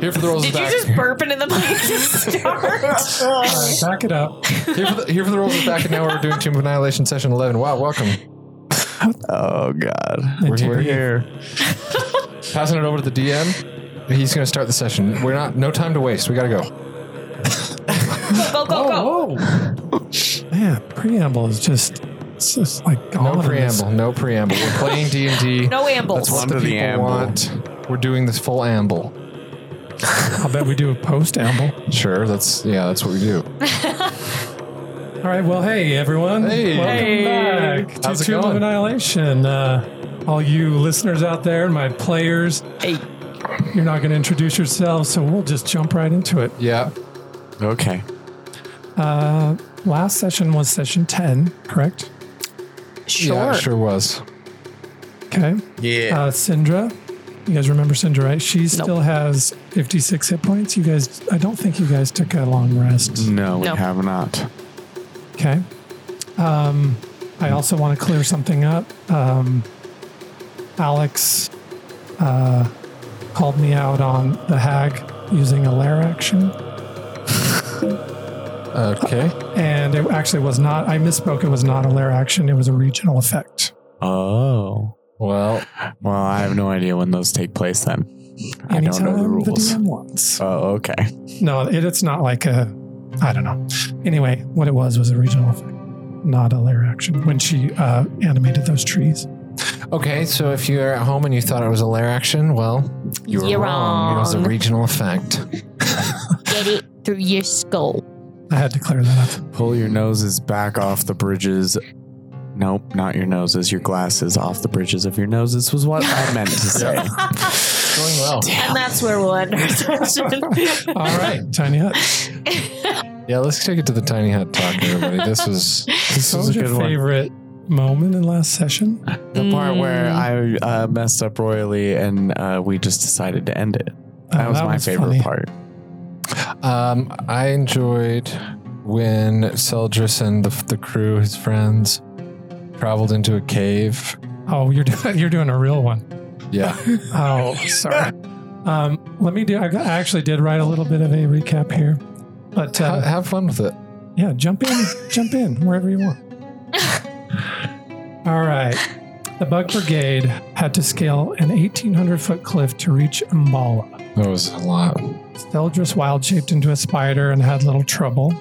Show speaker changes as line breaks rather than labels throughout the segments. Here for the rolls
Did
of
you
back.
just burp into the mic to start?
Alright, back it up.
Here for, the, here for the rolls of back, and now we're doing Tomb of Annihilation session 11. Wow, welcome.
Oh God.
We're here.
here.
Passing it over to the DM. He's going to start the session. We're not, no time to waste. We got to go.
Go, go, go.
Oh, whoa. Man, preamble is just, it's just like
No
gone in this-
preamble. No preamble. We're playing D&D.
No ambles.
That's what
Onto
the
the
people
amble.
want. We're doing this full amble.
I'll bet we do a post amble.
Sure, that's, yeah, that's what we do.
All right. Well, hey everyone.
Hey.
Welcome
Hey.
back
How's
to
it
Tomb of
going?
Annihilation. Uh, all you listeners out there, and my players,
Hey.
you're not going to introduce yourselves, so we'll just jump right into it.
Yeah.
Okay.
Last session was session ten, correct?
Sure.
Yeah, it sure was.
Okay.
Yeah.
Uh, Syndra, you guys remember Syndra, right? She still has 56 hit points. You guys, I don't think you guys took a long rest.
no, we
no.
have not.
Okay. Um, I also want to clear something up. Um, Alex uh, called me out on the hag using a lair action,
Okay.
and it actually was not. I misspoke. It was not a lair action. It was a regional effect.
Oh.
Well,
Well, I have no idea when those take place then. I don't know the
Anytime
rules.
DM wants.
Oh, okay.
No, it, it's not like a. I don't know. Anyway, what it was was a regional effect, not a layer action. When she uh, animated those trees,
okay, so if you're at home and you thought it was a lair action, well, you were
You're
wrong. It was a
wrong.
regional effect.
Get it through your skull.
I had to clear that up.
Pull your noses back off the bridges. Nope, not your noses. Your glasses off the bridges of your noses was what I meant to say.
Going well.
And that's where we'll end our session.
All right, tiny hut.
Yeah, let's take it to the tiny hut talk, everybody. This was
this
What
was
was
a
your
good one.
favorite moment in last session?
The part where I uh, messed up royally and uh, we just decided to end it. That
Oh,
was
that
my
was funny.
favorite part.
Um, I enjoyed when Seldris and the, the crew, his friends, traveled into a cave.
Oh, you're doing, you're doing a real one.
Yeah.
Oh, sorry. Um, let me do. I got- I actually did write a little bit of a recap here, but
Ha-
uh,
have fun with it.
yeah, jump in, jump in wherever you want. All right. The Bug Brigade had to scale an 1,800 foot cliff to reach Mbala.
That was a lot.
Steldris wild shaped into a spider and had little trouble.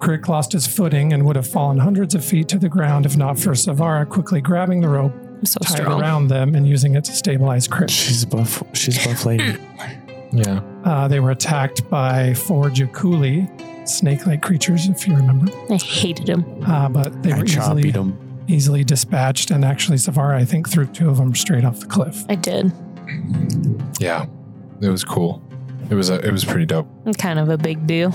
Crick lost his footing and would have fallen hundreds of feet to the ground if not for Savara quickly grabbing the rope
I'm so
tied
strong.
around them and using it to stabilize Crick.
She's a buff. She's a buff lady.
Yeah.
Uh, they were attacked by four Jakuli, snake like creatures, if you remember,
I hated him.
uh, but they
I
were
chop
easily,
beat 'em.
easily dispatched. And actually, Savara, I think, threw two of them straight off the cliff.
I did.
Yeah. It was cool. It was a, it was pretty dope.
I'm kind of a big deal.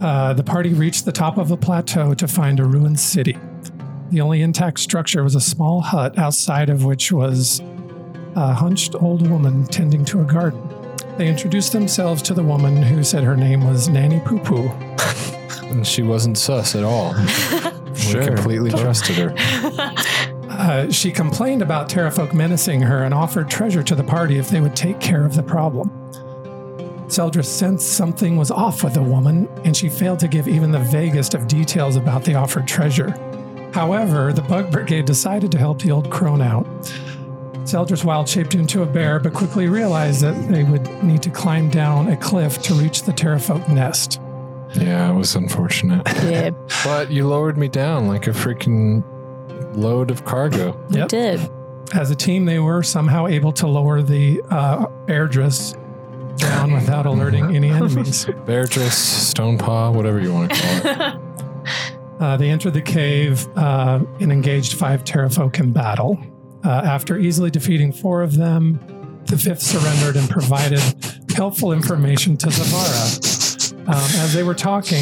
Uh, the party reached the top of a plateau to find a ruined city. The only intact structure was a small hut outside of which was a hunched old woman tending to a garden. They introduced themselves to the woman who said her name was Nanny Poo Poo.
And she wasn't sus at all. We completely trusted her.
Uh, she complained about Terrafolk menacing her and offered treasure to the party if they would take care of the problem. Seldra sensed something was off with the woman, and she failed to give even the vaguest of details about the offered treasure. However, the Bug Brigade decided to help the old crone out. Seldra's wild shaped into a bear, but quickly realized that they would need to climb down a cliff to reach the Terrafolk nest.
Yeah, it was unfortunate.
yeah,
But you lowered me down like a freaking load of cargo.
I did.
as a team, they were somehow able to lower the uh, Airdris down without alerting any enemies.
Beardress, stone paw, whatever you want to call it.
Uh, they entered the cave uh, and engaged five Terrafolk in battle. Uh, after easily defeating four of them, the fifth surrendered and provided helpful information to Zavara. Um, as they were talking,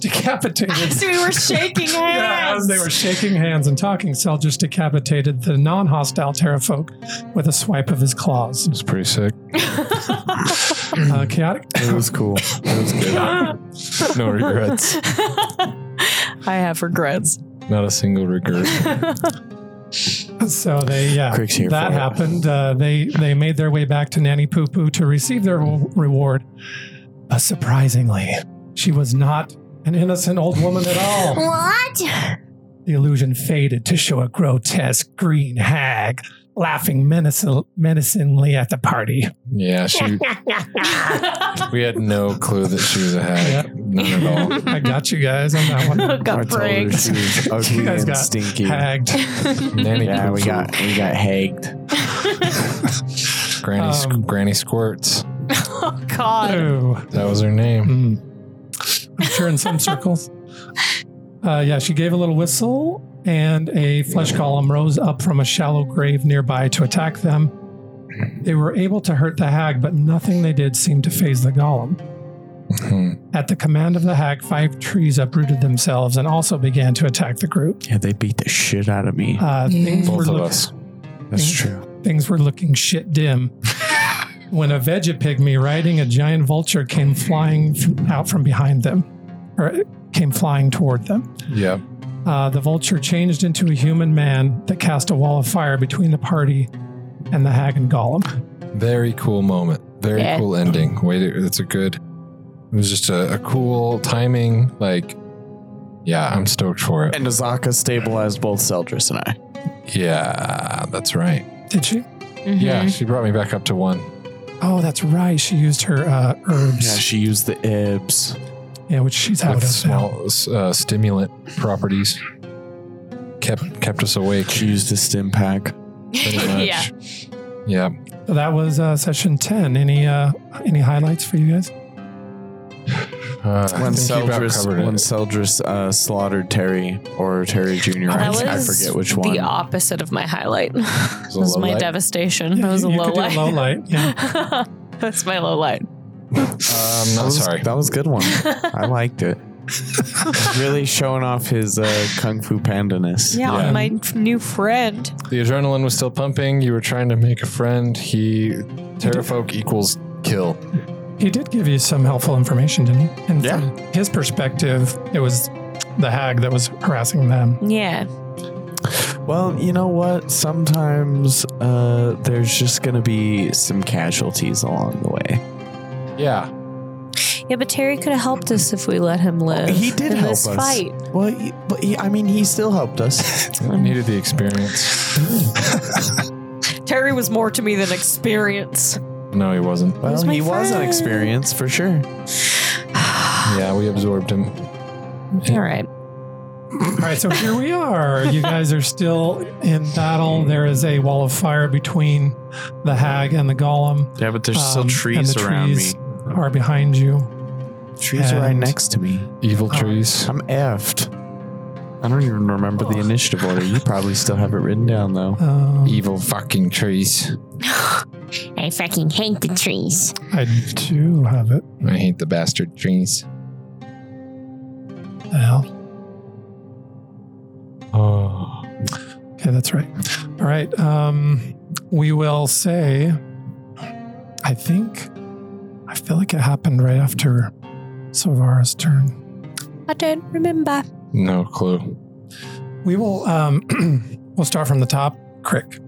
decapitated
we were shaking hands.
Yeah, as they were shaking hands and talking, Sel just decapitated the non hostile Terrafolk with a swipe of his claws.
It's pretty sick.
Uh, chaotic.
It was cool. It was good.
No regrets.
I have regrets.
Not a single regret.
So they, yeah,
Crick's here
that
for it.
happened. Uh, they they made their way back to Nanny Poo Poo to receive their re- reward. But surprisingly, she was not an innocent old woman at all.
What?
The illusion faded to show a grotesque green hag laughing menacing, menacingly at the party.
Yeah, she. we had no clue that she was a hag. None at all.
I got you guys on that one.
I
Got
told her
pranked.
she was
You
ugly
guys
and
got
stinky.
Hagged.
Nanny
Yeah, we
poo-poo.
got we got hagged.
Granny. squ-
Um,
Granny Squirts.
oh God.
Ooh.
That was her name.
Hmm. I'm sure in some circles. Uh, yeah, she gave a little whistle, and a flesh column rose up from a shallow grave nearby to attack them. They were able to hurt the hag, but nothing they did seemed to phase the golem.
Mhm.
At the command of the hag, five trees uprooted themselves and also began to attack the group.
Yeah, they beat the shit out of me.
Uh, things, were
Both of
look-
us.
That's
think-
true.
things were looking shit dim when a veggie pygmy riding a giant vulture came flying f- out from behind them, or came flying toward them.
Yep.
Uh, the vulture changed into a human man that cast a wall of fire between the party and the hag and golem.
Very cool moment. Very
Yeah.
cool ending. Wait, it's a good. It was just a, a cool timing. Like, yeah, I'm stoked for it.
And Azaka stabilized both Seldris and I.
Yeah, that's right.
Did she?
Mm-hmm.
Yeah, she brought me back up to one.
Oh, that's right. She used her uh,
Yeah,
herbs,
she used the ibs.
yeah, which she's out
With
of now.
small uh, stimulant properties. Kept kept us awake.
She used the stim pack.
pretty much.
Mm-hmm. yeah.
Yeah.
So that was uh, session ten. Any uh, any highlights for you guys?
Uh, I
When
think you about
Seldris,
covered it.
when Seldris uh, slaughtered Terry or Terry Jr.
That
I,
was
I forget which one.
The opposite of my highlight. That
a
was
low
my
light?
devastation. That was a
you
low
could do
light.
low light. Yeah.
That's my low light.
Um,
That
no,
was-
sorry.
That was a good one. I liked it. really showing off his uh, Kung Fu Panda ness.
Yeah,
Yeah.
my f- new friend.
The adrenaline was still pumping. You were trying to make a friend. He Terrafolk equals kill.
He did give you some helpful information, didn't he? And
Yeah.
from his perspective, it was the hag that was harassing them.
Yeah.
Well, you know what? Sometimes uh, there's just going to be some casualties along the way.
Yeah.
Yeah, but Terry could have helped us if we let him live.
He did
in
help
this
us.
fight.
Well, he, but he, I mean, he still helped us.
Needed the experience.
Terry was more to me than experience.
No, he wasn't.
Well,
was my
he was an
friend.
experience for sure.
Yeah, we absorbed him.
All right.
All right, so here we are. You guys are still in battle. There is a wall of fire between the hag and the golem.
Yeah, but there's
Um, and the trees Are behind you.
Trees are right
And-
next to me.
Evil trees.
I'm effed. I don't even remember the initiative order. You probably still have it written down though.
Um,
Evil fucking trees.
I fucking hate the trees.
I do have it.
I hate the bastard trees.
The hell?
Oh.
Okay, that's right. All right. Um, we will say. I think. I feel like it happened right after Silvara's turn.
I don't remember.
No clue.
We will. Um, we'll start from the top. Crick,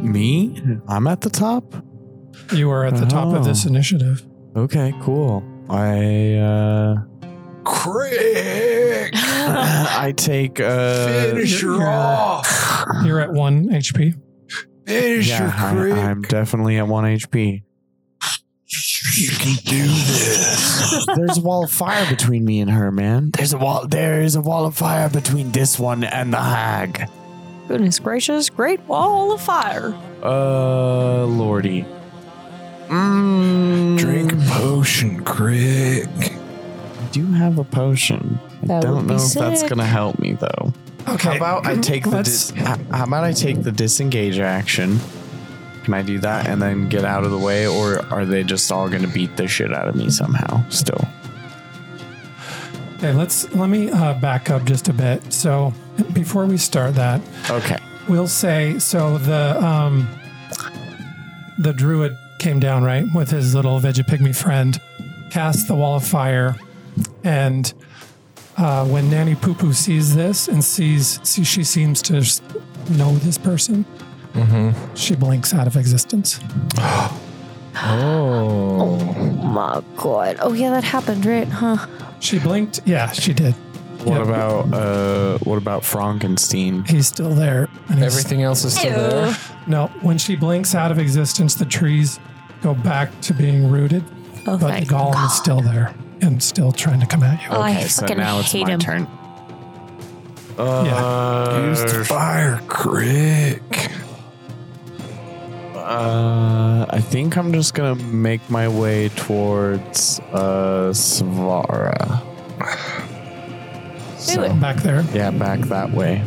Me? I'm at the top?
you are at the top of this
Oh.
initiative.
Okay, cool. I uh
Crick!
I take uh
you're-
off!
You're at one HP.
Finish
yeah, I, am definitely at 1 HP.
You can do this.
There's a wall of fire between me and her, man. There's a wall there is a wall of fire between this one and the hag.
Goodness gracious, great wall of fire.
Uh lordy. Mm,
Drink potion, Crick.
I do have a potion. I
That
don't
would be
know if that's
sick.
gonna help me though.
Okay.
How about I take the
Let's-
dis- h- how about I take the disengage action? Can I do that and then get out of the way, or are they just all going to beat the shit out of me somehow? Still,
Okay, let's let me uh, back up just a bit. So before we start that,
okay.
we'll say so the um, the druid came down right with his little veggie pygmy friend, cast the wall of fire, and Uh, when Nanny Poo Poo sees this and sees, see, she seems to s- know this person, she blinks out of existence.
Oh.
my god. Oh yeah, that happened, right? Huh?
She blinked. Yeah, she did.
What
Yep.
about uh? What about Frankenstein?
He's still there. And he's-
Everything else is still there.
No, when she blinks out of existence, the trees go back to being rooted,
Oh,
but the
thank
golem
God.
is still there and still trying to come at you.
Oh, I
Okay, so
fucking
now it's
hate
my
him.
turn.
Oh.
yeah.
Use fire, Crick.
Uh, I think I'm just gonna make my way towards uh Svara. So,
Back there.
yeah, back that way.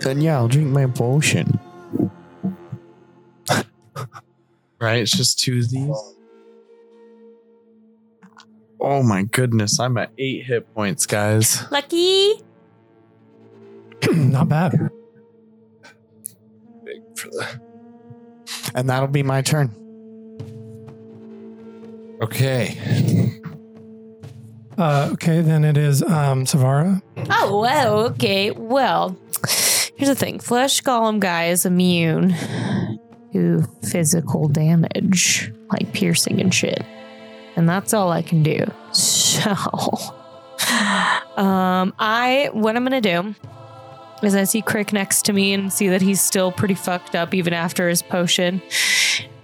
Then yeah, I'll drink my potion. right, it's just two of these. Oh my goodness, I'm at eight hit points, guys.
Lucky.
Not bad.
And that'll be my turn.
Okay.
Uh, okay, then it is um, Savara.
Oh wow, okay. Well, here's the thing. Flesh golem guy is immune to physical damage, like piercing and shit. And that's all I can do. So um I what I'm gonna do is I see Crick next to me and see that he's still pretty fucked up even after his potion.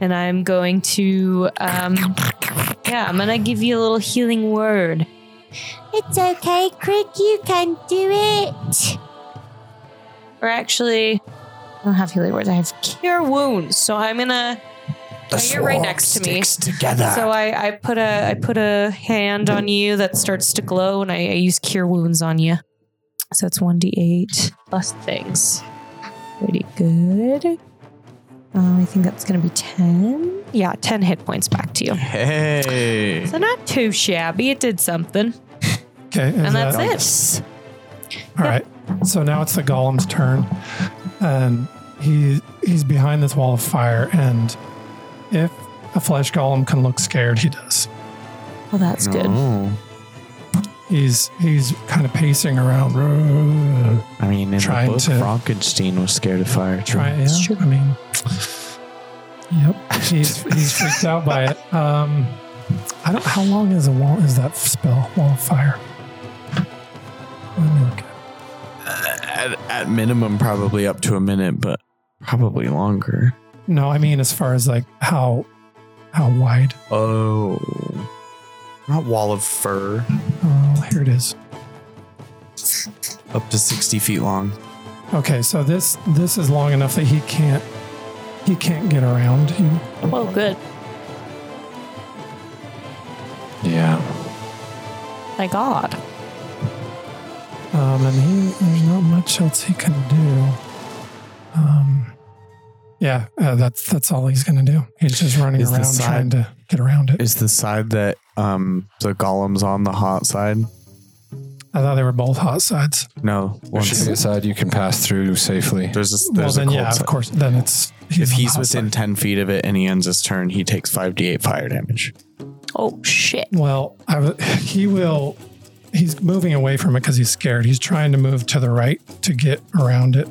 And I'm going to um yeah, I'm gonna give you a little healing word.
It's okay, Crick. You can do it.
or actually, I don't have healing words. I have cure wounds. So I'm gonna. Oh, you're right next to me. So uh, I, I put a I put a hand on you that starts to glow, and I, I use cure wounds on you. So it's one d eight plus things. Pretty good. Um, I think that's gonna be ten. Yeah, ten hit points back to you.
Hey.
So not too shabby. It did something,
Okay, is
and that's
that-
it.
All right. So now it's the golem's turn, and he he's behind this wall of fire. And if a flesh golem can look scared, he does.
Well, that's good.
Oh,
He's he's kind of pacing around,
I mean, in
Trying
the book,
to-
Frankenstein was scared of fire. too.
trying. Yeah,
true.
I mean, yep. He's he's freaked out by it. Um, I don't. How long is a wall? Is that spell wall of fire? Let me look at it.
At, at minimum, probably up to a minute, but probably longer.
No, I mean as far as like how how wide.
Oh, not wall of fur.
Oh, here it is.
Up to sixty feet long.
Okay, so this this is long enough that he can't he can't get around you.
Oh, good.
Yeah.
My God.
Um, and he there's not much else he can do. Um, yeah, uh, that's that's all he's gonna do. He's just running
Is the
around
side-
trying to get around it.
Is the side that um the golem's on the hot side?
I thought they were both hot sides.
No,
Once you
once-
decide you can pass through safely.
there's a
Well,
there's a
then
cold
yeah, of
side.
course. Then it's on
If
the
he's
hot
within
side.
ten feet of it and he ends his turn, he takes five d eight fire damage.
Oh shit.
Well, I w- he will. He's moving away from it because he's scared. He's trying to move to the right to get around it,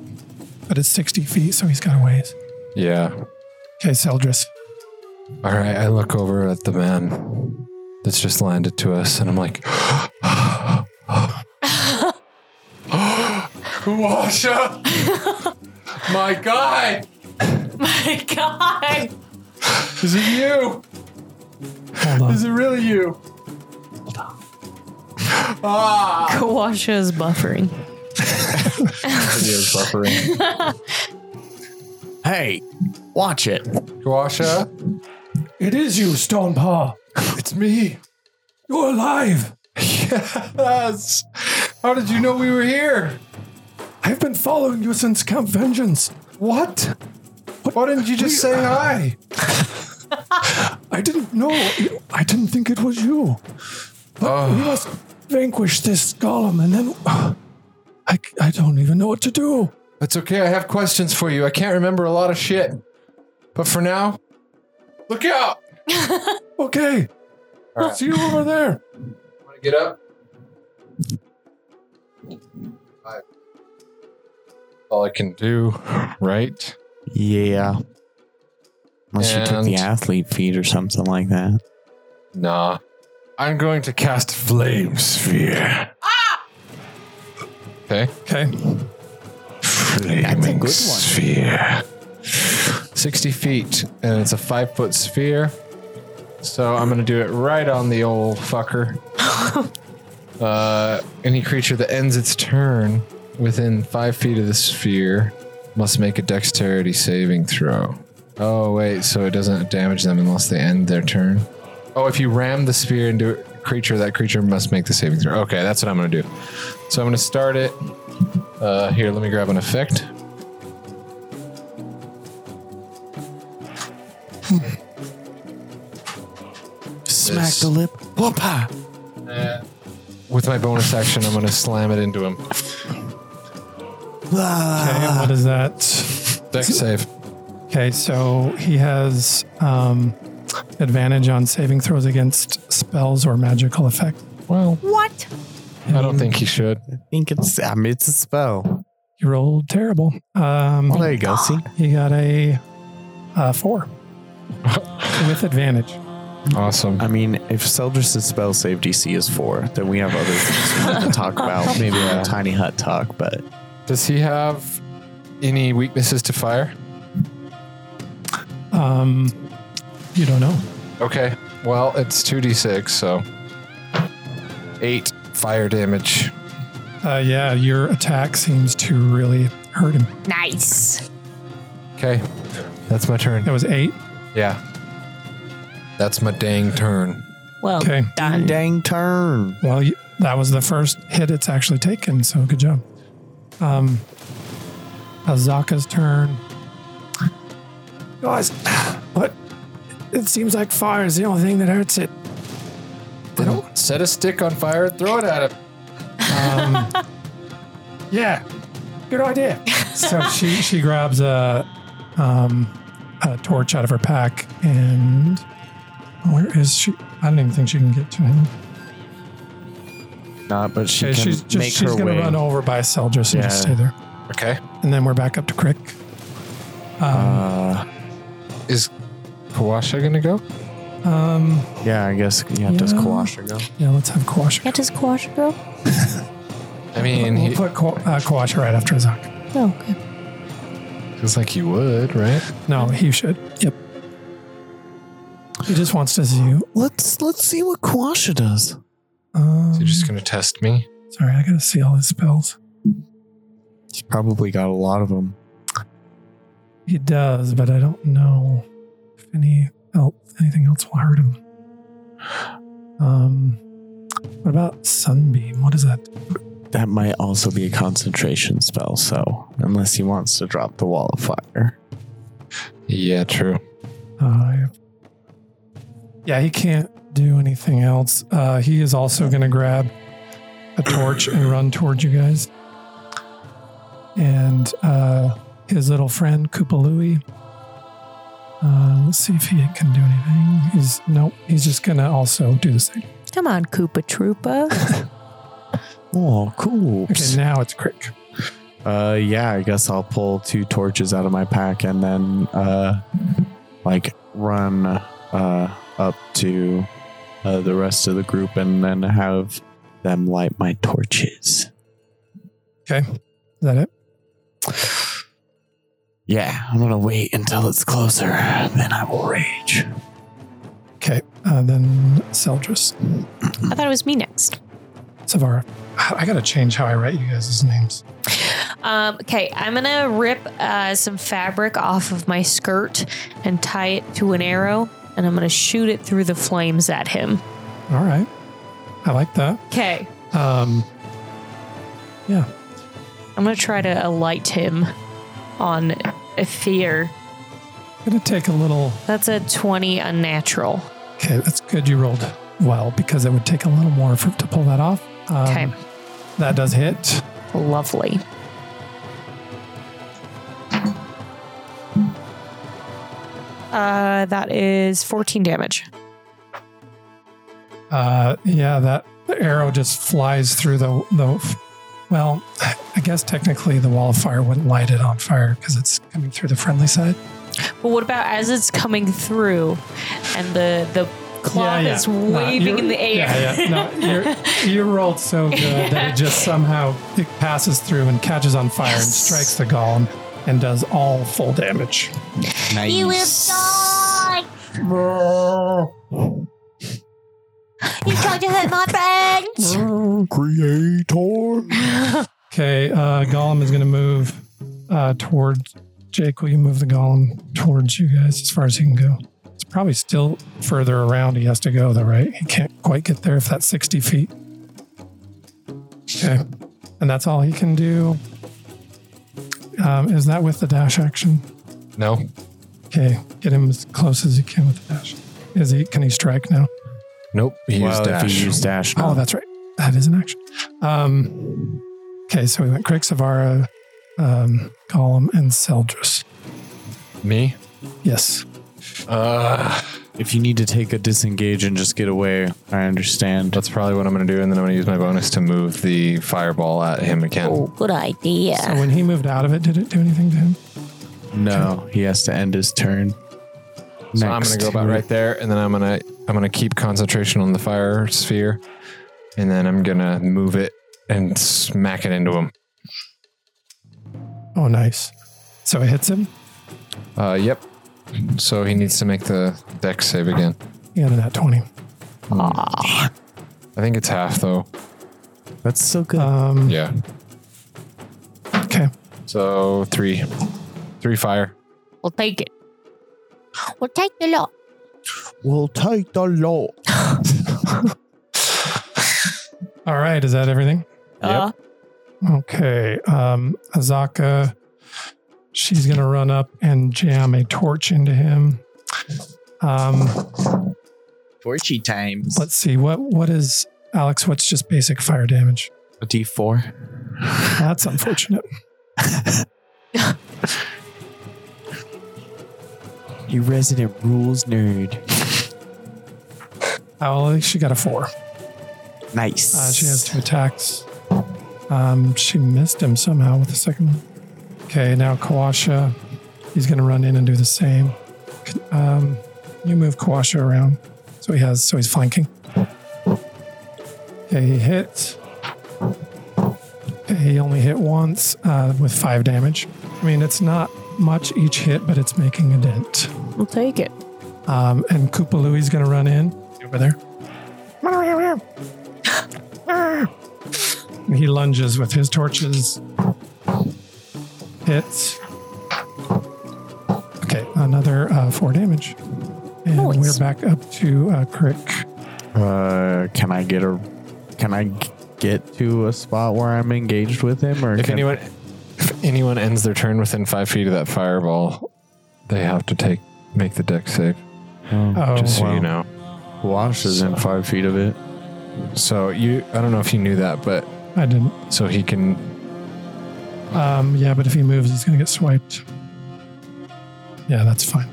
but it's sixty feet, so he's got a ways.
Yeah.
Okay, Seldris.
All right. I look over at the man that's just landed to us, and I'm like, Washa! My guy!
My God.
Is it you?
Hold on.
Is it really you?
Kawasha is buffering.
Hey, watch it.
Washa?
It is you, Stonepaw.
It's me.
You're alive.
Yes. How did you know we were here?
I've been following you since Camp Vengeance.
What? Why didn't you just say hi?
I didn't know. I didn't think it was you. But
Ah.
we must vanquish this golem, and then I, I don't even know what to do.
That's okay. I have questions for you. I can't remember a lot of shit. But for now, look out!
Okay,
All right.
see you over there.
Wanna get up? All I can do, right?
Yeah. Unless you took the
And-
athlete feat or something like that.
Nah. I'm going to cast Flame Sphere. Ah! Okay.
Okay.
Flaming Sphere. 60 feet, and it's a five foot sphere. So I'm going to do it right on the old fucker. uh, any creature that ends its turn within five feet of the sphere must make a dexterity saving throw. Oh, wait, so it doesn't damage them unless they end their turn? Oh, if you ram the spear into a creature, that creature must make the saving throw. Okay, that's what I'm going to do. So I'm going to start it. Uh, here, let me grab an effect.
Smack
the
lip. Whoopah!
With my bonus action, I'm going to slam it into him.
Okay. What is that?
Deck save.
Okay. So he has um, advantage on saving throws against spells or magical effect.
Well,
What?
I don't think he should.
I think it's I mean it's a spell.
He rolled terrible. Um,
Oh there you go, see?
He got a, uh four with advantage.
Awesome.
I mean, if Seldris' spell save DC is four, then we have other things we want to talk about. Maybe a tiny hut talk, but
Does he have any weaknesses to fire?
Um, you don't know.
Okay. Well, it's 2d6, so. Eight fire damage.
Uh, yeah, your attack seems to really hurt him.
Nice.
Okay. That's my
That
turn.
was eight.
Yeah. That's my dang turn.
Well
Okay.
done.
dang turn.
Well, you, that was the first hit it's actually taken, so good job. Um, Azaka's turn. Guys, what? It seems like fire is the only thing that hurts it.
Then set a stick on fire and throw it at him.
Yeah, good idea. so she she grabs a um, a torch out of her pack and where is she? I don't even think she can get to him.
Not, but she
Okay,
can
she's
make
just
her
she's gonna
way.
run over by Seldris and just
Yeah.
stay there,
Okay.
and then we're back up to Crick.
Is Kawasha going to go?
Yeah, I guess. Yeah, does
Yeah.
Kawasha go?
Yeah, let's have Quash.
That is quarter girl.
I mean,
We'll
he,
put Qu- uh, Quash right after Azak.
Oh, okay.
feels like he would, right?
No, he should. Yep. He just wants to see you.
Let's let's see what Kawasha does.
Um,
So you're just going to test me?
sorry, I gotta see all his spells.
She's probably got a lot of them.
He does, but I don't know if any el anything else will hurt him. Um, what about sunbeam? What is that?
That might also be a concentration spell, so unless he wants to drop the wall of fire.
Yeah, true.
Uh, I- yeah, he can't do anything else. Uh, he is also going to grab a torch and run towards you guys. And uh, his little friend Koopalooey. Uh, let's see if he can do anything. He's nope. He's just going to also do the same.
Come on, Koopa Troopa.
Oh, cool.
Okay, now it's Crick.
Uh, yeah, I guess I'll pull two torches out of my pack and then, uh, like run, uh, up to, uh, the rest of the group and then have them light my torches.
Is that it?
Yeah, I'm gonna wait until it's closer, then I will rage.
Okay, uh, then Seldris,
I thought it was me next.
Savara. I I gotta change how I write you guys' names.
Um, okay, I'm gonna rip uh, some fabric off of my skirt and tie it to an arrow, and I'm gonna shoot it through the flames at him.
All right, I like that.
Okay,
Um, yeah,
I'm gonna try to alight him on a fear.
gonna take a little.
That's a 20 unnatural.
Okay, that's good. You rolled well because it would take a little more for, to pull that off. Um,
Okay,
that does hit.
lovely. Uh, that is 14 damage.
Uh, yeah, that arrow just flies through the the. Well, I guess technically the wall of fire wouldn't light it on fire because it's coming through the friendly side.
But what about as it's coming through, and the the claw
Yeah, yeah.
is
No,
waving
you're-
in the air?
Yeah, yeah. No, you're, you rolled so good that it just somehow it passes through and catches on fire and strikes the golem and does all full damage.
Nice.
You will die. You tried to hurt my friends.
Creator.
Okay, uh, Gollum is going to move uh, towards Jake. Will you move the Gollum towards you guys as far as he can go? It's probably still further around. He has to go though, right? He can't quite get there if that's sixty feet. Okay, and that's all he can do. Um, is that with the dash action?
No.
Okay, get him as close as you can with the dash. Is he? Can he strike now?
Nope. He used
Well, if
dash.
you use dash,
Oh,
no.
that's right. That is an action. Um, okay, so we went Crick, Savara, um, Gollum, and Seldris.
Me?
Yes.
Uh,
if you need to take a disengage and just get away, I understand.
that's probably what I'm going to do. And then I'm going to use my bonus to move the fireball at him again.
Oh, good idea.
So when he moved out of it, did it do anything to him?
No, he has to end his turn.
So I'm gonna go about right there, and then I'm gonna I'm gonna keep concentration on the fire sphere, and then I'm gonna move it and smack it into him.
Oh, nice. So it hits him.
Uh, yep. So he needs to make the deck save again.
He got a nat 20.
I think it's half though.
That's so good.
Um,
Yeah.
okay.
So three, three fire.
We'll take it.
We'll take the lot.
we'll take the law.
All right. Is that everything?
Uh,
Okay. Um, Azaka, she's going to run up and jam a torch into him. Um,
Torchy times.
let's see. What What is, Alex, what's just basic fire damage?
A D4.
That's unfortunate.
You resident rules nerd.
Oh, she got a four.
Nice.
Uh, she has two attacks. Um, she missed him somehow with the second one. Okay, now Kawasha. He's going to run in and do the same. Um, you move Kawasha around, so he has, so he's flanking. Okay, he hits. Okay, he only hit once uh, with five damage. I mean, it's not much each hit, but it's making a dent.
we'll take it.
Um, and Koopa Louie's going to run in over there. And he lunges with his torches. Hits. Okay, another uh, four damage. And we're back up to uh, Crick.
Uh, can I get a? Can I g- get to a spot where I'm engaged with him, or
If
can,
anyone, if anyone ends their turn within five feet of that fireball, they have to take make the deck save.
Oh,
Just so
wow.
you know.
Wash is in five feet of it?
So you, I don't know if you knew that, but
I didn't.
so he can
Um, yeah, but if he moves, he's going to get swiped. Yeah, that's fine.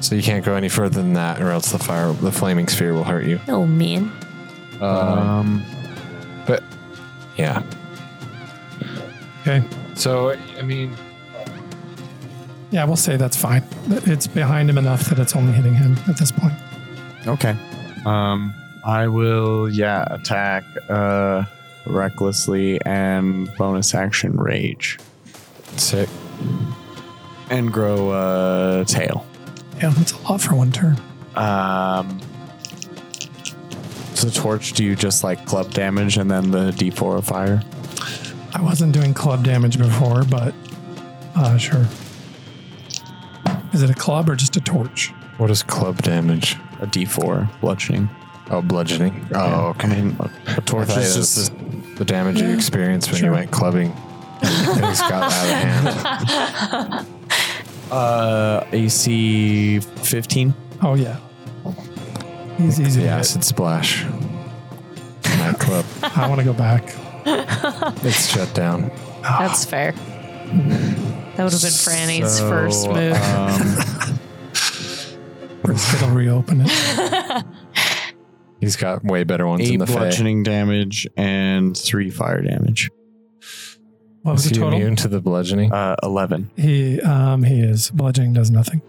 So you can't go any further than that, or else the fire, the flaming sphere will hurt you.
Oh, man.
Uh,
Um,
but yeah.
Okay.
So I mean,
Yeah, we'll say that's fine. It's behind him enough that it's only hitting him at this point.
okay. Um, I will. Yeah, attack. Uh, recklessly and bonus action rage
sick.
and grow a uh, tail.
Yeah, that's a lot for one turn.
Um. So torch, do you just like club damage and then the D4 of fire?
I wasn't doing club damage before, but uh, sure. Is it a club or just a torch?
What is club damage?
A D4 bludgeoning.
Oh, bludgeoning. Oh,
I
okay.
mean, a torch
I thought
is
it
just
was the damage you experience when you went clubbing. Things got out of hand.
Uh, AC 15.
Oh yeah, he's easy.
The
to hit.
acid splash. Nightclub.
I want to go back.
it's shut down.
That's fair. That would have been Franny's first
uh,
move.
Um,
First, it'll reopen it.
He's got way better ones
Eight
in the face.
bludgeoning damage and three fire damage.
What was
Is
the
he
total?
immune to the bludgeoning?
Uh, eleven.
He um he is bludgeoning does nothing.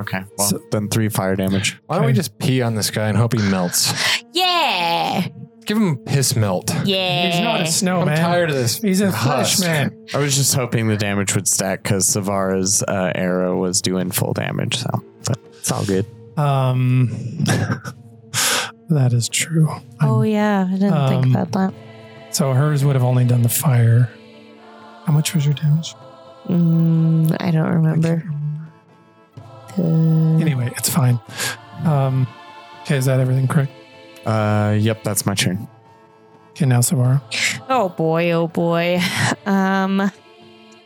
Okay. Well,
So-
then three fire damage.
Why don't we
okay.
just pee on this guy and hope he melts?
Yeah.
Give him a piss melt.
Yeah.
He's not a
I'm
snowman.
tired of this.
He's a
husk.
flesh man.
I was just hoping the damage would stack because Savara's uh, arrow was doing full damage, so but it's all good.
Um, that is true.
Oh yeah, I didn't think
Um,
about that.
So hers would have only done the fire. How much was your damage?
Mm, I don't remember. The-
Anyway, it's fine. Um, okay, is that everything correct?
Uh, yep, that's my turn.
Okay, now Savara.
Oh boy, oh boy. Um,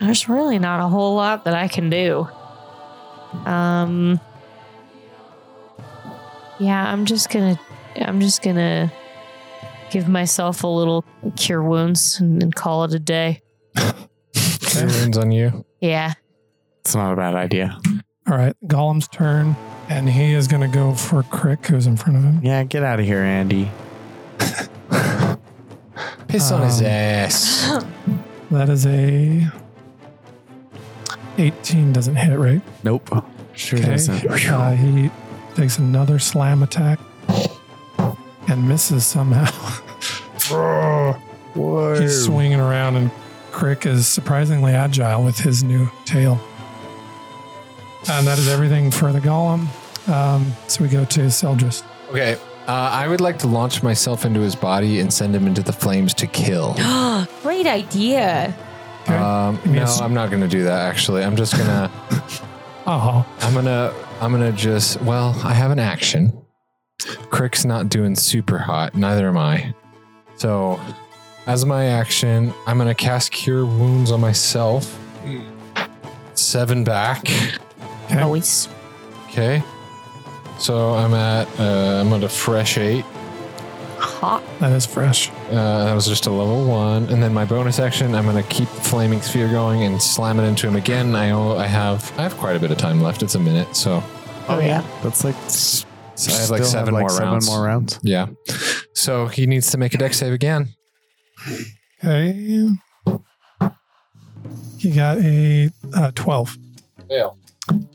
there's really not a whole lot that I can do. Um, yeah, I'm just gonna, I'm just gonna give myself a little cure wounds and, and call it a day.
Two wounds on you.
Yeah.
It's not a bad idea.
All right, Gollum's turn, and he is going to go for Crick, who's in front of him.
Yeah, get out of here, Andy.
Piss on his
Um,
ass.
That is a 18. Doesn't hit, right?
Nope. Sure
Okay.
doesn't.
Uh, he takes another slam attack and misses somehow. He's swinging around, and Crick is surprisingly agile with his new tail. And that is everything for the golem. Um, so we go to Seldris.
Okay. Uh, I would like to launch myself into his body and send him into the flames to kill.
Great idea.
Okay.
Um,
mean
no,
it's-
I'm not gonna do that. Actually, I'm just gonna,
Uh huh.
I'm gonna, I'm gonna just. Well, I have an action. Crick's not doing super hot. Neither am I. So, as my action, I'm gonna cast Cure Wounds on myself.
Mm.
Seven back.
Always.
Okay. So I'm at, uh, I'm at a fresh eight.
Hot.
That is fresh.
Uh, that was just a level one, and then my bonus action, I'm gonna keep the flaming sphere going and slam it into him again. I owe, I have I have quite a bit of time left. It's a minute, so,
Oh yeah, that's like.
so I have like seven more
seven
rounds.
more rounds.
Yeah, so he needs to make a deck save again.
Okay. He got a uh, 12.
Yeah.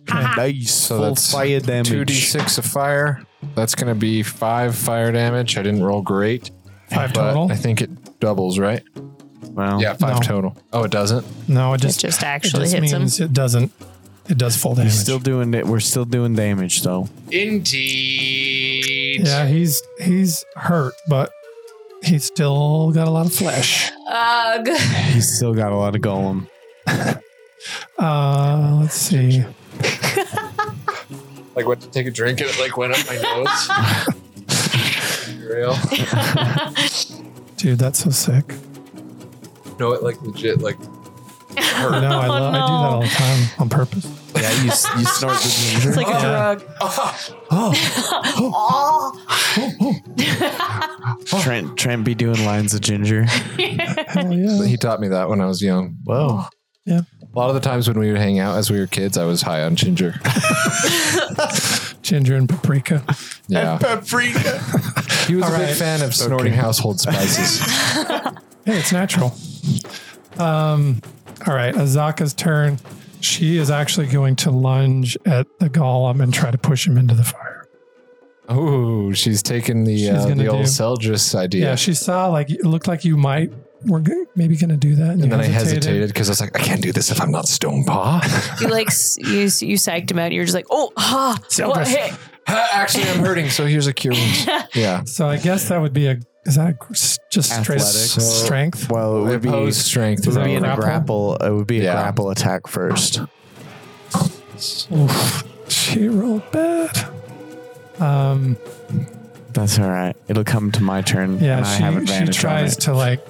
Nice.
So
Full
that's
fire damage.
Two d six of fire. That's gonna be five fire damage. I didn't roll great,
Five
but
total?
I think it doubles, right?
Well,
Yeah, five
No.
total. Oh, it doesn't.
No, it
It
just,
just
it
actually
just
hits him.
means it doesn't. It does full damage.
He's still doing it. We're still doing damage though.
Indeed.
yeah, he's he's hurt, but he's still got a lot of flesh.
Ugh.
He's still got a lot of golem.
Uh, let's see.
Like went to take a drink and it like went up my nose. real.
Dude, that's so sick.
No, it like legit like
I know,
Oh,
I, love, I do that all the time on purpose.
Yeah, you, you snort the ginger.
It's like
Oh,
a drug.
Trent, Trent be doing lines of ginger.
Hell yeah.
He taught me that when I was young.
Whoa.
A lot of the times when we would hang out as we were kids, I was high on ginger.
Ginger and paprika.
Yeah. He was a
right.
big fan of snorting household spices.
Hey, it's natural. Um, all right, Azaka's turn. She is actually going to lunge at the golem and try to push him into the fire.
Ooh, she's taking the uh,
gonna
the old
do-
Seldris idea.
Yeah, she saw like it looked like you might we're go- maybe gonna do that,
and
you
then I hesitated because I was like, I can't do this if I'm not Stone Paw.
You like s- you s- you sagged him out. You're just like, oh, ha, what hit?
Actually, I'm hurting, so here's a cure. wounds. Yeah.
So I guess that would be a is that a, gr- s- just straight up
Athletics.
s- strength?
Well, it would be,
Opposed
it
strength.
would be in a
though.
grapple. It would be a
Yeah.
grapple attack first.
Oof, she rolled bad. Um,
That's all right. It'll come to my turn.
yeah,
and I have
she she
advantage
tries
on it.
to like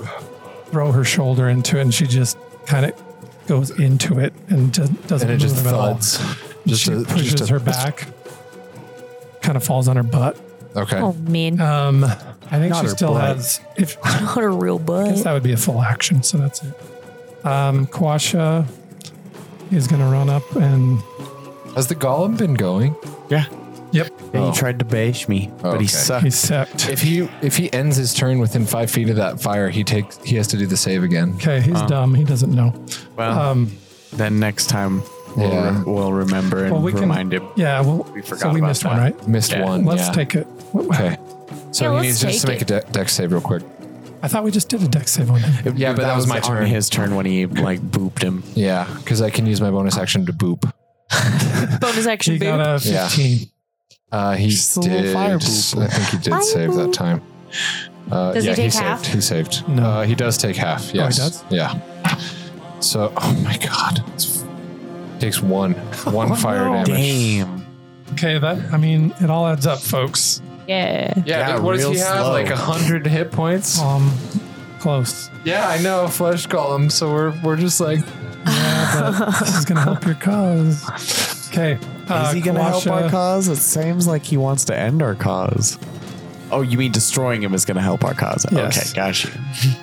throw her shoulder into it, and she just kind of goes into it and do- doesn't
And it
move
just
him at all.
thuds. Just
she
a-
pushes
just a-
her back, kind of falls on her butt.
Okay.
Oh man,
Um, I think she
her
still
butt.
has. If I
what a real
guess
butt.
that would be a full action, so that's it. Um, Quasha is going to run up and
Has the golem been going?
Yeah.
Yep.
Oh.
He tried to bash me, but
Okay.
he sucked.
He's set.
If he if he ends his turn within five feet of that fire, he takes he has to do the save again.
Okay, he's dumb. He doesn't know.
well,
Um,
then next time we'll,
Yeah.
re- we'll remember and
well, we
remind
can.
him.
Yeah, well,
We forgot
so we
about
missed
that.
one, right?
Missed
Yeah.
one.
Let's
yeah.
take it.
Okay. So
Yeah,
he
let's
needs just to
take
make a de- deck save real quick.
I thought we just did a deck save on him.
Yeah, but that was my
on
turn.
His turn when he like booped him.
Yeah, because I can use my bonus action to boop.
Bonus action
He
boot.
got a
Yeah.
15.
Uh, he
Just a little
did.
fire
I
boop.
think he did
Fire
save that
boop.
time. Uh,
Does he
yeah,
take
saved.
half?
He saved.
No. Oh,
uh, he does take half. Yes.
does?
Yeah. So, oh my god, It's- takes one one fire
no.
damage.
Okay, that I mean, it all adds up, folks.
Yeah.
Yeah,
Yeah,
dude, what does
real
he have?
slow.
Like a hundred hit points?
Um, close.
Yeah, I know. Flesh column. So we're we're just like
Yeah, but this is gonna help your cause. Okay. uh,
Is he gonna help
Kawasha-
our cause? It seems like he wants to end our cause. Oh, you mean destroying him is gonna help our cause?
Yes.
Okay, gosh.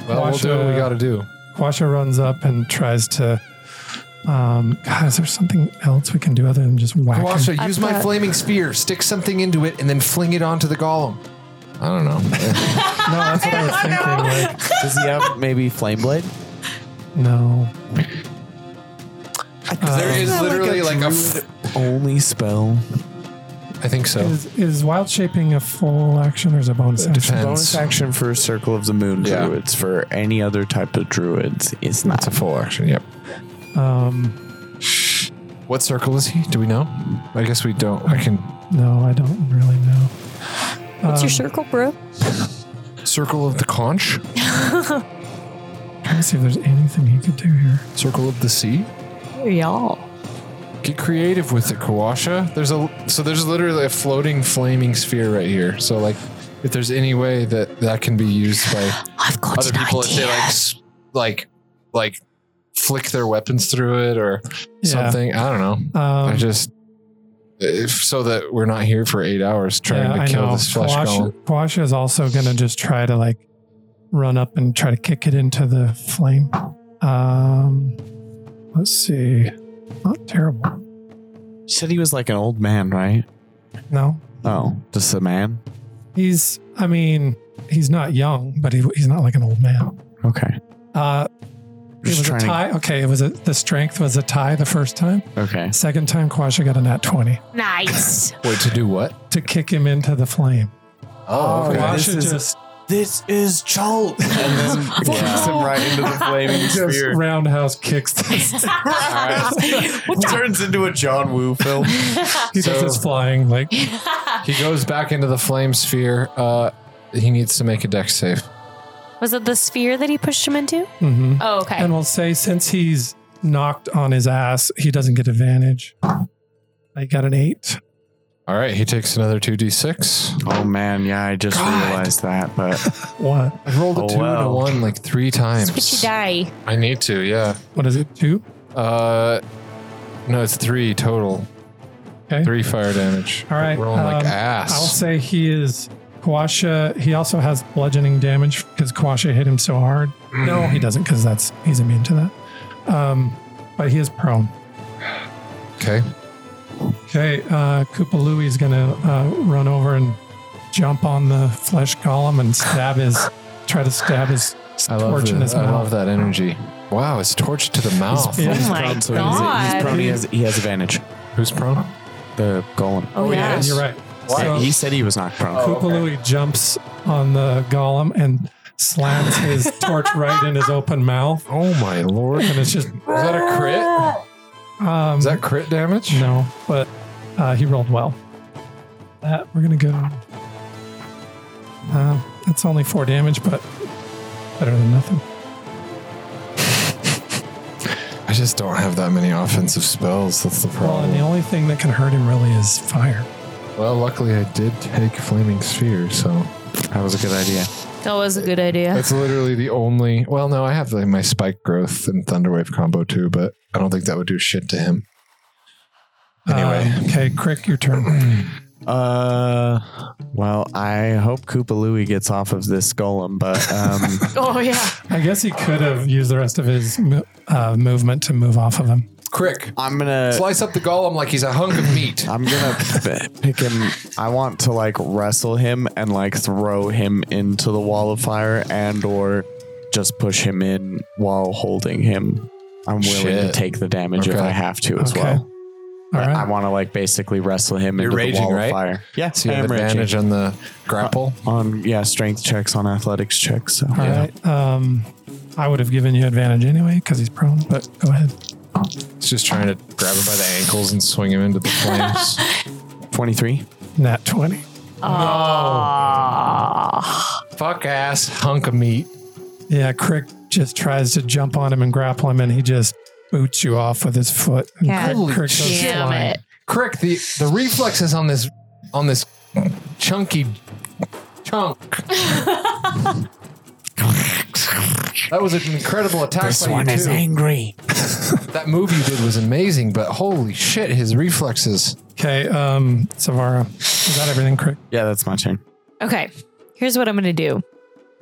Well, we'll do what we
Washa-
got to do.
Quasha runs up and tries to. Um, God, is there something else we can do other than just whack him?
Washa, use my flaming spear. Stick something into it, and then fling it onto the golem. I don't know.
No, that's what I was thinking. Like,
Does he have maybe flame blade?
no,
there is literally like a. f-
Uh, Only spell.
I think so.
is is wild shaping a full action or is it a bonus
It
action?
depends.
Bonus action for Circle of the Moon
Yeah.
druids. For any other type of druids, it's not.
It's a full action. Yep.
Um,
What circle is he? Do we know? I guess we don't. I can
no, I don't really know.
What's
um,
your circle, bro?
circle of the conch,
Trying to see if there's anything he could do here.
circle of the sea.
Y'all.
Get creative with it, Kawasha. There's a so there's literally a floating flaming sphere right here. So like, if there's any way that that can be used by
I've got
other
an
people, if
idea.
they like s- like like flick their weapons through it or
Yeah.
something, I don't know. I
Um,
just if so that we're not here for eight hours trying to kill this flesh golem.
Kawasha, Kawasha is also going to just try to like run up and try to kick it into the flame. Um, let's see. Not terrible.
You said he was like an old man, right?
No,
Oh, just a man?
he's. I mean, he's not young, but he, he's not like an old man.
Okay.
Uh, it
Just
was a
trying to-
tie. Okay, it was a, the strength was a tie the first time.
Okay.
Second time, Quasha got a nat twenty
Nice.
Wait to do what?
to kick him into the flame.
Oh,
okay.
Quasha
This is-
just
This is Jolt! And then kicks him right into the flaming
just roundhouse kicks. This.
Turns into a John Woo film.
he does this flying like
He goes back into the flame sphere. Uh, he needs to make a deck save.
Was it the sphere that he pushed him into?
mhm.
Oh, okay.
And we'll say since he's knocked on his ass, he doesn't get advantage. I got an eight.
All right, he takes another 2d6.
Oh man, yeah, I just
God.
realized that, but
What?
I rolled a
Oh,
2 and a
wow.
1 like three times.
Switchy die.
I need to, yeah.
What is it? Two?
Uh, no, it's 3 total.
Okay.
3 fire damage.
All right,
Rolling like
um, I'll
ass.
say he is Quasha. He also has bludgeoning damage because Quasha hit him so hard. No,
Mm.
he doesn't because that's he's immune to that. Um, but he is prone.
okay.
Okay, uh, Koopa Louie is gonna uh, run over and jump on the flesh column and stab his, try to stab his
I love,
torch in
the-
his
I
mouth.
love that energy. Wow, it's torch to the mouth.
Yeah.
Oh my
so He's, he's
god.
prone, he has, he has advantage.
Who's prone?
The golem.
Oh, yeah.
yes.
You're right.
Yeah,
So-
he said he was not prone.
Oh.
Koopa Louie jumps on the golem and slams his torch right in his open mouth,
Oh my lord. Is
and it's just
that a crit?
um,
Is that crit damage?
no, but uh, he rolled well. That we're gonna go. Uh, it's only four damage, but better than nothing.
I just don't have that many offensive spells. That's the
Well,
problem.
and the only thing that can hurt him really is fire.
Well, luckily I did take Flaming Sphere, so
That was a good idea.
That was a good idea.
that's literally the only. Well, no, I have like my Spike Growth and Thunderwave combo too, but I don't think that would do shit to him. Anyway.
Uh, okay, Crick, your turn.
Uh, well, I hope Koopa Louie gets off of this golem, but um,
Oh yeah.
I guess he could have used the rest of his mo- uh, movement to move off of him.
Crick,
I'm gonna.
slice up the golem like he's a hunk of meat.
I'm gonna p- pick him. I want to like wrestle him and like throw him into the wall of fire and or just push him in while holding him. I'm willing to
Shit.
take the damage if
Okay.
I have to as well.
All right.
I want to like basically wrestle him into
raging,
the wall
right?
of fire. Yeah,
So you
I
have
am raging.
advantage on the grapple.
on yeah strength checks on athletics checks. So.
All right. Um, I would have given you advantage anyway because he's prone, but go ahead.
It's just trying to grab him by the ankles and swing him into the flames.
Twenty three.
Nat 20.
Fuck ass hunk of meat.
Yeah, Crick just tries to jump on him and grapple him, and he just boots you off with his foot. And
Yeah.
Crick,
Holy
Crick goes
shit.
Damn
flying.
it.
Crick, the the reflexes on this on this chunky chunk. that was an incredible attack by you too.
angry.
That move you did was amazing, but holy shit, his reflexes.
Okay, um, Savara, is that everything, Crick?
Yeah, that's my turn.
Okay, here's what I'm gonna do.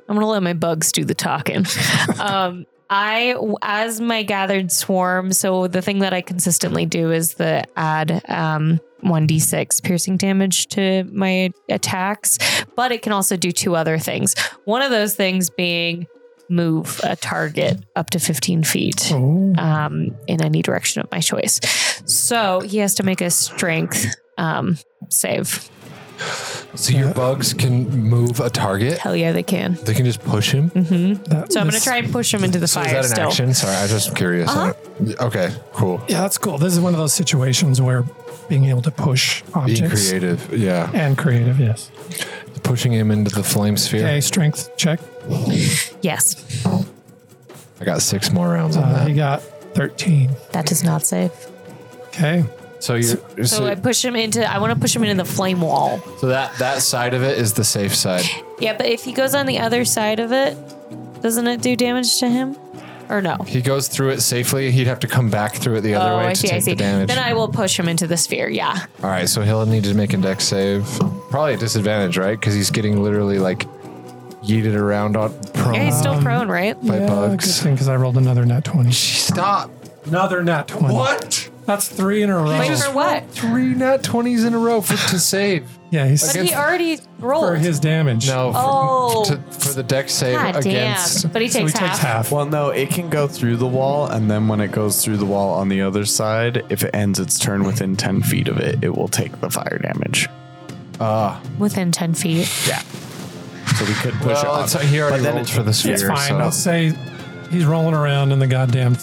I'm gonna let my bugs do the talking. um, I, as my gathered swarm, so the thing that I consistently do is the add um, 1d6 piercing damage to my attacks, but it can also do two other things. One of those things being move a target up to 15 feet
Oh,
um, in any direction of my choice. So he has to make a strength um, save.
So your bugs can move a target.
Hell yeah, they can.
They can just push him.
hmm
that
So I'm going
was-
to try and push him into the
So is
fire
that an
still.
action? Sorry, I was just curious.
Uh-huh.
Okay, cool.
Yeah, that's cool. This is one of those situations where being able to push
Be
objects
creative. Yeah.
and creative, yes.
Pushing him into the flame sphere.
Okay, strength check.
Yes.
I got six more rounds on
Uh,
that.
he got 13.
That does not save.
Okay,
So you so,
So I push him into I want to push him into the flame wall.
so that that side of it is the safe side.
Yeah, but if he goes on the other side of it, doesn't it do damage to him? Or no?
He goes through it safely. He'd have to come back through it the other
Oh,
way
I
to
see,
take
I see.
the damage.
Then I will push him into the sphere. Yeah.
All right, so he'll need to make a deck save. Probably a disadvantage, right? Because he's getting literally like yeeted around on prone.
Yeah, he's still prone, right?
By
yeah, good
bugs.
thing because I rolled another nat 20.
Stop.
Another nat 20.
What?
That's three in a row.
Wait for what?
Three nat twenties in a row for to save.
Yeah, he's
But he already rolled.
for his damage.
No. For,
Oh.
to- for the deck save
God
against.
damn. But he
so he
takes half.
takes half.
Well, no, it can go through the wall, and then when it goes through the wall on the other side, if it ends its turn within 10 feet of it, it will take the fire damage.
Within 10 feet.
Yeah. So we could push
Well,
it
it's,
up.
he already
But then
rolled
it-
for the sphere.
It's fine.
so-
I'll say he's rolling around in the goddamn.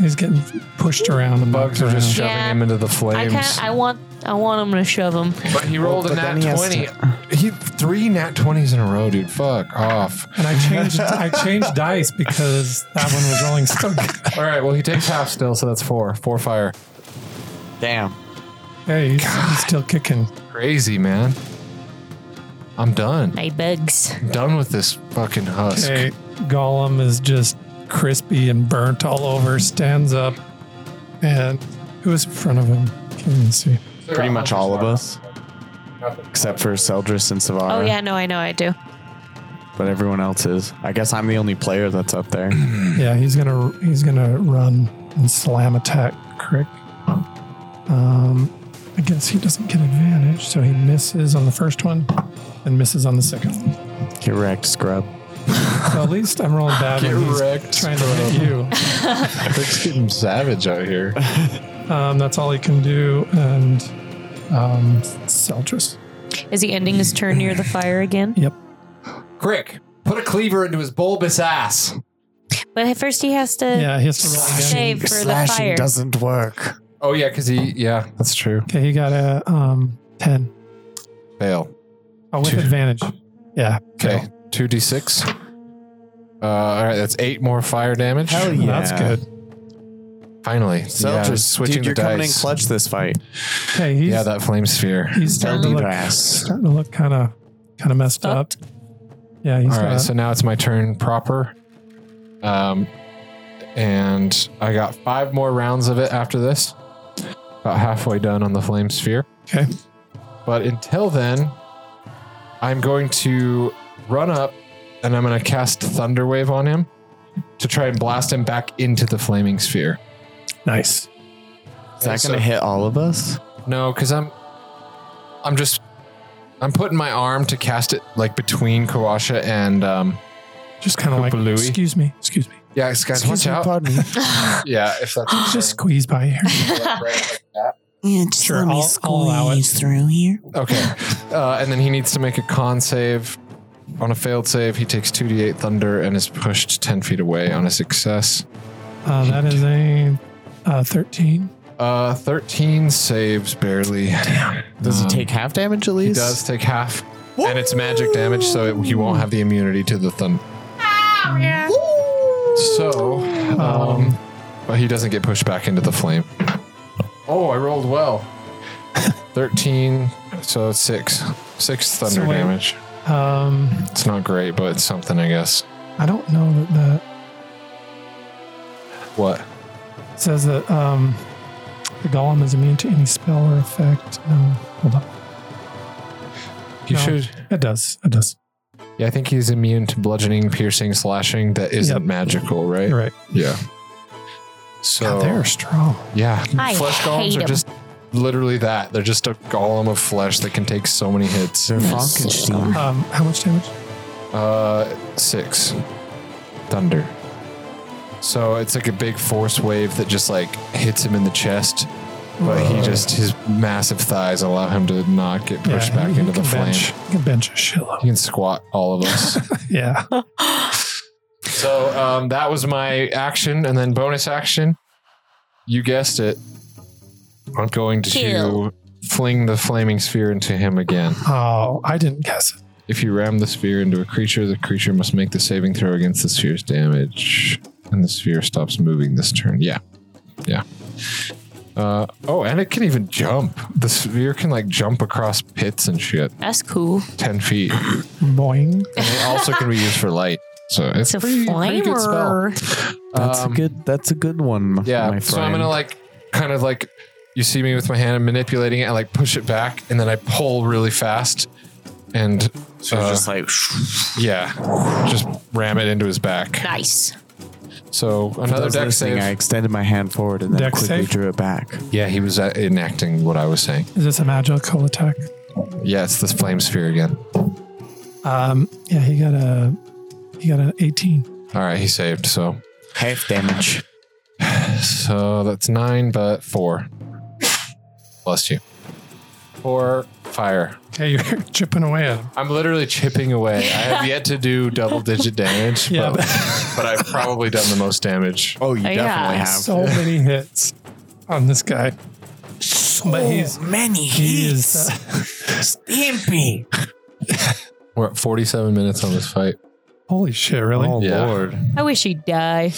He's getting pushed around. The
Bugs are just shoving
Yeah.
him into the
I
flames.
can't. I want. I want him to shove him.
But he rolled
but
a
then he
nat
has
twenty. he three nat twenties in a row, dude. Fuck off.
and I changed. I changed dice because that one was rolling so good.
All right. Well, he takes half still, so that's four. Four fire.
Damn.
Hey, he's, he's still kicking.
Crazy man. I'm done.
My bugs.
I'm done with this fucking husk.
Hey, Gollum is just crispy and burnt all over. Stands up, and who is in front of him? Can't even see.
Pretty much all of us. Except for Seldris and Savara.
Oh yeah, no, I know, I do.
But everyone else is. I guess I'm the only player that's up there.
Yeah, he's gonna he's gonna run and slam attack Crick. Um, I guess he doesn't get advantage, so he misses on the first one and misses on the second one.
Get wrecked, scrub.
So at least I'm rolling bad
Get
when he's
wrecked,
trying to hit you.
It's getting savage out here.
Um, that's all he can do, and um, Seldris.
Is he ending his turn near the fire again?
Yep.
Crick, put a cleaver into his bulbous ass.
But first he has to
Yeah, he has to roll again.
save for the fire.
doesn't work.
Oh yeah, because he. Yeah, that's true.
Okay, he got a um, ten.
Fail.
Oh, with advantage. Yeah.
Okay, two d six. Uh, all right, that's eight more fire damage.
Hell yeah.
That's good.
Finally,
Seldris,
yeah, switching
dude, you're
the dice.
coming in clutch this fight.
Okay, he's
Yeah, that flame sphere.
he's starting to
Beat
look
our ass.
starting to look kind of kind of messed up. Yeah, he's
All
got-
right, so now it's my turn proper. Um, and I got five more rounds of it after this. About halfway done on the flame sphere.
okay.
But until then, I'm going to run up and I'm going to cast Thunder Wave on him to try and blast him back into the flaming sphere.
Nice.
Is that
so-
going to hit all of us?
No, because I'm, I'm just, I'm putting my arm to cast it like between Kawasha and um.
Just kind of like,
Balooey.
excuse me, excuse me.
Yeah, guys, watch
Excuse me,
out.
pardon me.
Yeah, if that's what
Just squeeze by here.
you're saying. Right, right like
Yeah, just
Sure,
let me
I'll- I'll allow it.
squeeze through here.
that. Okay, uh, and then he needs to make a con save. On a failed save, he takes two d8 thunder and is pushed ten feet away. On a success,
Uh, that is a uh, 13.
uh, thirteen saves barely.
Does
Um,
he take half damage at
He
least?
does take half, and it's magic damage, so it, he won't have the immunity to the thunder. So, um, but he doesn't get pushed back into the flame. Oh, I rolled well. Thirteen, so it's six, six thunder
So wait.
damage.
Um,
It's not great, but it's something, I guess.
I don't know that that
What?
says that um, the golem is immune to any spell or effect. No, hold on.
He
No.
should.
It does. It does.
Yeah, I think he's immune to bludgeoning, piercing, slashing. That isn't
Yep.
magical, right?
You're right.
Yeah. So
God, they're strong.
Yeah.
I
flesh golems
hate
are
'em.
just literally that. They're just a golem of flesh that can take so many hits.
Sir Frankenstein.
Um, how much damage?
Uh, six. Thunder. So it's like a big force wave that just like hits him in the chest, but he just his massive thighs allow him to not get pushed
Yeah,
back
you
into the
can
flame.
bench, you can bench a shitload.
He can squat all of us.
Yeah.
so um, that was my action, and then bonus action. You guessed it. I'm going to
Kill.
fling the flaming sphere into him again.
Oh, I didn't guess it.
If you ram the sphere into a creature, the creature must make the saving throw against the sphere's damage, and the sphere stops moving this turn. Yeah, yeah. Uh, oh, and it can even jump. The sphere can like jump across pits and shit,
That's cool.
ten feet. And
Boing.
it also can be used for light. So it's,
It's a
pretty, pretty good spell.
flamer.
That's
Um,
a good. That's a good one.
Yeah.
my
so I'm
friend.
gonna like kind of like you see me with my hand and manipulating it, I like push it back and then I pull really fast and
So
uh,
it's just like
yeah, just ram it into his back.
Nice.
So
For
another
those
deck
listening,
save.
I extended my hand forward and then
Dex
quickly
save?
drew it back.
yeah, he was uh, enacting what I was saying.
Is this a magical attack?
Yeah, it's this flame sphere again.
Um, yeah, he got a he got an 18.
All right, he saved. So
half damage.
so that's nine, but four. Bless you. Four fire.
Okay, you're chipping away at him.
I'm literally chipping away. I have yet to do double digit damage,
Yeah,
but, but I've probably done the most damage.
Oh, you
Yeah. definitely have.
So many hits on this guy. but he's
Many
he is
Stimpy.
We're at 47 minutes on this fight.
holy shit, really?
Oh
Yeah.
lord!
I wish he'd die.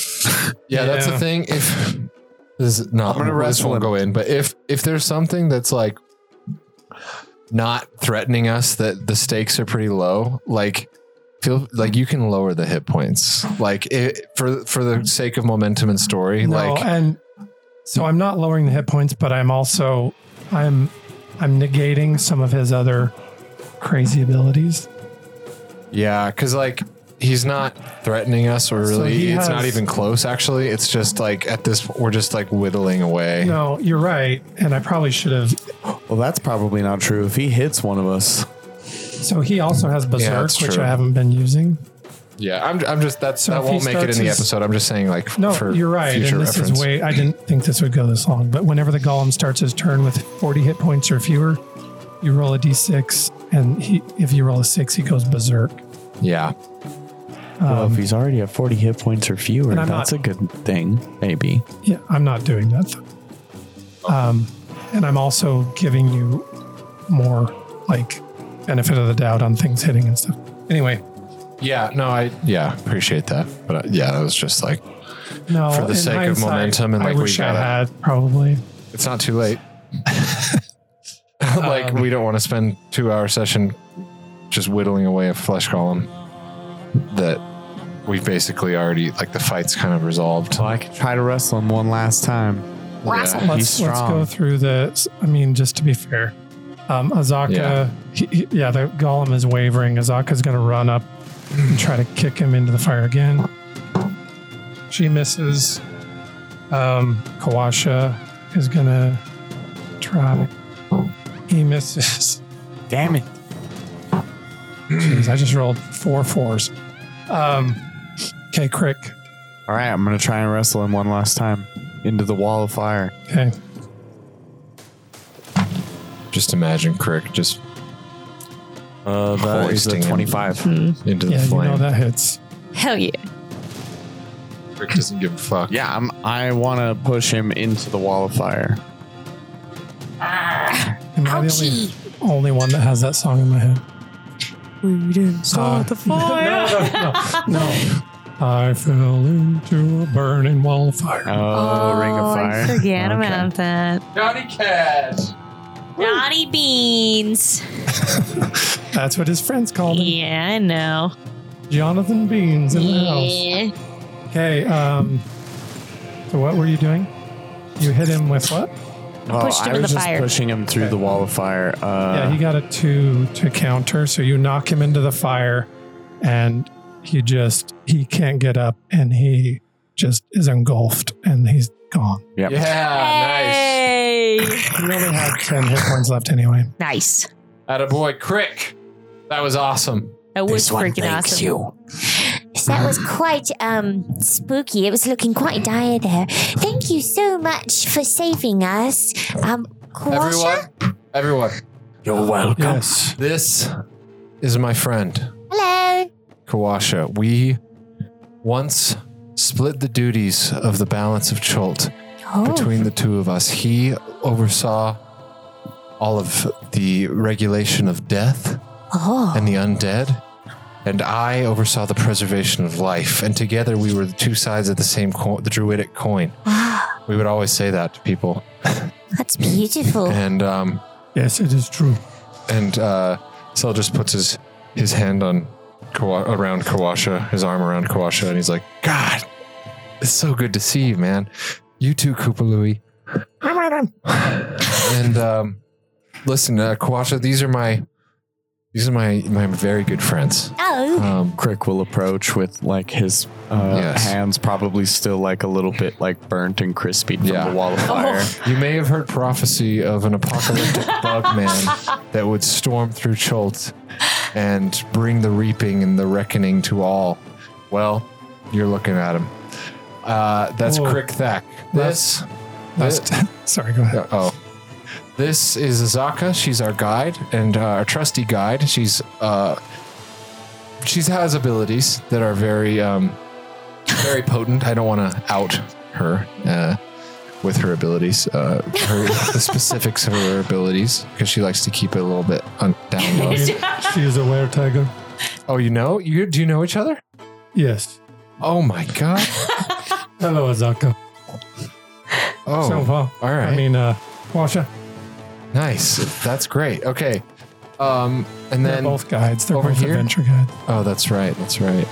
Yeah, that's the
Yeah.
thing. If this is not,
I'm gonna
this
wrestle
won't
him.
go in. But if if there's something that's like not threatening us, that the stakes are pretty low, like feel like you can lower the hit points, like it, for for the sake of momentum and story.
No,
like
and so I'm not lowering the hit points, but I'm also I'm I'm negating some of his other crazy abilities.
yeah, because like he's not threatening us or
So
really.
he
it's not
has-
even close. Actually, it's just like at this, we're just like whittling away.
No, you're right, and I probably should have.
Well, that's probably not true. If he hits one of us,
So he also has berserk,
that's
which
true.
I haven't been using.
Yeah, I'm, I'm just that's
So
that
if he
won't make it in
starts
the
his-
episode. I'm just saying like
No, you're right. And this is way. I didn't think this would go this long, but whenever the golem starts his turn with 40 hit points or fewer, you roll a d6, and he, if you roll a six, he goes berserk.
yeah,
well, if he's already at forty hit points or fewer,
And I'm
that's
not-
a good thing. Maybe.
Yeah, I'm not doing that. Though. Um, and I'm also giving you more like benefit of the doubt on things hitting and stuff. Anyway,
yeah. No, I yeah appreciate that, but uh, yeah, that was just like
no.
For the
in
sake of
hindsight,
momentum and, like,
I
we
wish I
gotta-
had probably.
it's not too late. like we don't want to spend two hour session just whittling away a flesh column that we've basically already like the fight's kind of resolved.
Well, I could try to wrestle him one last time.
Yeah.
He's
Let's let's
strong.
go through the. I mean, just to be fair, um, Azaka.
Yeah.
Yeah. He, he- yeah, the golem is wavering. Azaka's going to run up and try to kick him into the fire again. She misses. Um, Kawasha is gonna try. He misses.
Damn it.
Jeez, I just rolled four fours. Um, okay, Crick.
All right, I'm gonna try and wrestle him one last time into the wall of fire.
Okay,
Just imagine Crick just
Uh, that is
Hoisting
a
him.
25.
into the
yeah, you
flame.
know that hits.
Hell yeah.
Crick doesn't give a fuck.
Yeah, I'm, I want to push him into the wall of fire.
Am I the only, only one that has that song in my head? Uh, no, no, no, no. I fell into a burning wall of fire.
Oh, ring of fire.
I forget
Okay.
about that.
Johnny Cash.
Naughty beans.
That's what his friends called him.
Yeah, I know.
Jonathan Beans in the house.
Yeah.
Okay, um, so what were you doing? You hit him with what?
Well,
pushed him
Oh, I
in
was
the
just
fire.
pushing him through the wall of fire. Uh,
yeah, he got a two to counter, so you knock him into the fire, and he just he can't get up, and he just is engulfed, and he's gone.
yep.
Yeah, nice.
Hey.
He only had ten hit points left anyway.
nice.
Atta boy, Crick. That was awesome.
That was
This one
freaking
thanks
awesome.
you.
So that was quite um spooky. It was looking quite dire there. Thank you so much for saving us. Um Quasha?
Everyone, everyone,
You're welcome.
Yes,
this is my friend.
Hello.
Kawasha, we once split the duties of the balance of Cholt
Oh,
between the two of us. He oversaw all of the regulation of death
oh.
and the undead, and I oversaw the preservation of life. And together we were the two sides of the same coin, the druidic coin.
Wow,
We would always say that to people.
that's beautiful.
And um,
yes, it is true.
and uh, Sel just puts his his hand on Kawa- around Kawasha, his arm around Kawasha, and he's like, "God, it's so good to see you, man. You too, Koopa Louie." and um, listen, uh, Kawasha, these are my these are my my very good friends.
Oh,
Um,
Crick will approach with like his uh,
Yes.
hands probably still like a little bit like burnt and crispy from
Yeah.
the wall of
Oh.
fire.
you may have heard prophecy of an apocalyptic bug man that would storm through Chult and bring the reaping and the reckoning to all. Well, you're looking at him. Uh, that's
Whoa.
Crick Thack. This,
That's sorry. Go ahead.
uh, oh, this is Azaka. She's our guide and uh, our trusty guide. She's uh, she has abilities that are very um, very potent. I don't want to out her uh, with her abilities, uh, her, the specifics of her abilities, because she likes to keep it a little bit on, down low.
she is a were tiger.
oh, you know, you do you know each other?
Yes.
Oh my god!
Hello, Azaka.
Oh,
so far,
all right.
I mean, uh, Washa.
nice. That's great. Okay, um, and
They're
then
both guides. They're
over
both
here?
adventure guides.
Oh, that's right. That's right.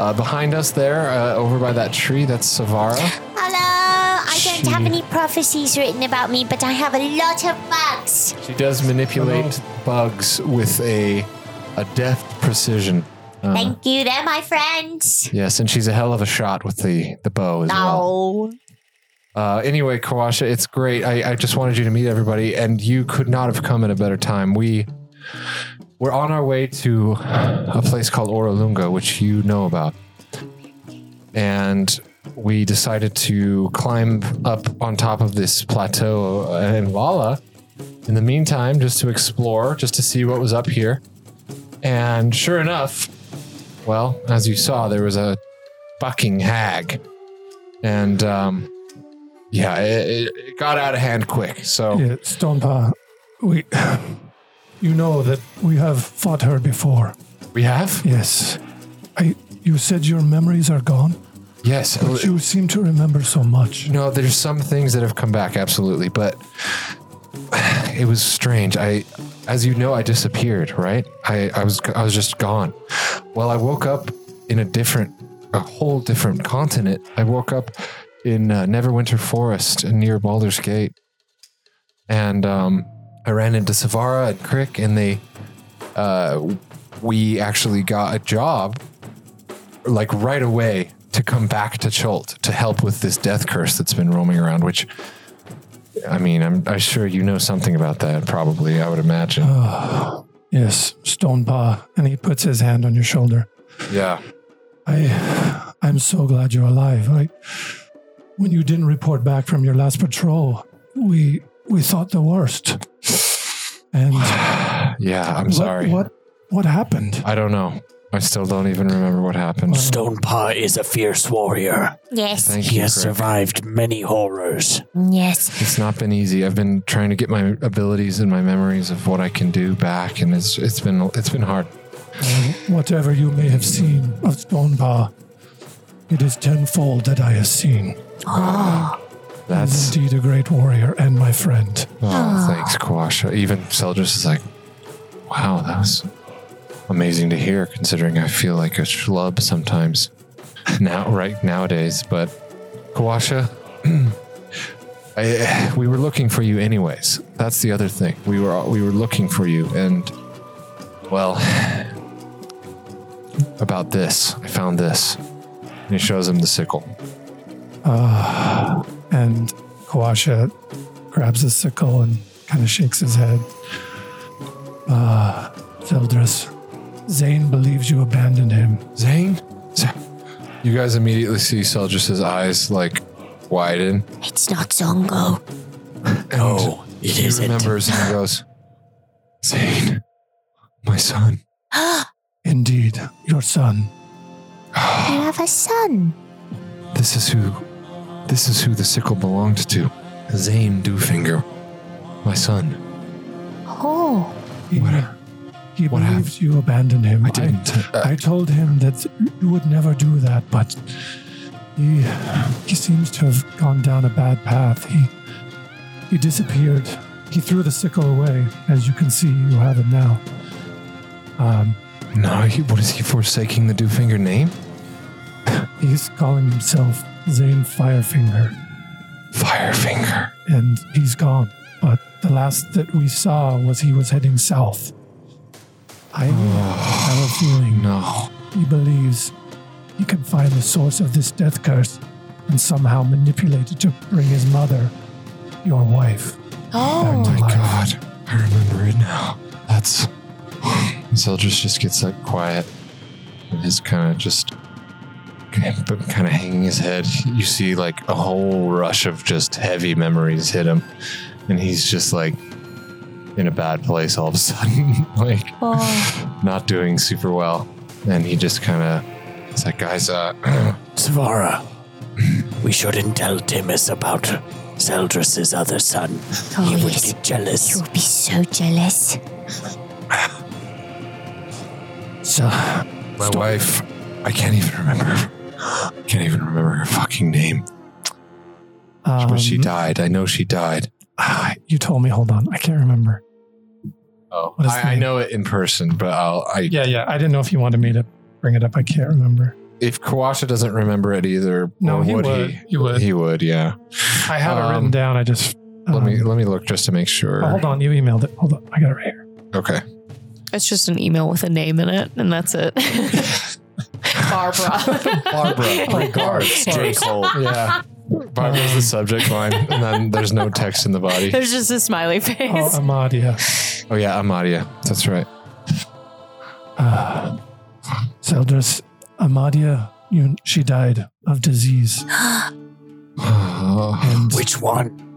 Uh, behind us there, uh, over by that tree, that's Savara.
hello. I don't have
She-
any prophecies written about me, but I have a lot of bugs.
She does manipulate bugs with a a death precision. Uh,
Thank you, there, my friends.
yes, and she's a hell of a shot with the the bow as well.
Oh,
Uh, anyway, Kawasha, it's great. I, I just wanted you to meet everybody, and you could not have come at a better time. We we're on our way to a place called Orolunga, which you know about, and we decided to climb up on top of this plateau in Lala. In the meantime, just to explore, just to see what was up here, and sure enough, well, as you saw, there was a fucking hag, and um, yeah, it, it- it got out of hand quick. So
Yeah, Stonepa, we, you know that we have fought her before.
we have
Yes, I. You said your memories are gone.
yes.
You seem to remember so much.
No, there's some things that have come back absolutely, but it was strange. I, as you know, I disappeared. Right? I, I was I was just gone. Well, I woke up in a different, a whole different continent. I woke up in uh, Neverwinter Forest near Baldur's Gate, and um, I ran into Savara and Crick, and they, uh, we actually got a job like right away to come back to Chult to help with this death curse that's been roaming around, which I mean, I'm, I'm sure you know something about that, probably, I would imagine.
Ah, yes, Stone Paw. And he puts his hand on your shoulder.
yeah.
I, I'm so glad you're alive. I, when you didn't report back from your last patrol, we we thought the worst. And
Yeah, I'm
what,
sorry.
What what happened?
I don't know. I still don't even remember what happened.
Stonepaw is a fierce warrior.
Yes,
Thank
He
you.
has
Greg.
survived many horrors.
yes.
It's not been easy. I've been trying to get my abilities and my memories of what I can do back, and it's it's been it's been hard.
Whatever you may have seen of Stonepaw, it is tenfold that I have seen. He is
That's
indeed a great warrior and my friend.
oh, thanks, Quasha. Even Seldris is like, wow, that was amazing to hear. Considering I feel like a schlub sometimes now, right nowadays. But Quasha, I, we were looking for you anyways. That's the other thing. We were we were looking for you, and well, about this, I found this. And he shows him the sickle.
And Kawasha grabs his sickle and kind of shakes his head. Ah, Zeldris, Zane believes you abandoned him.
Zane? You guys immediately see Seldris' eyes like widen.
It's not Zongo.
No, it
He
isn't.
remembers and he goes, Zane, my son.
Indeed, your son.
You have a son.
This is who this is who the sickle belonged to. Zane Dewfinger. My son.
Oh,
He, he
What
believes you abandoned him.
I didn't. Uh,
I, told him that you would never do that, but he he seems to have gone down a bad path. He he disappeared. He threw the sickle away. As you can see, you have it now.
No, he, what is he forsaking the Dewfinger name?
He's calling himself Zane Firefinger,
Firefinger.
and he's gone. But the last that we saw was he was heading south. I have a feeling
No.
he believes he can find the source of this death curse and somehow manipulate it to bring his mother, your wife.
Oh
Oh
my
my.
god. I remember it now. That's Seldris just gets like quiet. And he's kind of just kind of hanging his head. You see like a whole rush of just heavy memories hit him. And he's just like in a bad place all of a sudden. like not doing super well. And he just kinda it's like guys, uh
Svara, we shouldn't tell Timus about Zeldris's other son.
Oh,
he would
yes.
be jealous.
you'll be so jealous.
So,
My wife, I can't even remember. Her. Can't even remember her fucking name. but she
um,
died. I know she died.
ah, you told me, hold on, I can't remember.
Oh,
What is the
I, I
name?
know it in person, but I'll. I,
Yeah, yeah, I didn't know if you wanted me to bring it up. I can't remember.
If Kawasha doesn't remember it either,
No,
or
he
would,
would.
he?
You would.
He would. Yeah.
I have it
Um,
written down. I just.
let me
um,
let me look just to make sure.
oh, hold on, you emailed it. Hold on, I got it right here.
Okay.
It's just an email with a name in it, and that's it. Barbara.
Barbara. Regards.
J. Cole.
yeah. Barbara's the subject line, and then there's no text in the body.
There's just a smiley face.
Oh, Amadia.
Oh yeah, Amadia. That's right.
Uh, Zeldris, Amadia, you, she died of disease.
Oh,
And,
Which one?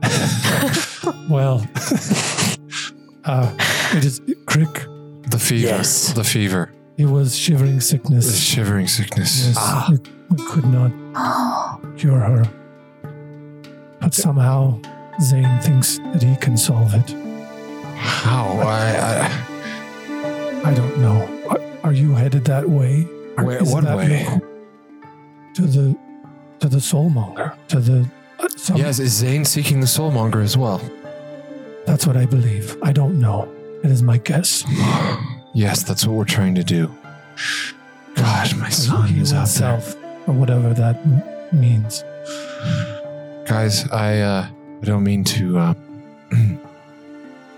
well, uh, it is Crick.
the fever.
Yes.
The fever.
It was shivering
The
sickness.
shivering sickness.
Yes,
Ah.
we, we could not cure her. But somehow, Zane thinks that he can solve it.
How? I,
I don't know. Are, are you headed that way?
I,
Or
where,
is
what
that
way?
your- to the to the soulmonger. To the uh, some-
Yes, is Zane seeking the soulmonger as well?
That's what I believe. I don't know. It is my guess.
Yes, that's what we're trying to do. God, my son
Heal
is out there.
himself, or whatever that m- means.
Guys, I uh I don't mean to uh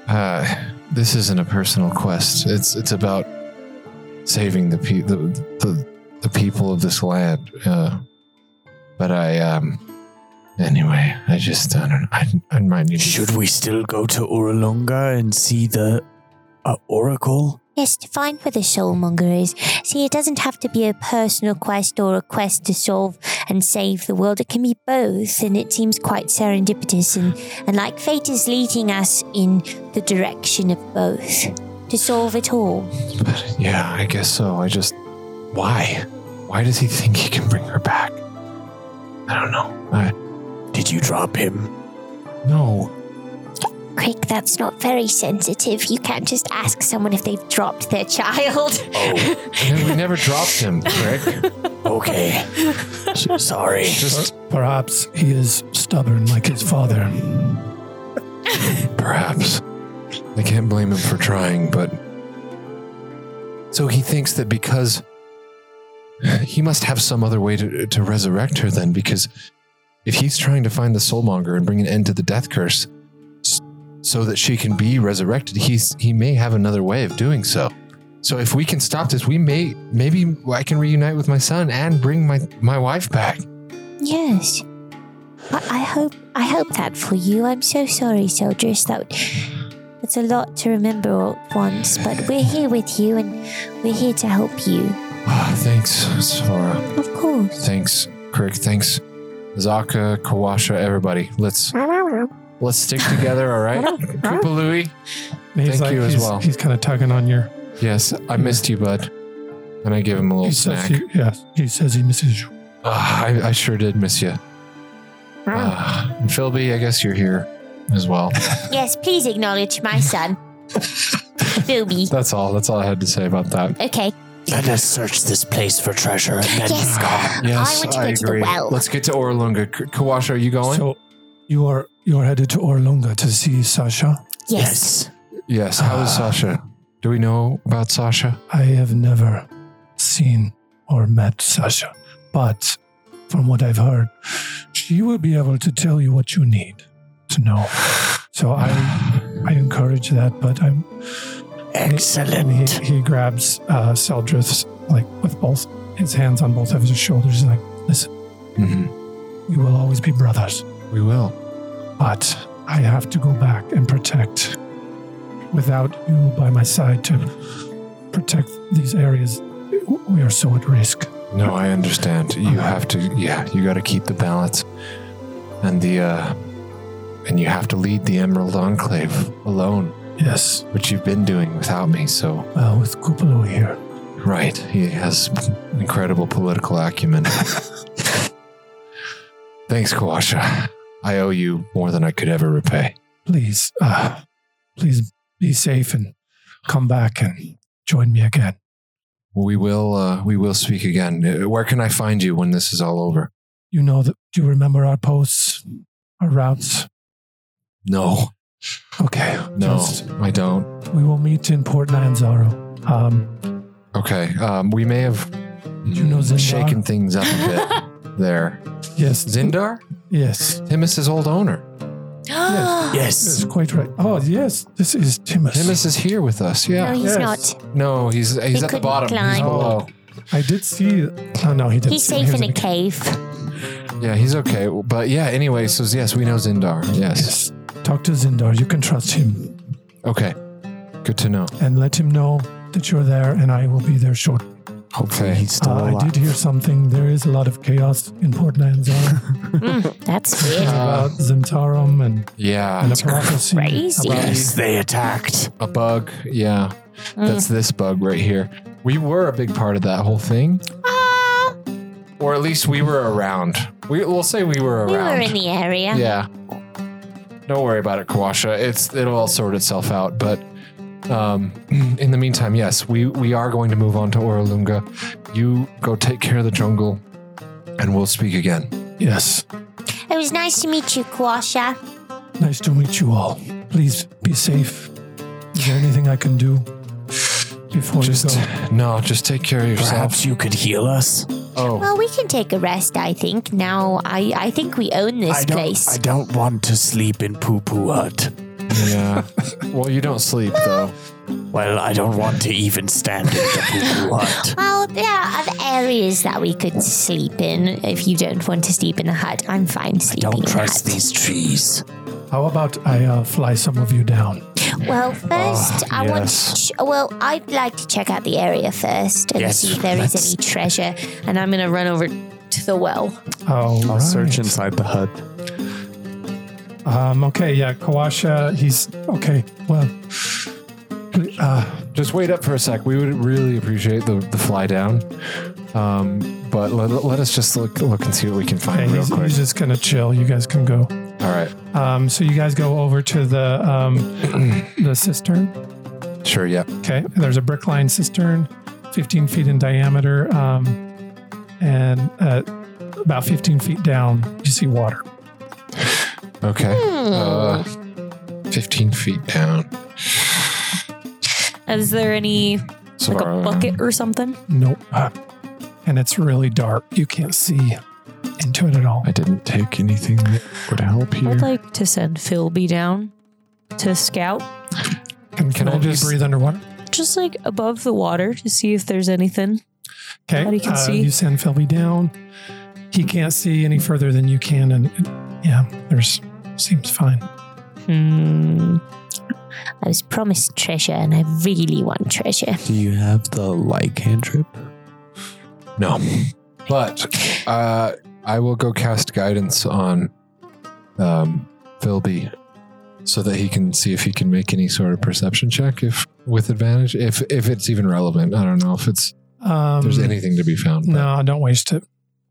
uh this isn't a personal quest. It's it's about saving the pe- the, the the people of this land. Uh but I um Anyway, I just I don't know. I, I might need. to-
Should we still go to Uralunga and see the uh, oracle?
Yes, to find where the soulmonger is. See, it doesn't have to be a personal quest or a quest to solve and save the world. It can be both, and it seems quite serendipitous and, and like fate is leading us in the direction of both to solve it all.
Yeah, I guess so. I just why? Why does he think he can bring her back? I don't know. I,
Did you drop him?
no,
Craig, that's not very sensitive. You can't just ask someone if they've dropped their child.
Oh,
And then we never dropped him, Rick.
okay. S- Sorry.
Just
Perhaps he is stubborn like his father.
perhaps. I can't blame him for trying, but so he thinks that because he must have some other way to to resurrect her then because if he's trying to find the soulmonger and bring an end to the death curse s- so that she can be resurrected, he's he may have another way of doing so. So if we can stop this, we may maybe I can reunite with my son and bring my my wife back.
Yes. I, I hope I hope that for you. I'm so sorry, soldiers. That it's a lot to remember all at once, but we're here with you and we're here to help you.
Ah, Thanks, Sora.
Of course.
Thanks, Kirk. Thanks, Zaka, Kawasha, everybody. Let's let's stick together, all right? Koopa Louie.
And
Thank
he's like,
you as
he's,
well.
He's kind of tugging on your.
Yes, I missed you, bud. And I gave him a little
He says,
snack.
he, yes, he says he misses you.
Ah, I, I sure did miss
Mm.
you. Ah, and Philby, I guess you're here as well.
Yes, please acknowledge my son. Booby.
That's all. That's all I had to say about that.
Okay.
Let us search this place for treasure and then
Yes.
Ah, Yes,
I want to go to the well.
Let's get to Orlunga. K- Kawasha, are you going?
So you are you are headed to Orlunga to see Sasha.
yes.
yes. How is
uh,
Sasha? Do we know about Sasha?
I have never seen or met Sasha, but from what I've heard, she will be able to tell you what you need to know. So I I encourage that, but I'm And
Excellent.
he, he grabs uh, Seldrith's, like, with both his hands on both of his shoulders. He's like,
Mm-hmm.
We will always be brothers,
We will.
but I have to go back and protect. Without you by my side to protect these areas, we are so at risk.
No, I understand. You
Uh-huh.
have to, yeah, you got to keep the balance, and the, uh, and you have to lead the Emerald Enclave alone,
Yes,
which you've been doing without me. So,
well, with Kupalo here.
right, he has incredible political acumen. Thanks, Kawasha. I owe you more than I could ever repay.
please, uh, please be safe and come back and join me again.
We will, uh, we will speak again. Uh, Where can I find you when this is all over?
You know that. Do you remember our posts, our routes?
No,
Okay.
no,
just-
I don't.
we will meet in Port Nyanzaro. Um,
Okay, um, we may have
you know Zindar?
shaken things up a bit there.
yes,
Zindar?
yes,
Timus's old owner.
yes.
Yes.
That's quite right. Oh yes, this is Timus.
Timus is here with us. Yeah.
No, he's
Yes.
not.
No, he's he's at the
couldn't
bottom. He's
climb.
below.
I did see. Oh no, he didn't.
He's
see me.
safe
He was
in a cave.
Yeah, he's okay. But yeah, anyway, so yes, we know Zindar. Yes.
Yes. Talk to Zindar. You can trust him
Okay. Good to know.
and let him know that you're there, and I will be there shortly.
Hopefully
Okay.
he's still
Uh, I
alive.
did hear something. There is a lot of chaos in Port Nyanzaro.
That's weird.
about Zentarum and, and
Yeah.
the prophecy.
crazy.
about-
Yes, they attacked.
A bug. Yeah.
Mm.
That's this bug right here. We were a big part of that whole thing.
Ah.
Or at least we were around. We, we'll say we were
we were
around.
in the area.
Yeah. Don't worry about it, Kawasha. It's it'll all sort itself out. But um, in the meantime, yes, we we are going to move on to Orolunga. You go take care of the jungle, and we'll speak again.
Yes.
It was nice to meet you, Quasha.
Nice to meet you all. Please be safe. Is there anything I can do before
Just
you
no, just take care of yourself.
Perhaps you could heal us.
Oh,
Well, we can take a rest, I think. Now, I, I think we own this
I don't,
place.
I don't want to sleep in Poo Poo Hut.
go?
Yeah. well, you don't sleep though.
Well, I don't want to even stand in the poo-poo hut.
Well, there are other areas that we could sleep in if you don't want to sleep in a hut. I'm fine sleeping
Don't
in a hut.
trust these trees.
How about I uh, fly some of you down?
Well, first, I want.
yes.
To ch- well, I'd like to check out the area first and
Yes,
see if there is
let's-
any treasure. And I'm gonna run over to the well.
Oh,
I'll search inside the hut.
Um, okay, yeah, Kawasha, he's okay. Well, uh,
Just wait up for a sec. We would really appreciate the, the fly down. Um, but let, let us just look look and see what we can find
okay,
real
he's,
quick.
he's just gonna chill. You guys can go.
All right.
Um, so you guys go over to the um, the cistern.
Sure. Yeah.
Okay, there's a brick lined cistern, 15 feet in diameter, um, and uh, about 15 feet down, you see water.
Okay. Uh, 15 feet down.
Is there any
So
like
our-
a bucket or something?
Nope, Ah. and it's really dark. You can't see into it at all.
I didn't take anything that would help here.
I'd like to send Philby down to scout,
Can,
Can I
I
just-
breathe underwater?
just like above the water, to see if there's anything.
Okay. uh,
That he can see.
You send Philby down. He can't see any further than you can, and, and yeah, there's seems fine.
Hmm.
I was promised treasure, and I really want treasure.
Do you have the lycantrip?
No. But uh, I will go cast guidance on um, Philby so that he can see if he can make any sort of perception check if with advantage if if it's even relevant i don't know if it's
Um,
if there's anything to be found but-
No, don't waste it.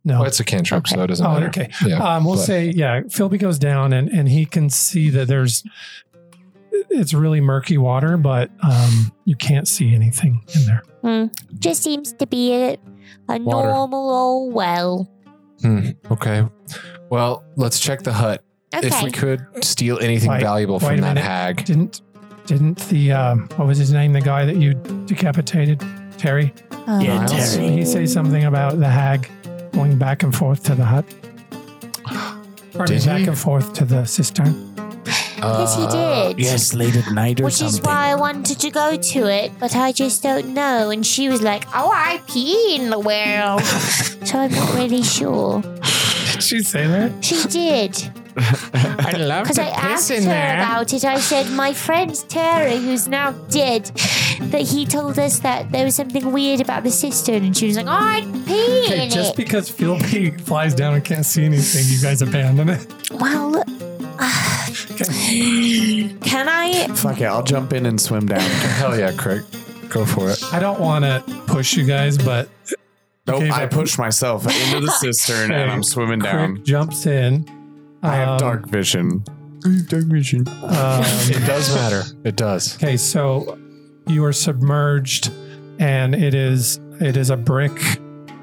No.
Well, it's a cantrip so it doesn't
Oh,
matter
okay.
yeah
um, we'll
but-
say yeah. Philby goes down, and and he can see that there's. It's really murky water, but um, you can't see anything in there.
Just seems to be a, a
Water.
normal old well.
Hmm,
Oh.
okay well let's check the hut
Okay.
if we could steal anything
Wait,
valuable
wait
from
a
that
minute.
hag
Didn't didn't the um, what was his name? The guy that you decapitated, Terry.
Oh,
Yeah,
Miles?
Terry.
Did he say something about the hag going back and forth to the hut? Or
Did
back
he?
and forth to the cistern?
Yes, he
Uh,
did.
Yes, late at night or
Which
something.
is why I wanted to go to it, but I just don't know. And she was like, "Oh, I pee in the well," so I'm not really sure.
Did she say that?
She did.
i love
Because I asked her about it. I said, my friend Terry, who's now dead, that he told us that there was something weird about the cistern. And she was like, oh, I'd pee
Okay,
in
just
it.
because Philby flies down and can't see anything, you guys abandon it.
well,
Can I
Fuck it, I'll jump in and swim down.
hell yeah craig go for it
I don't want to push you guys, but
nope,
Okay,
I
but-
push myself into the cistern and I'm swimming
Crick
down.
jumps in.
I
Um,
have dark vision. Dark vision.
um,
it does matter it does
okay, so you are submerged, and it is it is a brick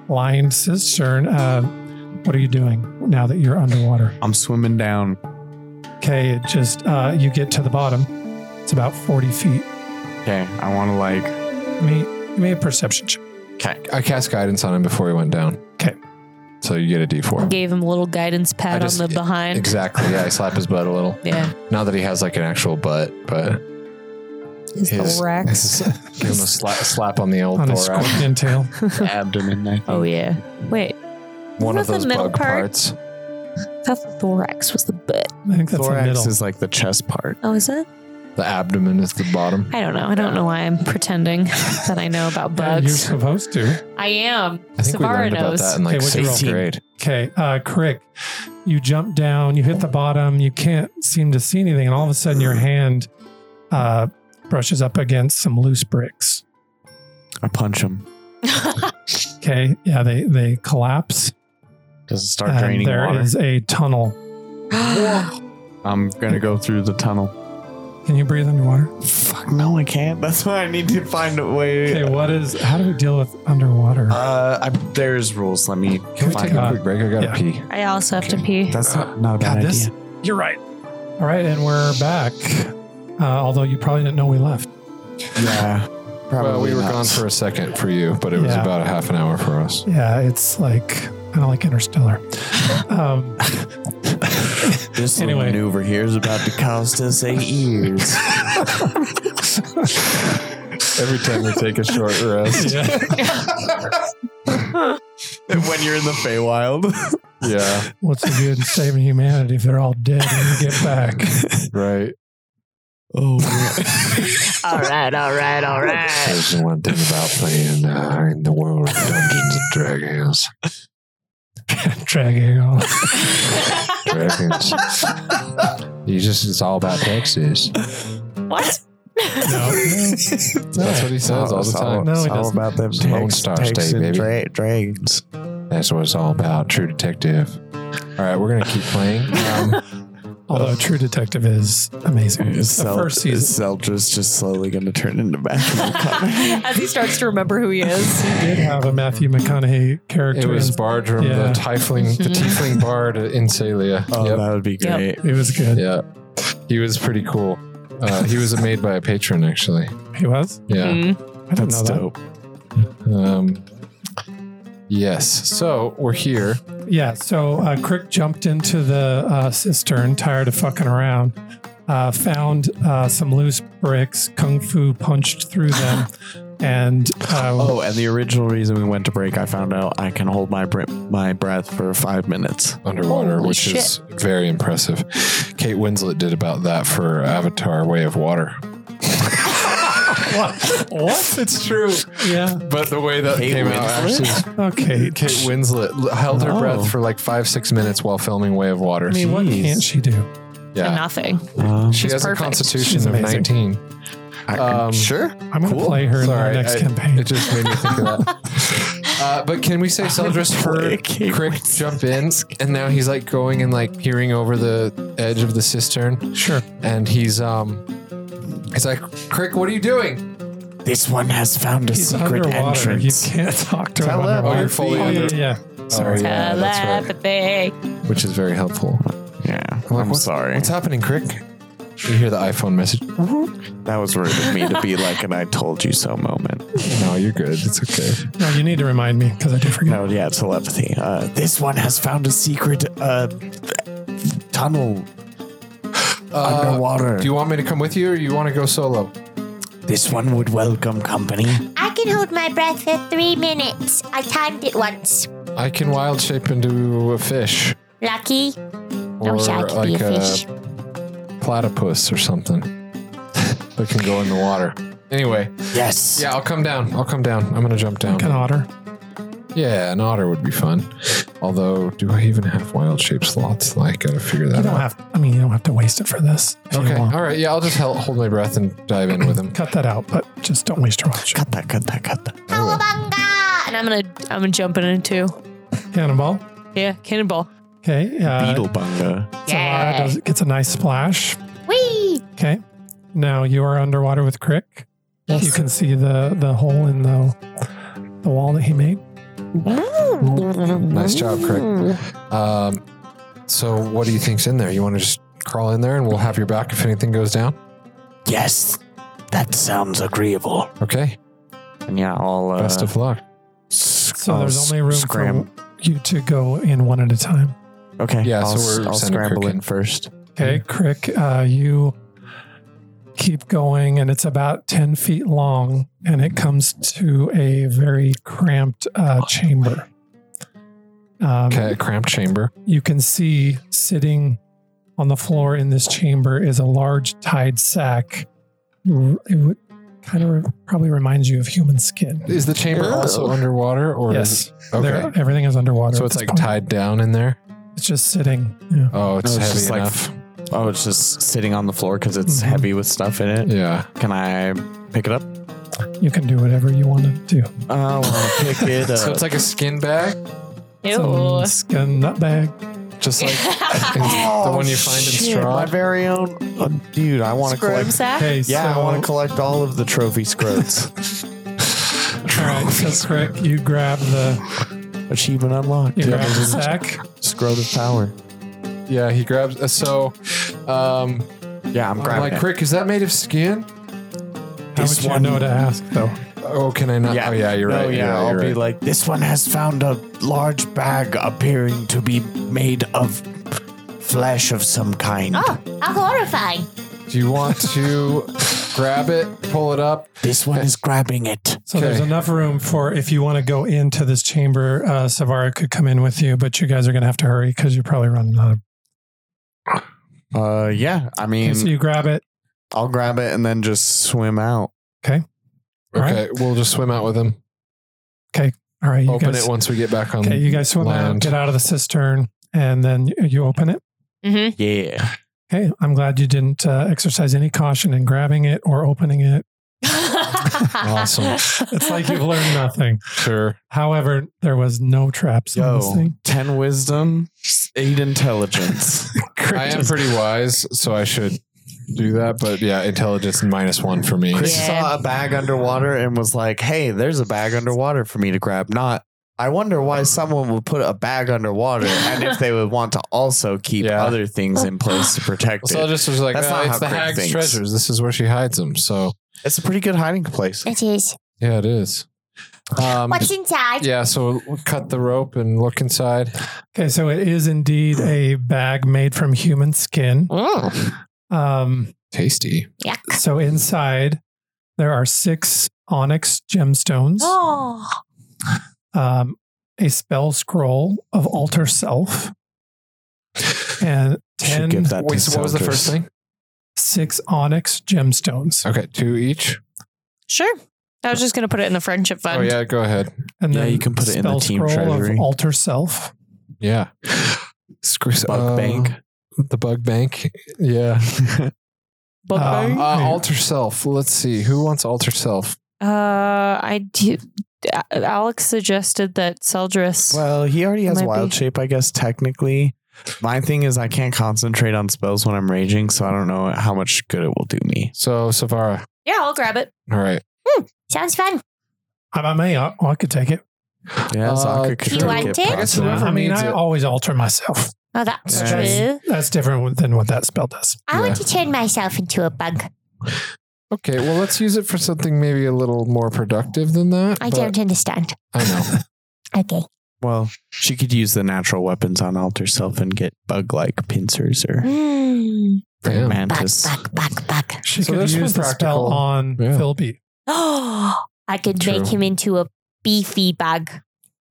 lined cistern. Uh, what are you doing now that you're underwater?
I'm swimming down.
Okay, it just uh, you get to the bottom. It's about forty feet.
Okay, I want to like
Give me, give me a perception check.
I cast guidance on him before he went down.
'Kay.
So you get a D4.
gave him a little guidance pat
just-
on the behind?
Exactly. Yeah, I slap his butt a little.
yeah,
Not that he has like an actual butt, but
his,
his,
thorax.
his- give him a slap, slap on the old
on a
thorax.
scorpion tail.
abdomen. I
Oh yeah. Wait,
One of
Isn't that
those
the middle
bug
part?
parts.
I thought the thorax was the butt.
I think that's the
Thorax
middle.
is like the chest part.
Oh, is it?
The abdomen is the bottom.
I don't know. I don't know why I'm pretending that I know about
Yeah, You're
bugs.
supposed to.
I am.
I think we
Savara
learned about
knows.
that in like
Okay, what'd you roll?
sixth grade.
Okay, uh, Crick, you jump down, you hit the bottom, you can't seem to see anything, and all of a sudden your hand uh, brushes up against some loose bricks.
I punch him.
Okay, yeah, they they collapse,
Does it start
and
draining
there
water?
is a tunnel.
I'm gonna go through the tunnel.
Can you breathe underwater?
Fuck no, I can't. That's why I need to find a way.
Okay, what is? How do we deal with underwater?
Uh, I, there's rules. Let me
Can we
find
take a-
out.
A quick break. I gotta
Yeah.
pee.
I also have to pee.
That's not, not a bad
God, this-
idea.
You're right. All right, and we're back. Uh, although you probably didn't know we left.
Yeah, probably.
well, we were
not.
gone for a second for you, but it was
Yeah.
about a half an hour for us.
Yeah, it's like kind of like Interstellar. Um,
This
Anyway.
little maneuver here is about to cost us eight years.
Every time we take a short rest.
when you're in the Feywild.
yeah,
what's the good in saving humanity if they're all dead when you get back?
right.
Oh, man.
all right, all right, all right.
That's the one thing about playing uh, in the world of Dungeons and Dragons.
Dragging on.
Dragons. you just, it's all about Texas.
What?
No.
That's what he says all the time.
No, he
it's all
doesn't.
about them
It's Lone
tax-
Star
tax
State,
and
baby.
dra- dragons.
That's what it's all about. True Detective. All right, we're going to keep playing. Um,
Although True Detective is amazing. It's the
Sel-
first season.
is Zeldra's just slowly going to turn into Matthew McConaughey.
As he starts to remember who he is.
It did have a Matthew McConaughey character.
it was
in-
Bardrum,
Yeah.
the tiefling, the tiefling bard in Salia.
Oh,
Yep.
that would be
Yep.
great.
it was good.
Yeah. He was pretty cool. Uh, he was made by a patron, actually.
He was?
Yeah.
Mm.
I didn't
That's
know that.
dope.
Um, yes. So we're here.
Yeah, so uh, Crick jumped into the uh, cistern, tired of fucking around. Uh, found uh, some loose bricks, kung fu punched through them, and uh,
Oh, and the original reason we went to break, I found out I can hold my br- my breath for five minutes.
underwater,
Holy
which is very impressive. Kate Winslet did about that for Avatar: Way of Water.
what? what?
It's true,
Yeah.
but the way that
Kate
came
Winslet?
out, actually,
Okay.
Kate Winslet l- held her
Oh.
breath for like five, six minutes while filming Way of Water.
I mean, what
Jeez.
can't she do?
yeah,
Nothing.
Um,
she
she's
has
perfect.
a constitution
She's
of
amazing.
nineteen.
I-
Um,
sure.
I'm going to
Cool.
play her
Sorry,
in our next
I-
campaign.
It just made me think of that. Uh, but can we say Seldris
Play
heard
Kate
Crick jump in, and now he's like going and like peering over the edge of the cistern,
sure.
and he's um, he's like, Crick, what are you doing?
This one has found a
He's
secret
underwater.
entrance.
You can't talk to
Tell them.
her.
Oh,
underwater.
you're fully
yeah,
under-
yeah,
Sorry, yeah, that's right.
Telepathy.
Which is very helpful.
Yeah,
like,
I'm
what's-
sorry.
What's happening, Crick? You hear the iPhone message.
That was rude of me to be like an "I told you so" moment.
No, you're good. It's okay.
No, you need to remind me because I do forget.
No, yeah, telepathy. Uh,
This one has found a secret uh, tunnel
Uh,
underwater.
do you want me to come with you, or you want to go solo?
this one would welcome company.
I can hold my breath for three minutes. I timed it once.
I can wild shape into a fish
Lucky. I
or
wish I could be
like
a
a,
fish.
platypus or something that can go in the water. Anyway,
Yes.
yeah, I'll come down. I'll come down. I'm gonna jump down.
An otter.
Yeah, an otter would be fun. Although, do I even have wild shape slots? Like, gotta figure that
You
out.
don't have. I mean, you don't have to waste it for this. if you
Okay.
want.
All right. Yeah, I'll just hel- hold my breath and dive in with him.
Cut that out, but just don't waste your watch.
cut that, cut that, cut that.
Cowabunga!
And I'm gonna I'm gonna jump in it too.
Cannonball.
Yeah, cannonball.
Okay. Uh,
Beetle bunga.
so Lara does, gets a nice splash.
Whee!
Okay. Now you are underwater with Crick.
Yes.
You can see the the hole in the the wall that he made.
Nice job, Craig.
Mm.
Um, so, what do you think's in there? You want to just crawl in there, and we'll have your back if anything goes down.
Yes. That sounds agreeable.
Okay.
And yeah, all uh,
Best of luck.
So
I'll
there's
s-
only room
Oh, scram.
for you to go in one at a time.
Okay.
Yeah, so
I'll, s-
we're
I'll
sending
scramble
Crick in.
in first.
Okay, Crick, uh, you keep going, and it's about 10 feet long, and it comes to a very cramped uh, chamber. Um,
Okay. Cramped chamber.
You can see sitting on the floor in this chamber is a large tied sack. R- It would kind of re- probably reminds you of human skin.
Is the chamber also underwater, or is
Yes,
it, okay?
there- everything is underwater.
so
at
it's
this
like
point.
tied down in there.
It's just sitting. Yeah.
Oh, it's
No, it's
heavy
just like-
enough.
Oh, it's just sitting on the floor because it's
Mhm.
heavy with stuff in it.
yeah.
Can I pick it up?
You can do whatever you want to do.
I want to pick it up.
So it's like a skin bag,
Ew.
Some skin nut bag.
just like the one you find in
Oh, Shit,
straw.
my very own. Oh, dude, I want to
Scrotum
collect.
sack.
Okay,
Yeah,
so-
I want to collect all of the trophy scrotes.
All right, so Crick, you grab the
Achievement unlocked.
you
Yeah.
grab the sack.
Scrote of power.
Yeah, he grabs. uh, So, um,
Yeah, I'm
I'm
grabbing
like,
it.
Crick, is that made of skin?
How
This
would you
one-
know to ask though?
Oh, can I not? Oh, yeah, you're
no,
right.
Yeah,
you're right,
I'll
you're
be
right.
like, this one has found a large bag appearing to be made of flesh of some kind.
Oh, how horrifying.
Do you want to grab it, pull it up?
This one is grabbing it.
So there's
Okay.
enough room for if you want to go into this chamber, uh, Savara could come in with you, but you guys are going to have to hurry because you're probably running out. Of-
Uh, yeah. I
okay,
mean,
so you grab it.
I'll grab it and then just swim out.
All
Okay, we'll just swim out with him.
All right, you
Open
guys.
it once we get back on.
Okay, you guys swim out,
land.
get out of the cistern, and then you- you open it.
Mm-hmm.
Yeah.
Okay, I'm glad you didn't uh, exercise any caution in grabbing it or opening it.
Awesome.
It's like you've learned nothing.
Sure.
However, there was no traps on this
Yo,
thing.
10 wisdom, 8 intelligence.
I am pretty wise, so I should do that. But yeah, intelligence minus one for me.
Chris
Yeah.
saw a bag underwater and was like, hey, there's a bag underwater for me to grab. Not, I wonder why someone would put a bag underwater and if they would want to also keep
Yeah.
other things in place to protect
So I
it.
just was like,
That's
"Ah,
not
it's
how
the
Craig
hag's
thinks."
treasures. This is where she hides them. So
It's a pretty good hiding place.
It is.
yeah, it is. Um,
What's inside?
yeah, so we'll cut the rope and look inside.
Okay, so it is indeed a bag made from human skin.
Oh.
Um,
Tasty.
so inside there are six onyx gemstones,
Oh,
um, a spell scroll of alter self, and
Should
10,
give that
Wait,
to
so what was the
Celdris.
first thing?
six onyx gemstones.
Uh,
Okay, two each.
Sure. I was just gonna put it in the friendship fund.
Oh yeah, go ahead.
And
Yeah, you can put it in the
spell
team
scroll
treasury.
Of alter self.
Yeah. Screw
Bug
uh,
bank.
The bug bank. Yeah.
Book
Um,
bag?
Uh, alter self. Let's see. Who wants alter self?
Uh, I do. Alex suggested that Celdris.
Well, he already has
Might be.
wild shape, I guess, technically. My thing is, I can't concentrate on spells when I'm raging, so I don't know how much good it will do me.
So Savara.
yeah, I'll grab it.
All right.
sounds fun.
I, I may, I, I could take it.
Yeah,
Uh,
Zaka
Do you
take
want it? I
guess
possibly.
whoever
I mean,
needs
I
it.
always alter myself.
Oh, that's
Yeah.
true.
That's different than what that spell does.
I
Yeah.
want to turn myself into a bug.
Okay, well let's use it for something maybe a little more productive than that.
I
but-
don't understand.
I know.
Okay.
Well, she could use the natural weapons on Alter Self and get bug like pincers or
Mm.
Damn.
Bug,
mantis.
bug, bug, bug.
She
So
could
this
use
one's
the spell
practical.
on
Yeah.
Philby,
Oh, I could
True.
make him into a beefy bug.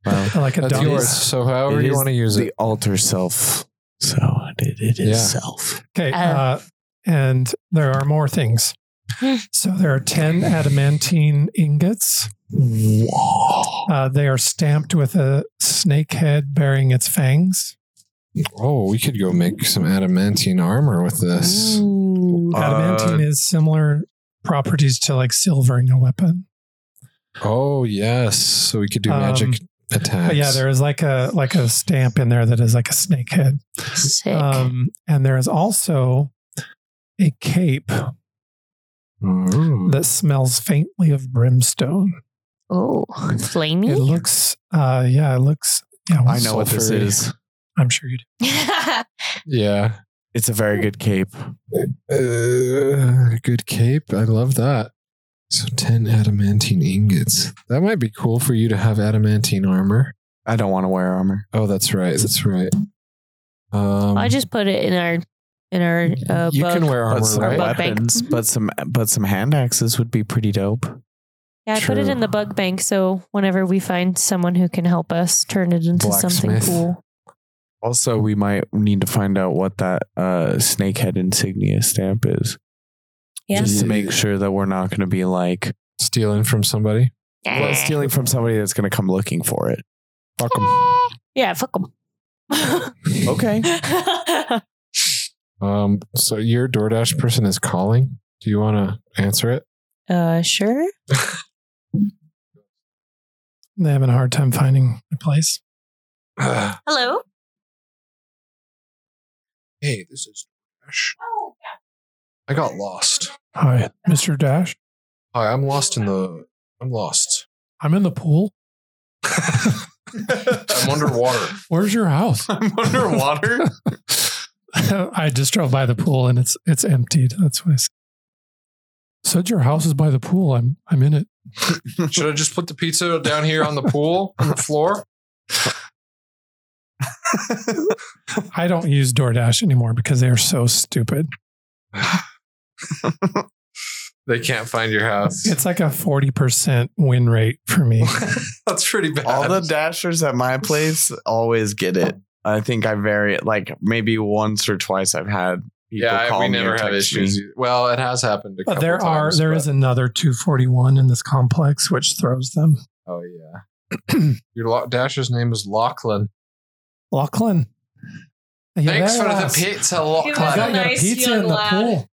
Well,
like a
That's
dummy.
yours. So however
it
you
is
want to use
the
it.
Alter Self. So it, it is
Yeah.
self.
Okay,
Oh.
uh, and there are more things. so there are ten adamantine ingots. Uh, they are stamped with a snake head bearing its fangs.
Oh, we could go make some adamantine armor with this.
Adamantine is similar properties to like silvering a weapon.
Oh yes. So we could do
Um,
magic attacks.
But yeah, there is like a like a stamp in there that is like a snake head.
Sick.
Um, and there is also a cape
Ooh.
that smells faintly of brimstone.
oh, flamey.
It looks, uh, yeah, it looks. Yeah,
I know what this
Sulfury.
is.
I'm sure you do.
Yeah.
It's a very good cape.
Uh, good cape. I love that. So 10 adamantine ingots. That might be cool for you to have adamantine armor.
I don't want to wear armor.
Oh, that's right. That's right. Um,
I just put it in our in our uh,
you
bug.
can wear armor,
But some
right?
Or bug bank.
weapons, but some but some hand axes would be pretty dope.
yeah, I put it
True.
in the bug bank. So whenever we find someone who can help us turn it into something
Blacksmith.
cool.
Also, we might need to find out what that uh, snakehead insignia stamp is,
Yeah.
just to make sure that we're not going to be like
Stealing from somebody.
well,
Eh.
stealing from somebody that's going to come looking for it. Fuck 'em.
Eh. Yeah, fuck them.
Okay.
Um, so your DoorDash person is calling. Do you want to answer it?
uh, sure.
They're having a hard time finding a place.
Hello.
hey, this is DoorDash. I got lost.
Hi, Mr. Dash.
Hi, I'm lost in the. I'm lost.
I'm in the pool.
I'm underwater.
Where's your house?
I'm underwater.
I just drove by the pool and it's it's emptied. That's why I said. said your house is by the pool. I'm I'm in it.
Should I just put the pizza down here on the pool on the floor?
I don't use DoorDash anymore because they are so stupid.
They can't find your house.
It's like a 40% win rate for me.
That's pretty bad.
All the dashers at my place always get it. I think I vary it like maybe once or twice. I've had people
yeah,
call
I- we
me or
never have
text me.
issues. Well, it has happened. A
But
couple
there are
times,
there
but-
is another 241 in this complex which throws them.
Oh yeah. Your lo- dasher's name is Lachlan.
Lachlan. you
Thanks for
there,
the
lass?
pizza,
He was
I got
Lachlan.
your
Nice
pizza
young
in the
lad.
pool.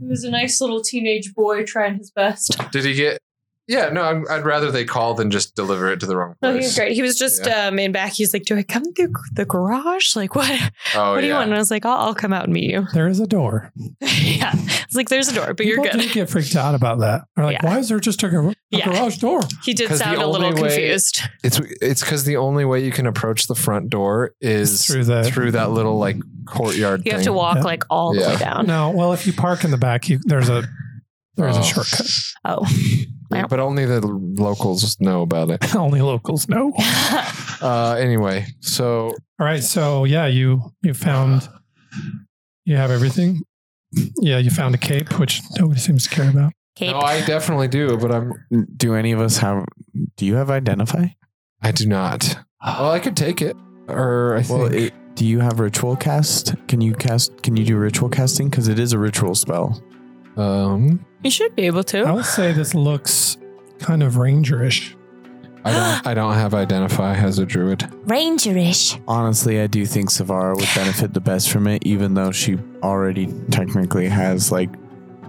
He was a nice little teenage boy trying his best.
Did he get? Yeah, no. I'm, I'd rather they call than just deliver it to the wrong place.
No, he was great. He was just um, in back. He's like, "Do I come through the garage? Like, what?
Oh
what do
yeah.
you want?" And I was like, "I'll, I'll come out and meet you."
There is a door.
yeah, it's like there's a door, but
People
you're good.
do get freaked out about that. They're like,
Yeah.
why is there just a, gar- a
Yeah.
garage door?
He did
'Cause the
sound a little
only way-
confused.
It's it's because the only way you can approach the front door is
Through the-
through that little like courtyard.
You have
thing.
to walk
Yeah.
like all the
Yeah.
way down.
No, well, if you park in the back, you, there's a there's
Oh.
a shortcut.
Oh,
but only the locals know about it.
Only locals know.
Uh, anyway, so
All right, so yeah, you you found you have everything. Yeah, you found a cape, which nobody seems to care about.
Cape.
no, I definitely do, but I'm
Do any of us have? Do you have identify?
I do not. Well, I could take it, or I
Well,
think
it, do you have ritual cast? Can you cast? Can you do ritual casting? Because it is a ritual spell.
um,
you should be able
I
to.
would say this looks kind of rangerish.
I don't. I don't have identify as a druid.
Rangerish.
Honestly, I do think Savara would benefit the best from it, even though she already technically has like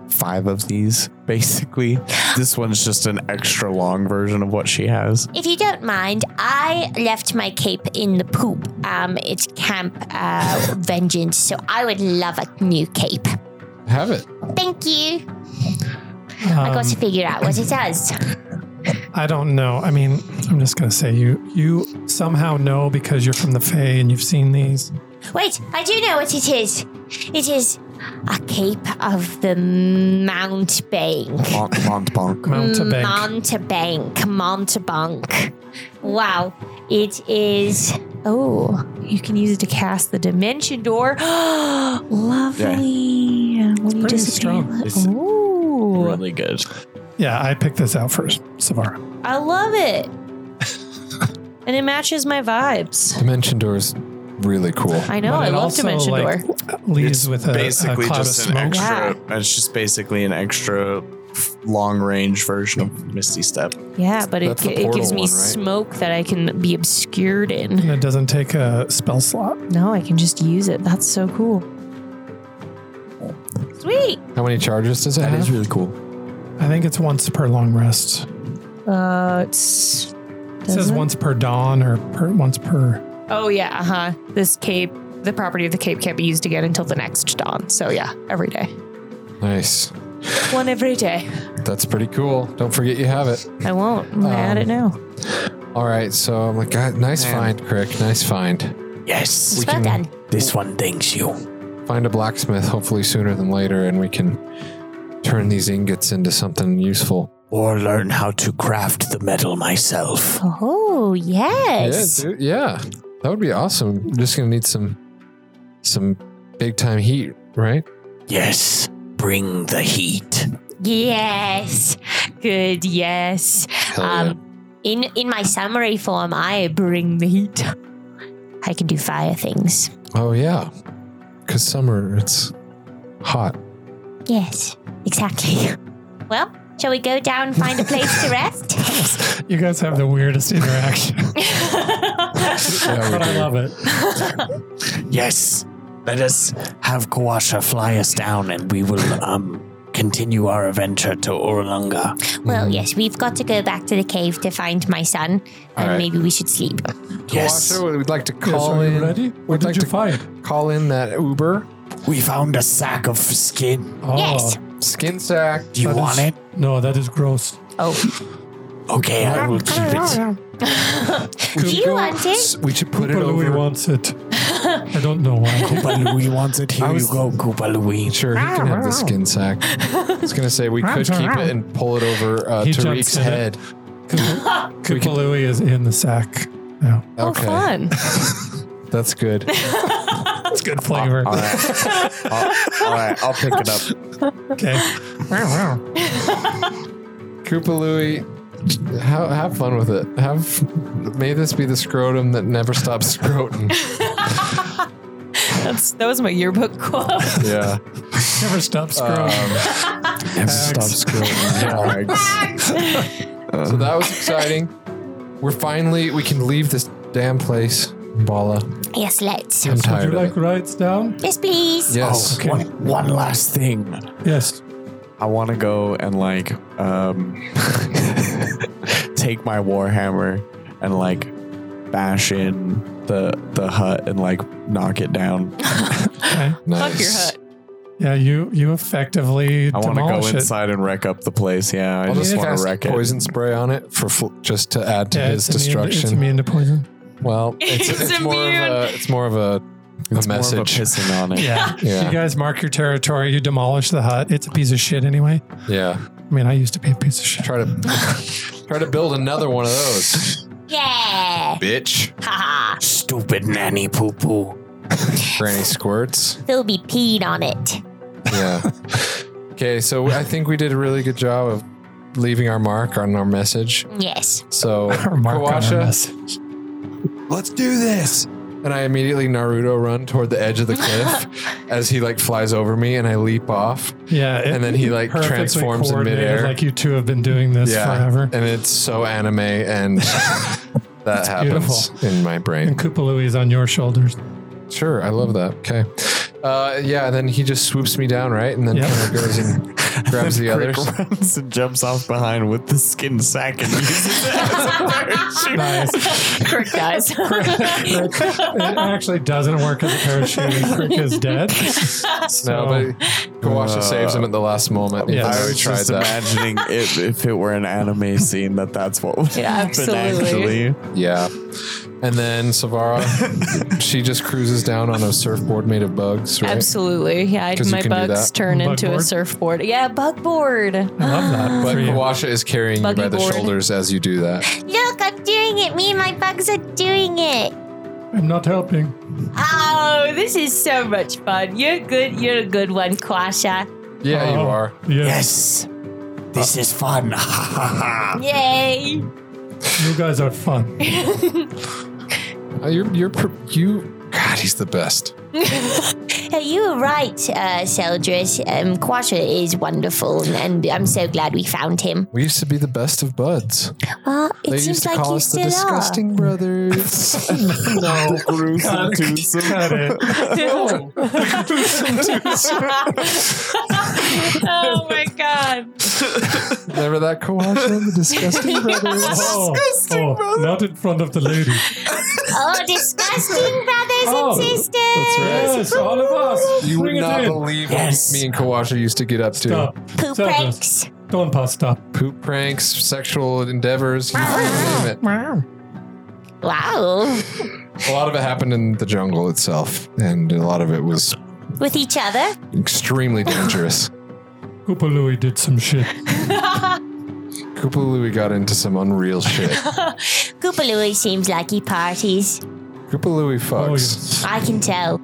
five of these. Basically, this one's just an extra long version of what she has.
If you don't mind, I left my cape in the poop. Um, it's Camp uh, Vengeance, so I would love a new cape.
Have it.
Thank you. I
Um,
got to figure out what it does.
I don't know. I mean, I'm just gonna say you you somehow know because you're from the Fae and you've seen these.
Wait, I do know what it is. It is a cape of the mountebank.
Bonk, bonk, bonk.
Mm,
Mountebank.
Mountebank. Mountebank. Wow. It is.
Oh, you can use it to cast the dimension door.
Oh.
Lovely. When you
pretty
disappear-
strong.
It's
Ooh,
really good.
yeah, I picked this out first, Savara.
I love it. and it matches my vibes.
Dimension doors, really cool.
Oh, I know. I love Dimension Door.
Leaves with a,
basically
a cloud
just
of
an
smoke.
extra. It's just basically an extra long range version of Misty Step.
Yeah, but it,
That's the
it gives
portal
me
one, right?
smoke that I can be obscured in.
And it doesn't take a spell slot.
No, I can just use it. That's so cool. Sweet.
How many charges does it have?
really cool.
I think it's once per long rest.
Uh, it's.
It says
doesn't-
once per dawn or per, once per.
Oh yeah, uh huh. This cape, the property of the cape, can't be used again until the next dawn. So yeah, every day,
nice.
one every day.
That's pretty cool. Don't forget you have it.
I won't. I'm gonna
Um,
add it now.
All right. So I'm like, God, nice find, Crick. Nice find.
Yes,
It's well done.
this one thanks you.
Find a blacksmith, hopefully sooner than later, and we can turn these ingots into something useful.
Or learn how to craft the metal myself.
Oh, yes.
Yeah, dude. Yeah, that would be awesome. We're just gonna need some, some big time heat, right?
Yes, bring the heat.
Yes. Good. Yes.
Hell
Um, in in my summary form, I bring the heat. I can do fire things.
yeah. Oh yeah. Cause summer, it's hot.
Yes. Exactly. Well, shall we go down and find a place to rest?
You guys have the weirdest interaction,
Yeah, we
but I
do.
love it.
Yes, let us have Kawasha fly us down, and we will um continue our adventure to Orlunga.
well, yes. We've got to go back to the cave to find my son, and
Alright.
maybe we should sleep.
Yes,
Kawasha, we'd like to
Yes,
call
are you
in.
ready? Where
We'd
did
like
you
to
find?
call in that Uber
we found a sack of skin.
Oh,
Yes.
skin sack.
Do you
That
want
is-
it?
No, that is gross.
Okay, I will keep it.
Do you want it?
We should put
But
it
Louis
over.
wants it. I don't know why.
Koopa Louie wants it. Here you go, Koopa Louie.
Sure, he can have the skin sack. I was gonna say we could keep it and pull it over uh,
He jumps
Tariq's
in it.
head.
Koopa Louie is in the sack. Yeah.
Oh,
Okay,
fun.
that's good.
That's good flavor.
All right. I'll, all right. I'll pick it up.
Okay.
Koopa Louie, ha- have fun with it. Have may this be the scrotum that never stops scrotum.
That's, that was my yearbook quote.
yeah.
Never
Um,
stop screwing.
Never stop scrolling.
So that was exciting. We're finally we can leave this damn place, Bala.
Yes, let's.
I'm
Would you
tired of
like
it.
rides down?
Yes, please.
Yes.
Okay.
One, one last thing.
Yes.
I want to go and like um, take my warhammer and like bash in the the hut and like knock it down.
Okay.
Nice.
Fuck your hut.
Yeah, you you effectively
I want to
demolish
go
it.
inside and wreck up the place. Yeah, I
I'll
just
just
want
cast
to wreck
poison spray on it for fl- just to add to
Yeah,
his
it's immune-
destruction.
it's immune to poison.
Well, it's,
It's
it's, more of a it's more of a,
it. It's
a
more of
message.
pissing on it.
Yeah.
Yeah.
You guys mark your territory. You demolish the hut. It's a piece of shit anyway.
yeah.
I mean, I used to be a piece of shit.
Try to try to build another one of those,
Yeah.
bitch.
Haha.
Stupid nanny poo poo.
Granny squirts.
They'll be peed on it.
Yeah. Okay, so I think we did a really good job of leaving our mark on our message.
Yes.
So,
Or mark on
Kawasha,
our mess.
let's do this. And I immediately Naruto run toward the edge of the cliff as he like flies over me and I leap off.
Yeah. it-
And then he, like,
perfectly
transforms in
coordinated,
midair.
Like you two have been doing this forever.
And it's so anime and that happens in my brain.
And Koopa Louie is on your shoulders.
Sure, I love that. Okay. Uh, yeah, then he just swoops me down, right? And then
Yep.
kind of goes and grabs the
Crick
others.
runs and jumps off behind with the skin sack and uses it as a parachute.
Correct, guys.
Crick- it actually doesn't work as a parachute. and Crick is dead.
No,
So,
but Kawasha saves him at the last moment.
Yeah.
Yeah,
I
I
was just imagining if, if it were an anime scene that that's what would
Yeah,
happen
absolutely.
actually.
Yeah. And then Savara, she just cruises down on a surfboard made of bugs, right?
Absolutely. Yeah, I,
'Cause you
my
can do
bugs
that.
turn
Bug
into
board?
a surfboard. Yeah, bug board.
I love that.
But
for you.
Kawasha is carrying
Buggy
you by the
board.
shoulders as you do that.
Look, I'm doing it. Me and my bugs are doing it.
I'm not helping.
Oh, this is so much fun. You're good. You're a good one, Quasha.
Yeah, you
Oh.
are.
Yes.
Yes. This is fun.
Yay.
You guys are fun.
Uh, You're, you're, pr- you, God, he's the best.
Uh, You were right, uh, Seldris. Um, Quasha is wonderful, and, and I'm so glad we found him.
We used to be the best of buds.
Uh, it
They used
seems
to
like
call
you
us the
still
disgusting brothers. no,
Gruesome twosome.
Got it.
Oh my god.
never that Kawasha, the disgusting brothers.
Oh, oh, not in front of the lady.
are. Oh, disgusting brothers
Oh,
and sisters!
Yes, all of us.
You would
Bring it
not
in.
believe what
Yes.
me and Kawasha used to get up to.
Stop.
Poop
Seldris,
pranks.
Don't pass. Stop.
Poop pranks, sexual endeavors, you name it.
Wow.
A lot of it happened in the jungle itself, and a lot of it was
With each other?
extremely dangerous.
Koopa Louie did some shit.
Koopa Louie got into some unreal shit.
Koopa Louie seems like he parties.
Koopa Louie
Oh,
fucks.
yes.
I can tell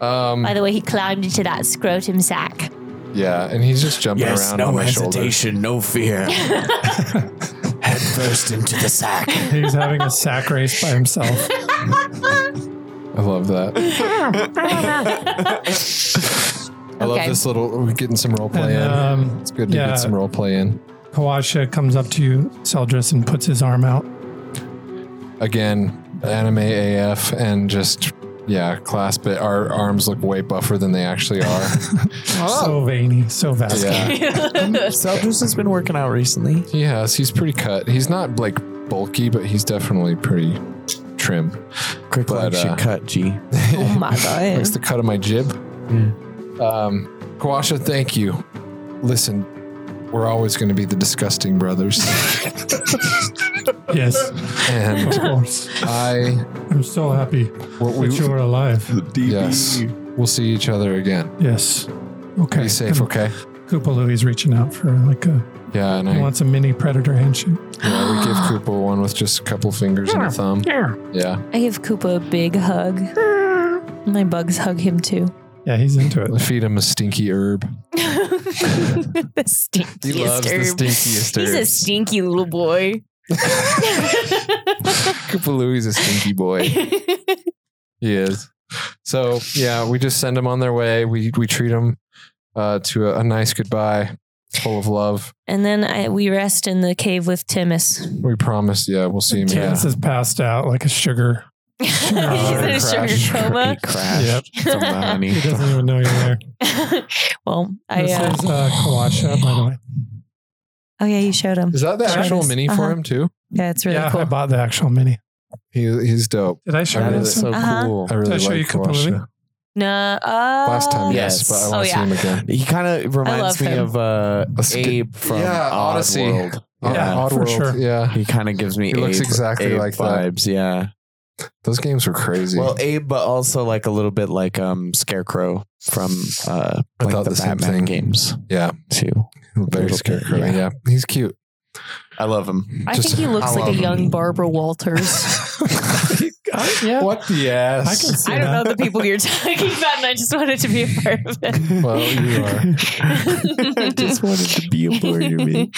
Um,
by the way he climbed into that scrotum sack.
yeah, and he's just jumping
Yes,
around
no
on my shoulders.
hesitation, no fear. Head first into the sack.
He's having a sack race by himself.
I love that. I love
Okay.
this little. We're getting some role play
And,
in.
um,
it's good to
yeah.
get some role play in.
Kawasha comes up to you, Seldris, and puts his arm out.
Again, anime AF and just yeah, clasp it. Our arms look way buffer than they actually are.
So veiny, so vascular.
Oh. yeah,
Seldris has been working out recently.
he has. He's pretty cut. He's not like bulky, but he's definitely pretty trim.
Crick
But,
likes
uh,
your cut, G.
Oh my god.
Makes the cut of my jib.
Hmm.
Um, Kawasha, thank you. Listen, we're always going to be the disgusting brothers.
Yes, of
and
course.
I
I'm so happy
what we
that you are alive.
yes, we'll see each other again.
Yes. Okay.
Be safe, okay?
Koopa Louie's reaching out for like a
Yeah, and
he
I
wants a mini predator handshake.
yeah, we give Koopa one with just a couple fingers and a thumb. Yeah,
I give Koopa a big hug. My bugs hug him too.
Yeah, he's into it.
we feed him a stinky herb.
the stinkiest
He loves the
herb.
stinkiest
He's a
herb.
stinky little boy.
Koopa Louie's a stinky boy. He is. So yeah, we just send them on their way. We we treat them uh, to a, a nice goodbye, full of love.
and then I, we rest in the cave with Timus.
We promise. Yeah, we'll see him again.
Terrence has passed out like a sugar.
Oh,
He's in a
crash.
sugar coma.
He
Ah,
crashed from the honey.
He doesn't even know you're there.
well, I.
This
Uh,
is uh, Kawasha, by the way.
oh yeah, you showed him.
Is that the
Sure
actual
is.
mini for
Uh-huh.
him too?
Yeah, it's really
yeah, I
cool.
bought the actual mini.
He he's dope.
Did I show
I
you
really,
this? one?
Uh-huh.
cool. I really
Did I show
like
you Koopa
Kawasha.
Louie?
No, uh,
Last time, yes,
Yes.
but I
Oh,
want to
yeah.
see him again.
He kind of reminds
love
me
him.
of uh,
A sk-
Abe from
Yeah, Odyssey.
Oddworld.
Yeah,
Odd
for
World.
sure.
Yeah,
He kind of gives me
He looks
Abe-
exactly
Abe
like that.
vibes. Yeah.
those games were crazy.
Well, Abe, but also like a little bit like um Scarecrow from uh
I
like
thought
the,
the same
Batman
thing.
games
yeah,
too.
very
Little bit,
scarecrow. Yeah.
yeah.
he's cute.
I love him.
I
Just-
think he looks
I
like a
love
young
him.
Barbara Walters.
I, yeah,
What the
I can
ass?
see
I don't know
that.
the people you're talking about, and I just wanted to be a part of it.
Well, you are.
I just wanted to be a part of it.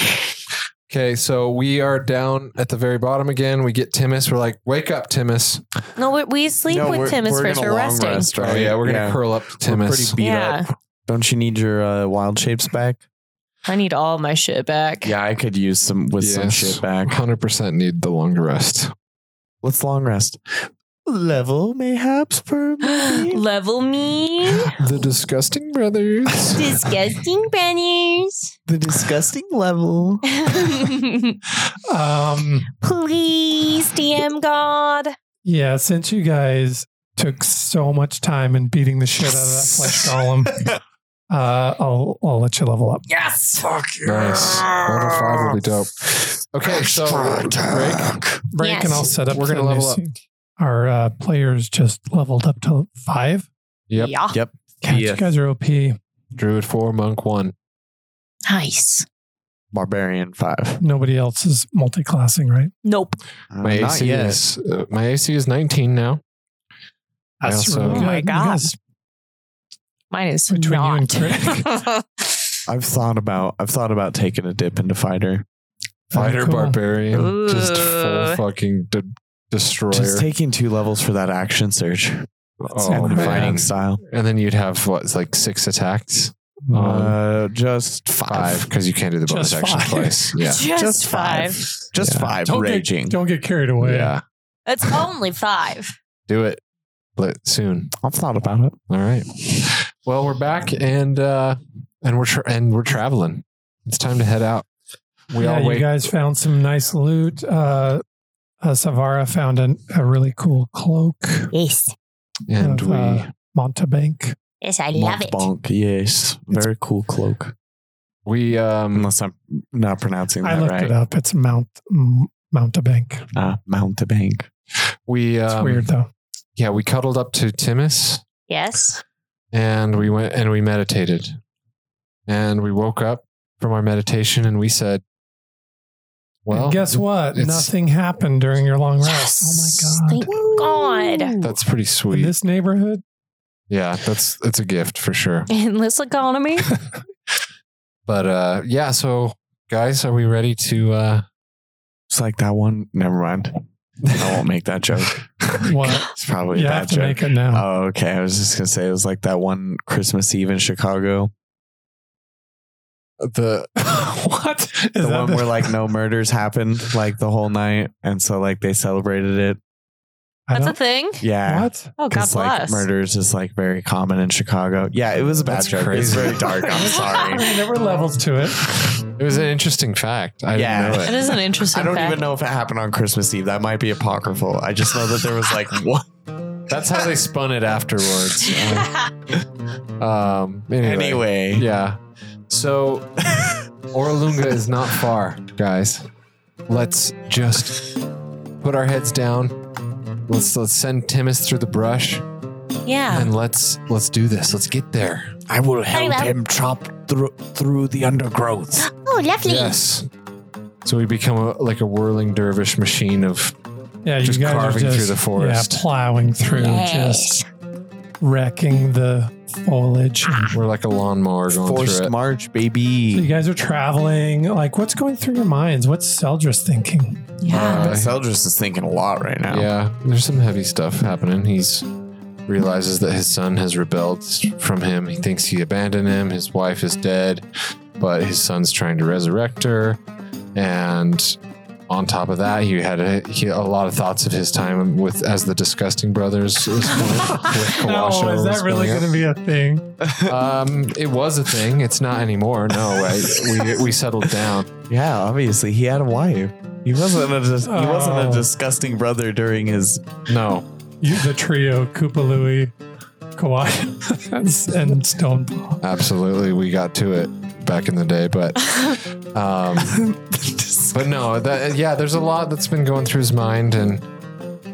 Okay, so we are down at the very bottom again. We get Timus. We're like, wake up, Timus.
No, we, we sleep
No,
with
we're-
Timus
we're
first.
in a
We're
long
resting.
rest, right?
Oh yeah, we're gonna
Yeah.
curl up to
We're
Timus.
pretty beat
yeah,
up. Don't you need your uh, wild shapes back?
I need all my shit back.
Yeah, I could use some with some
Yes.
shit back.
Hundred percent need the long rest.
Let's long rest. Level mayhaps per
Level me.
The disgusting brothers.
Disgusting banners.
the disgusting level.
Um,
Please, DM God.
yeah, since you guys took so much time in beating the shit out of that flesh golem, uh, I'll, I'll let you level up.
yes.
nice. Level five will be dope. Okay, so break.
break and
Yes.
I'll set up.
We're gonna
the new
level up.
scene. Our uh, players just leveled up to five.
Yep.
Yeah.
Yep.
God,
Yeah.
You guys are OP.
Druid four, monk one.
Nice.
Barbarian five.
Nobody else is multi-classing, right?
Nope.
Uh,
My
not
AC
yet.
is uh, my AC is 19 now. I also-
really
Oh my
good. You
God.
guys-
Mine is
Between you
not.
and Critic.
I've thought about I've thought about taking a dip into fighter.
Fighter
Oh, cool.
barbarian, just full
Ooh.
fucking de- destroyer.
Just taking two levels for that action surge
oh,
not
and
bad.
fighting
man.
style.
And then you'd have what, like six attacks?
Um,
Um,
Uh, just
Five,
five.
because you can't do the bonus
Just
action
five.
twice. Yeah.
Just, five.
Just
Yeah.
five.
Don't get-
raging.
Don't get carried away.
Yeah.
It's only five.
Do it. Let, soon.
I've thought about it.
All right. Well, we're back and uh and we're tra- and we're traveling. It's time to head out. We
Yeah,
all
you
wait.
guys found some nice loot. Uh, uh, Savara found an, a really cool cloak.
Yes.
and
of,
we
uh, Montebank.
Yes, I love
Monk
it.
bonk. Yes. Very cool cloak.
uh,
we um
Unless I'm not pronouncing
I
that
looked
right.
it up. It's Mount M- Montebank.
Uh, Mount the bank.
we
It's
um,
weird though.
yeah, we cuddled up to Timus
Yes.
and we went and we meditated. And we woke up from our meditation and we said,
And
well,
guess what?
it's-
Nothing happened during your long rest.
Yes.
Oh my god.
Thank God.
that's pretty
in
sweet.
this neighborhood.
yeah, that's that's a gift for sure.
Endless economy.
But uh yeah, so guys, are we ready to uh
It's like that one. Never mind. I won't make that joke.
What?
It's probably
You
a
have
bad
to
joke.
make it now.
Oh, okay. I was just gonna say it was like that one Christmas Eve in Chicago.
the
what? Is
the
that
one where like no murders happened like the whole night, and so like they celebrated it.
I
That's a
don't-
thing.
Yeah.
What?
Oh, God
Because like
bless.
murders is like very common in Chicago. Yeah, it was a bad
That's
joke. It's
crazy.
very dark. I'm
I
sorry.
mean, there were levels to it.
It was an interesting fact. I
Mm-hmm. Yeah.
didn't know
That
it.
is an interesting
I don't
fact.
even know if it happened on Christmas Eve. That might be apocryphal. I just know that there was like one.
That's how they spun it afterwards. Uh, um anyway.
Anyway,
Yeah. So Oralunga is not far, guys. Let's just put our heads down. Let's let's send Timus through the brush
Yeah.
Oh.
and let's let's do this. Let's get there.
I will help
well.
him chop through through the undergrowth.
Oh, lovely.
Yes. So we become a, like a whirling dervish machine of
Yeah,
Just
you guys
carving
are
through
just,
the forest.
Yeah, plowing through,
Yes.
just wrecking the foliage.
we're like a lawnmower going through
Forced
it.
march,
So you
baby.
guys are traveling. Like, what's going through your minds? What's Seldris thinking?
Uh,
Seldris is thinking a lot right now.
Yeah, there's some heavy stuff happening. He's realizes that his son has rebelled from him. He thinks he abandoned him. His wife is dead, but his son's trying to resurrect her. And on top of that, he had a, he, a lot of thoughts of his time with as the disgusting brothers. was- with Kawasha
oh, is
was
that really
going
going to be a thing?
up. Um, it was a thing. It's not anymore. No, I, we we settled down.
Yeah, obviously he had a wife. He wasn't a dis- he wasn't
Oh.
a disgusting brother during his
No,
You, the trio, Koopaloo, Kawaii, and, and Stoneball.
Absolutely, we got to it back in the day, but um, but no, that yeah, there's a lot that's been going through his mind, and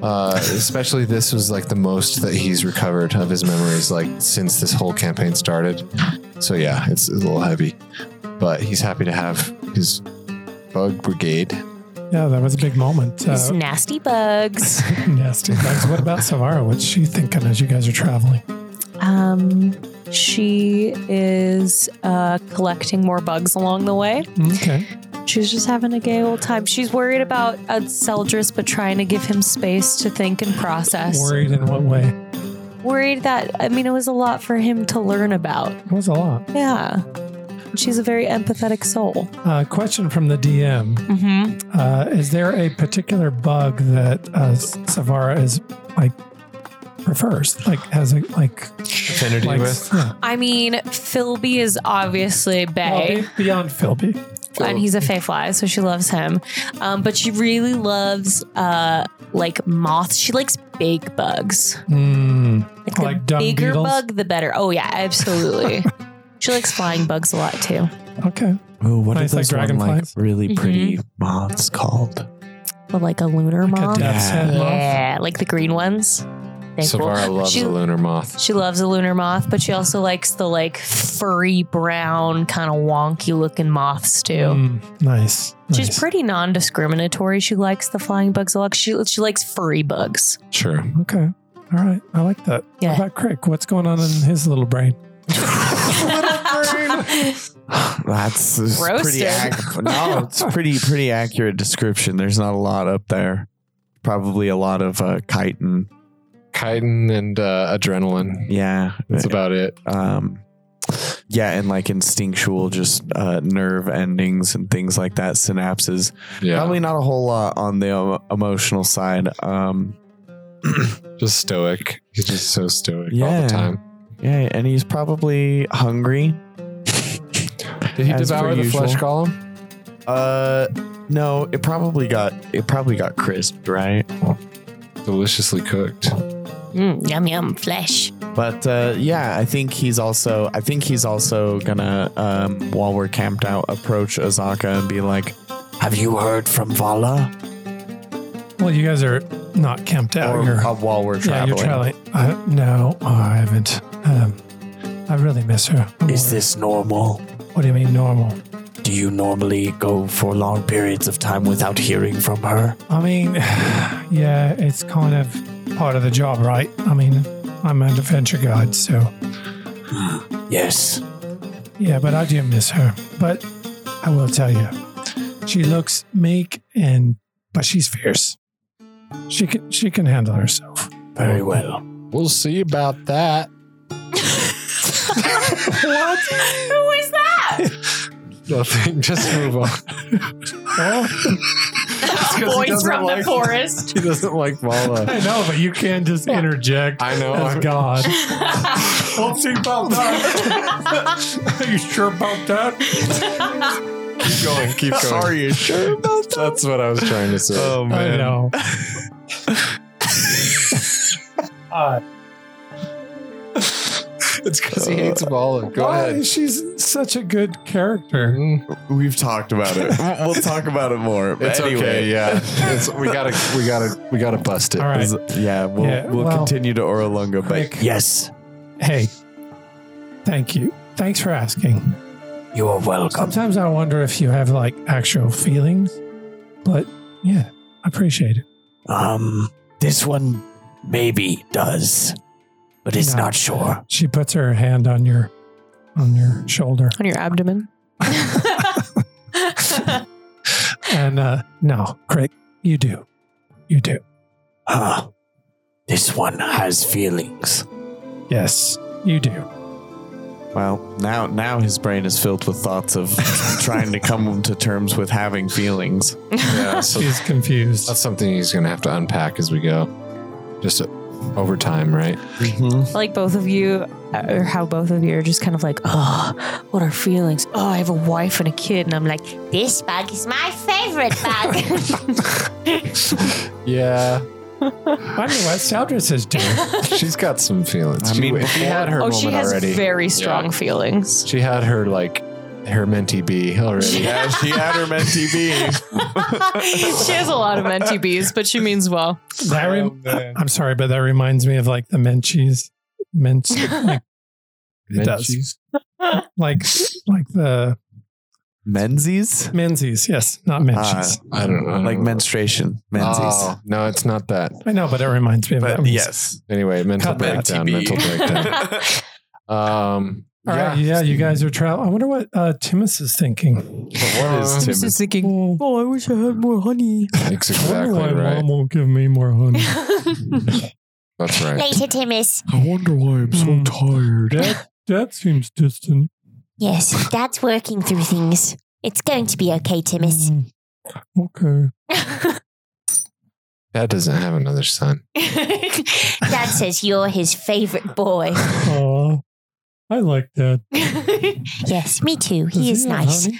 uh, especially this was like the most that he's recovered of his memories, like since this whole campaign started. So yeah, it's a little heavy, but he's happy to have his bug brigade.
Yeah, that was a big moment.
It's
Uh,
nasty bugs.
nasty bugs. What about Savara? What's she thinking as you guys are traveling?
Um, she is uh, collecting more bugs along the way.
Hmm?
Okay.
She's just having a gay old time. She's worried about uh, Seldris, but trying to give him space to think and process.
Worried in what way? It
Worried that, I mean, it was a lot for him to learn about.
was a lot.
Yeah. She's a very empathetic soul.
Uh, question from the DM.
Mm-hmm.
Uh, is there a particular bug that uh, Savara is like prefers? Like has a like
Affinity
like
with
yeah.
I mean, Philby is obviously Bay.
Well, be- beyond Philby.
and he's a fey fly, so she loves him. Um, but she really loves uh, like moths. She likes big bugs.
Mm,
Like, the
Like dung
bigger
beetles?
bug, the better. Oh yeah, absolutely. she likes flying bugs a lot too.
okay.
Oh, what
Nice,
are
like
those one, like
dragonflies?
really
Mhm.
pretty moths called?
But like a lunar
Like
moth.
a death's
Yeah.
head moth.
Yeah, like the green ones. They're
Savara
cool.
loves
she,
a lunar moth.
she loves a lunar moth, but she also likes the like furry brown kind of wonky looking moths too.
Mm, nice.
She's
nice.
pretty non-discriminatory. She likes the flying bugs a lot. She she likes furry bugs.
Sure.
Okay. All right. I like that.
Yeah.
What about Crick? What's going on in his little brain?
That's it's
Roasted.
pretty ac- no, it's pretty pretty accurate description. There's not a lot up there. Probably a lot of uh, chitin.
Chitin and uh, adrenaline.
Yeah,
That's about it.
um yeah and like instinctual just uh nerve endings and things like that synapses
Yeah.
probably not a whole lot on the emo- emotional side um
Just stoic. He's just so stoic all
Yeah.
the time.
yeah and he's probably hungry
Did he
As
devour
per
the
usual.
flesh column?
uh no it probably got it probably got crisped right
Deliciously cooked.
Mm, yum, yum, flesh.
but uh yeah i think he's also i think he's also gonna um while we're camped out approach azaka and be like
Have you heard from Vala?
Well, you guys are not camped
Oh,
out.
or,
You're-
uh, while we're
yeah, you're
traveling
traveling. Uh, no, oh, I haven't. Um, I really miss her. I'm
Is
worried.
this normal?
what do you mean normal?
Do you normally go for long periods of time without hearing from her?
I mean, yeah, it's kind of part of the job, right? I mean, I'm an adventure guide, so
Yes.
yeah, but I do miss her. But I will tell you, she looks meek and but she's fierce. She can she can handle herself.
Very well.
We'll see about that.
what? Who is that?
Nothing. Just move on.
Oh,
Voice from the forest.
He doesn't like Vala.
I know, but you can't just interject.
I know.
As God.
Oopsie bump.
Are you sure about that?
Keep going. Keep going.
Are you sure about that?
That's what I was trying to say.
Oh
I
man.
know. Uh,
It's because he hates Bala. Go
Why?
ahead. Mm-hmm.
She's such a good character.
We've talked about it. we'll talk about it more. But
It's
anyway,
okay.
yeah.
It's, we gotta, we gotta, we gotta bust it.
All right.
Is- Yeah, we'll,
Yeah,
we'll
well-
continue to Orolunga, but
Quick.
Yes,
Hey, thank you. Thanks for asking.
you are welcome.
Sometimes I wonder if you have like actual feelings, but yeah, I appreciate it.
Um, this one maybe does, but it's
No.
not sure.
She puts her hand on your on your shoulder,
on your abdomen.
and uh no, Craig, you do, you do.
Uh, this one has feelings.
Yes, you do.
well, now now his brain is filled with thoughts of trying to come to terms with having feelings.
Yeah, so
She's confused.
that's something he's gonna have to unpack as we go. Just over time, right?
like both of you, uh, or how both of you are just kind of like, oh, what are feelings? Oh, I have a wife and a kid, and I'm like,
This bug is my favorite bug.
Yeah,
I mean, what Seldris is doing.
she's got some feelings.
I
she,
mean,
she had her
oh,
moment
she has
already.
very strong
Yeah.
feelings.
she had her like her mentee bee already.
yeah, she had her mentee being.
she has a lot of NTBs, but she means well.
That rem- I'm sorry, but that reminds me of like the Menchies. Mench, like, it does.
Mentees?
Like, like the
Menzies?
Menzies. Yes, not
Uh,
Menchies.
I don't know.
Like menstruation. Menzies.
Oh, no, it's not that.
I know, but it reminds me of that.
But
one.
yes.
Anyway, mental
Cut that.
breakdown.
TB.
Mental breakdown. Um,
All right, yeah, you guys are traveling. I wonder what uh, Timus is thinking.
what is Tim?
She's thinking, oh, I wish I had more honey.
That's
I
exactly
wonder why
right.
mom won't give me more honey.
That's right.
Later, Timus.
I wonder why I'm so tired. Hmm. That, that seems distant.
Yes, Dad's working through things. It's going to be okay, Timus.
Mm, Okay.
Dad doesn't have another son.
Dad says you're his favorite boy.
Aw, I like that.
Yes, me too.
Does
He is
have
nice.
honey?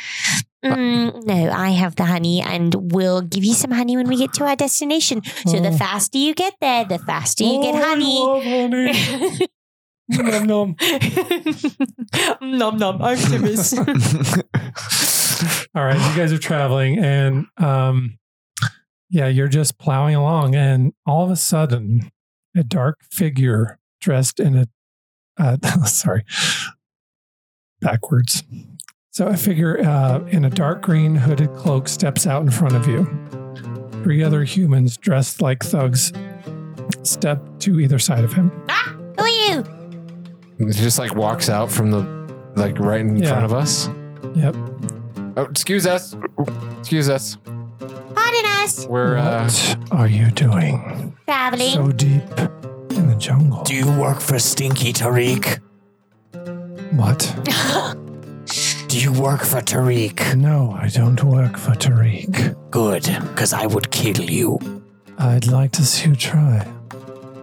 Mm, no, I have the honey and we'll give you some honey when we get to our destination. So the
Oh.
faster you get there, the faster you get
Oh, I
honey.
love honey. Nom, nom.
nom nom, I'm Timmy's.
All right, you guys are traveling, and um, yeah, you're just plowing along, and all of a sudden, a dark figure dressed in a uh, sorry backwards. So a figure uh, in a dark green hooded cloak steps out in front of you. Three other humans dressed like thugs step to either side of him.
Who are you?
He just like walks out from the like right in
Yeah.
front of us.
Yep.
Oh, excuse us. Excuse us.
Pardon us.
We're uh
what are you doing
Traveling.
so deep in the jungle?
Do you work for Stinky Tariq?
what?
Do you work for Tariq?
No, I don't work for Tariq.
Good, because I would kill you.
I'd like to see you try.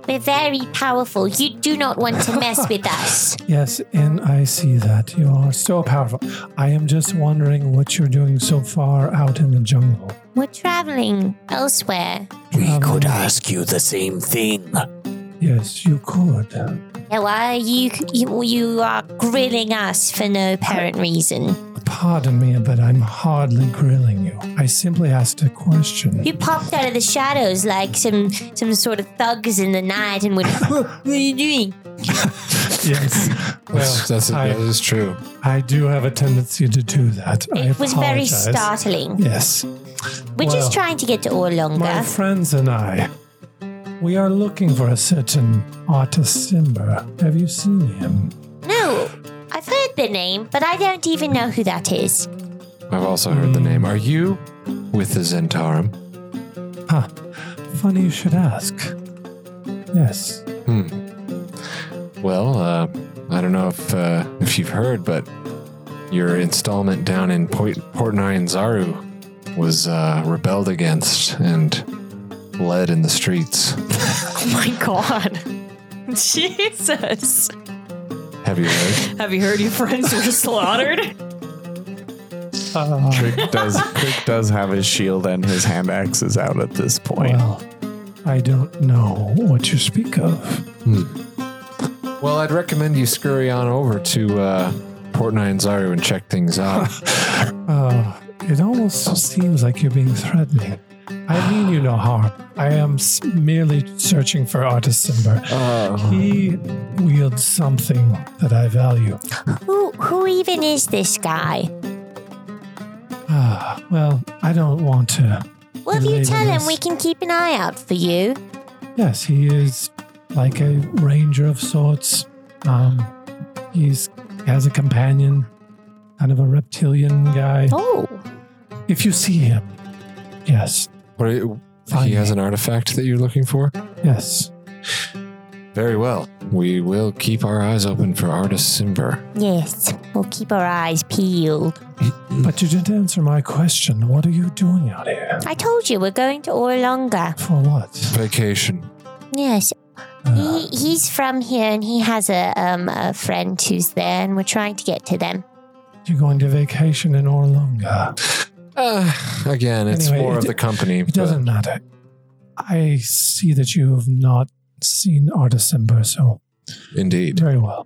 We're very powerful. You do not want to mess with us.
Yes, and I see that. You are so powerful. I am just wondering what you're doing so far out in the jungle.
We're traveling elsewhere.
We
Um,
could ask you the same thing.
Yes, you could.
Now, why are you, you you are grilling us for no apparent reason?
Pardon me, but I'm hardly grilling you. I simply asked a question.
You popped out of the shadows like some some sort of thugs in the night and went, "What are you doing?"
Yes. Well,
that's, that's
I-
that is true.
I do have a tendency to do that. I
It was very
apologize.
startling.
Yes.
We're
Well,
just trying to get to
My
Orlonga.
friends and I, we are looking for a certain artist Simba. Have you seen him?
no, I've heard the name, but I don't even know who that is.
I've also heard
Hmm.
the name. Are you with the Zentarum?
Huh. Funny you should ask. Yes.
Hmm. Well, uh I don't know if uh if you've heard, but your installment down in Port Nyanzaru was uh rebelled against and bled in the streets.
oh my god. Jesus.
Have you heard?
Have you heard your friends were slaughtered?
Uh,
Crick does Crick does have his shield and his hand axes out at this point.
well, I don't know what you speak of.
Well, I'd recommend you scurry on over to uh, Port Nyanzaru and check things out.
Oh, it almost seems like you're being threatening. I mean you no harm. I am s- merely searching for Artisimber. He wields something that I value.
Who who even is this guy?
Ah, well, I don't want to.
Well, if you
Maybe
tell him,
this-
we can keep an eye out for you.
Yes, he is like a ranger of sorts. Um, he's he has a companion, kind of a reptilian guy.
Oh,
If you see him, yes,
what are you,
Fine.
he has an artifact that you're looking for?
yes.
Very well. We will keep our eyes open for Artist Simber.
yes. We'll keep our eyes peeled.
But you didn't answer my question. What are you doing out here?
I told you we're going to Orlonga.
For what?
Vacation.
Yes.
Uh,
He, he's from here and he has a um a friend who's there and we're trying to get to them.
you're going to vacation in Orlonga.
Uh, again, it's
Anyway,
more
it-
of the company.
It doesn't matter. I see that you have not seen Artisan Burso.
Indeed.
Very well.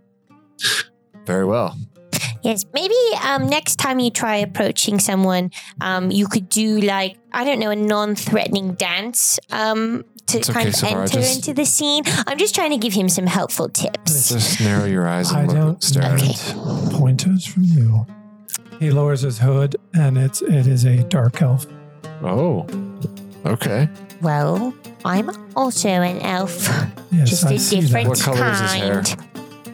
Very well.
Yes, maybe um, next time you try approaching someone, um, you could do like I don't know a non-threatening dance um, to
It's
kind
okay,
of
Samara,
enter
just-
into the scene. I'm just trying to give him some helpful tips.
Just narrow your eyes
I
and look,
don't
stare at
need
it.
pointers from you. He lowers his hood, and it's it is a dark elf.
Oh, okay.
Well, I'm also an elf,
Yes,
just
I
a
see
different
What color
kind.
is his hair?
that.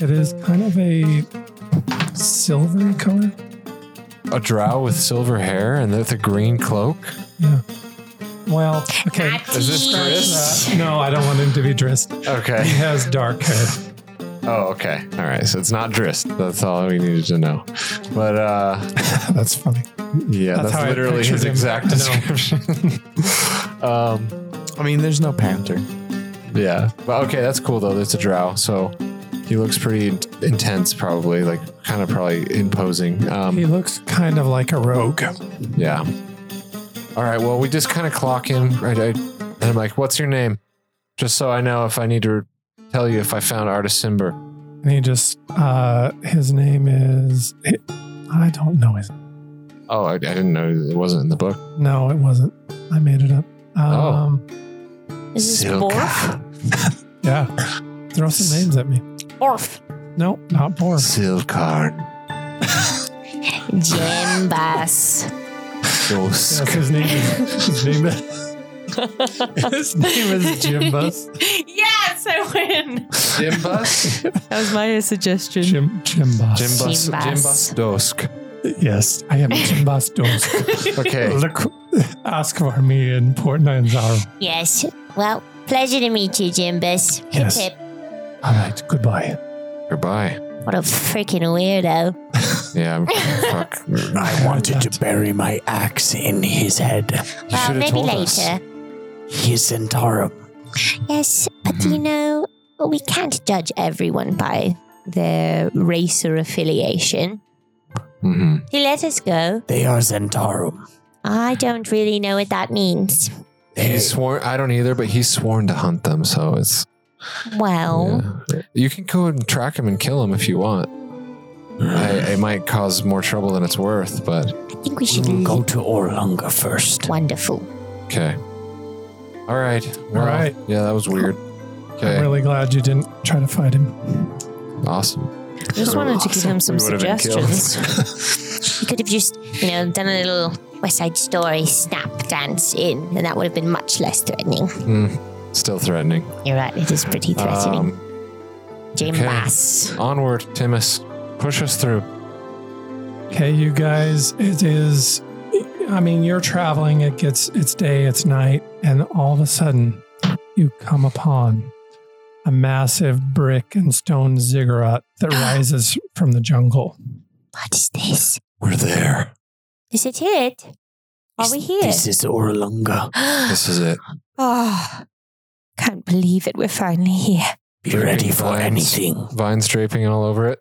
It is kind of a silvery color.
A drow with silver hair and with a green cloak.
Yeah. Well, okay.
Not
Is this Chris?
Uh, no, I don't want him to be dressed. He
Okay.
has dark hair.
Oh, okay. All right. So it's not Drist. That's all we needed to know. But uh,
That's funny.
yeah,
That's
that's,
how I
literally his
pictured him.
exact
I know.
description. um,
I mean, there's no panther.
yeah. But okay, that's cool though. That's a drow. So he looks pretty in- intense, probably like kind of probably imposing. Um,
He looks kind of like a rogue.
Yeah. All right. Well, we just kind of clock him. Right. I, and I'm like, "What's your name?" Just so I know if I need to tell you if I found Artist Simber.
And he just, uh, his name is, I don't know his,
Oh, I, I didn't know it wasn't in the book.
no, it wasn't. I made it up. Um,
Is this
Silk.
Borf?
Yeah. Throw some names at me.
Borf.
No, not Borf.
Silkarn.
Jembas.
Yes,
Silsk.
his name is, his name is, his name is Jimbus.
Yes, I win.
Jimbus.
That was my suggestion.
Jim, Jimbus.
Jimbus. Jimbus.
Jimbus.
Dosk.
Yes, I am Jimbus Dos.
Okay.
Look, ask for me in Port Nyanzaro.
Yes. Well, pleasure to meet you, Jimbus. Hip
Yes.
hip.
All right, goodbye.
Goodbye.
What a freaking weirdo.
Yeah. I'm, fuck. You
I wanted to bury my axe in his head.
Well,
shoulda
maybe
told
later.
us.
He is Centaurum.
Yes, but do you
Mm-hmm.
know, we can't judge everyone by their race or affiliation.
Mhm.
He let us go.
They are Centaurum.
I don't really know what that means.
He's sworn. I don't either, but he's sworn to hunt them. So it's.
Well,
Yeah. You can go and track him and kill him if you want. I, it might cause more trouble than it's worth, but.
I think we should
We'll
leave.
Mm-hmm.
go to Orlunga first.
Wonderful.
Okay. All right. Well,
right.
Yeah, that was weird. Okay.
I'm really glad you didn't try to fight him.
awesome.
Just wanted to give him some
We would've been killed.
suggestions.
You could have just, you know, done a little West Side Story snap dance in, and that would have been much less threatening.
Still threatening.
You're right, it is pretty threatening.
Um,
Jim
okay.
Bass.
onward, Timus. Push us through.
Okay, you guys, it is. I mean, you're traveling. It gets it's day, it's night, and all of a sudden, you come upon a massive brick and stone ziggurat that rises from the jungle.
What is this?
We're there.
Is it it? Are we here?
This is Orlunga.
This is it.
Oh, can't believe it. We're finally here.
Be ready
Big
for
vines.
anything.
Vines draping all over it.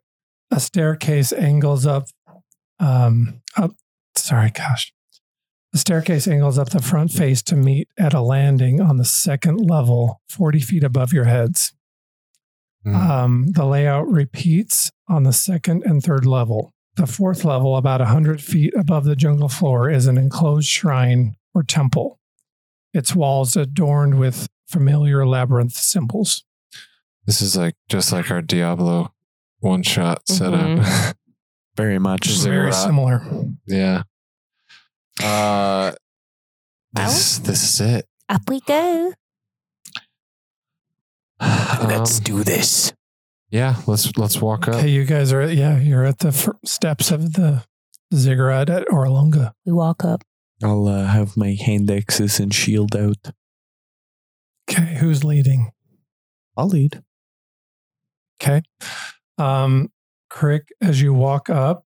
A staircase angles up. Um, up. Sorry, gosh. The staircase angles up the front face to meet at a landing on the second level, forty feet above your heads.
Hmm.
Um, the layout repeats on the second and third level. The fourth level, about 100 feet above the jungle floor, is an enclosed shrine or temple, its walls adorned with familiar labyrinth symbols.
This is like just like our Diablo one shot setup.
Very much.
Just like-
Mm-hmm. Very
Ziggurat.
similar.
yeah. Uh, this this is it.
Up we go.
Let's
Um,
do this.
yeah. Let's let's walk up.
Okay, you guys are, yeah, you're at the fir- steps of the ziggurat at Orlunga.
We walk up.
I'll uh, have my hand axes and shield out.
Okay, who's leading?
I'll lead.
Okay. Um, Crick, as you walk up,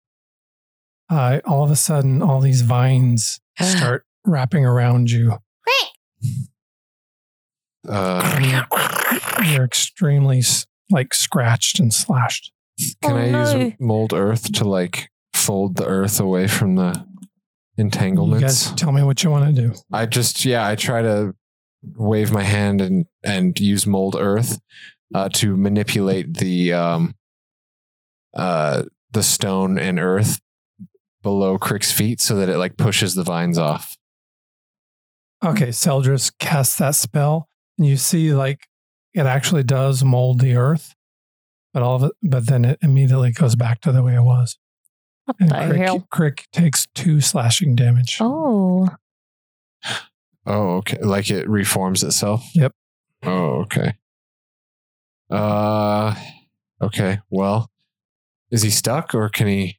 uh, all of a sudden, all these vines start wrapping around you.
Uh,
You're extremely s- like scratched and slashed.
can
Oh,
I
no.
use mold earth to like fold the earth away from the
You
entanglements?
guys tell me what you want to do.
I just yeah, I try to wave my hand and and use mold earth uh, to manipulate the um uh the stone and earth below Crick's feet so that it like pushes the vines off.
Okay, Seldris casts that spell, and you see like it actually does mold the earth, but all of it, but then it immediately goes back to the way it was.
What
And
the
Crick,
hell?
Crick takes two slashing damage.
Oh.
Oh, okay. Like it reforms itself.
Yep.
Oh, okay. Uh okay. Well, is he stuck or can he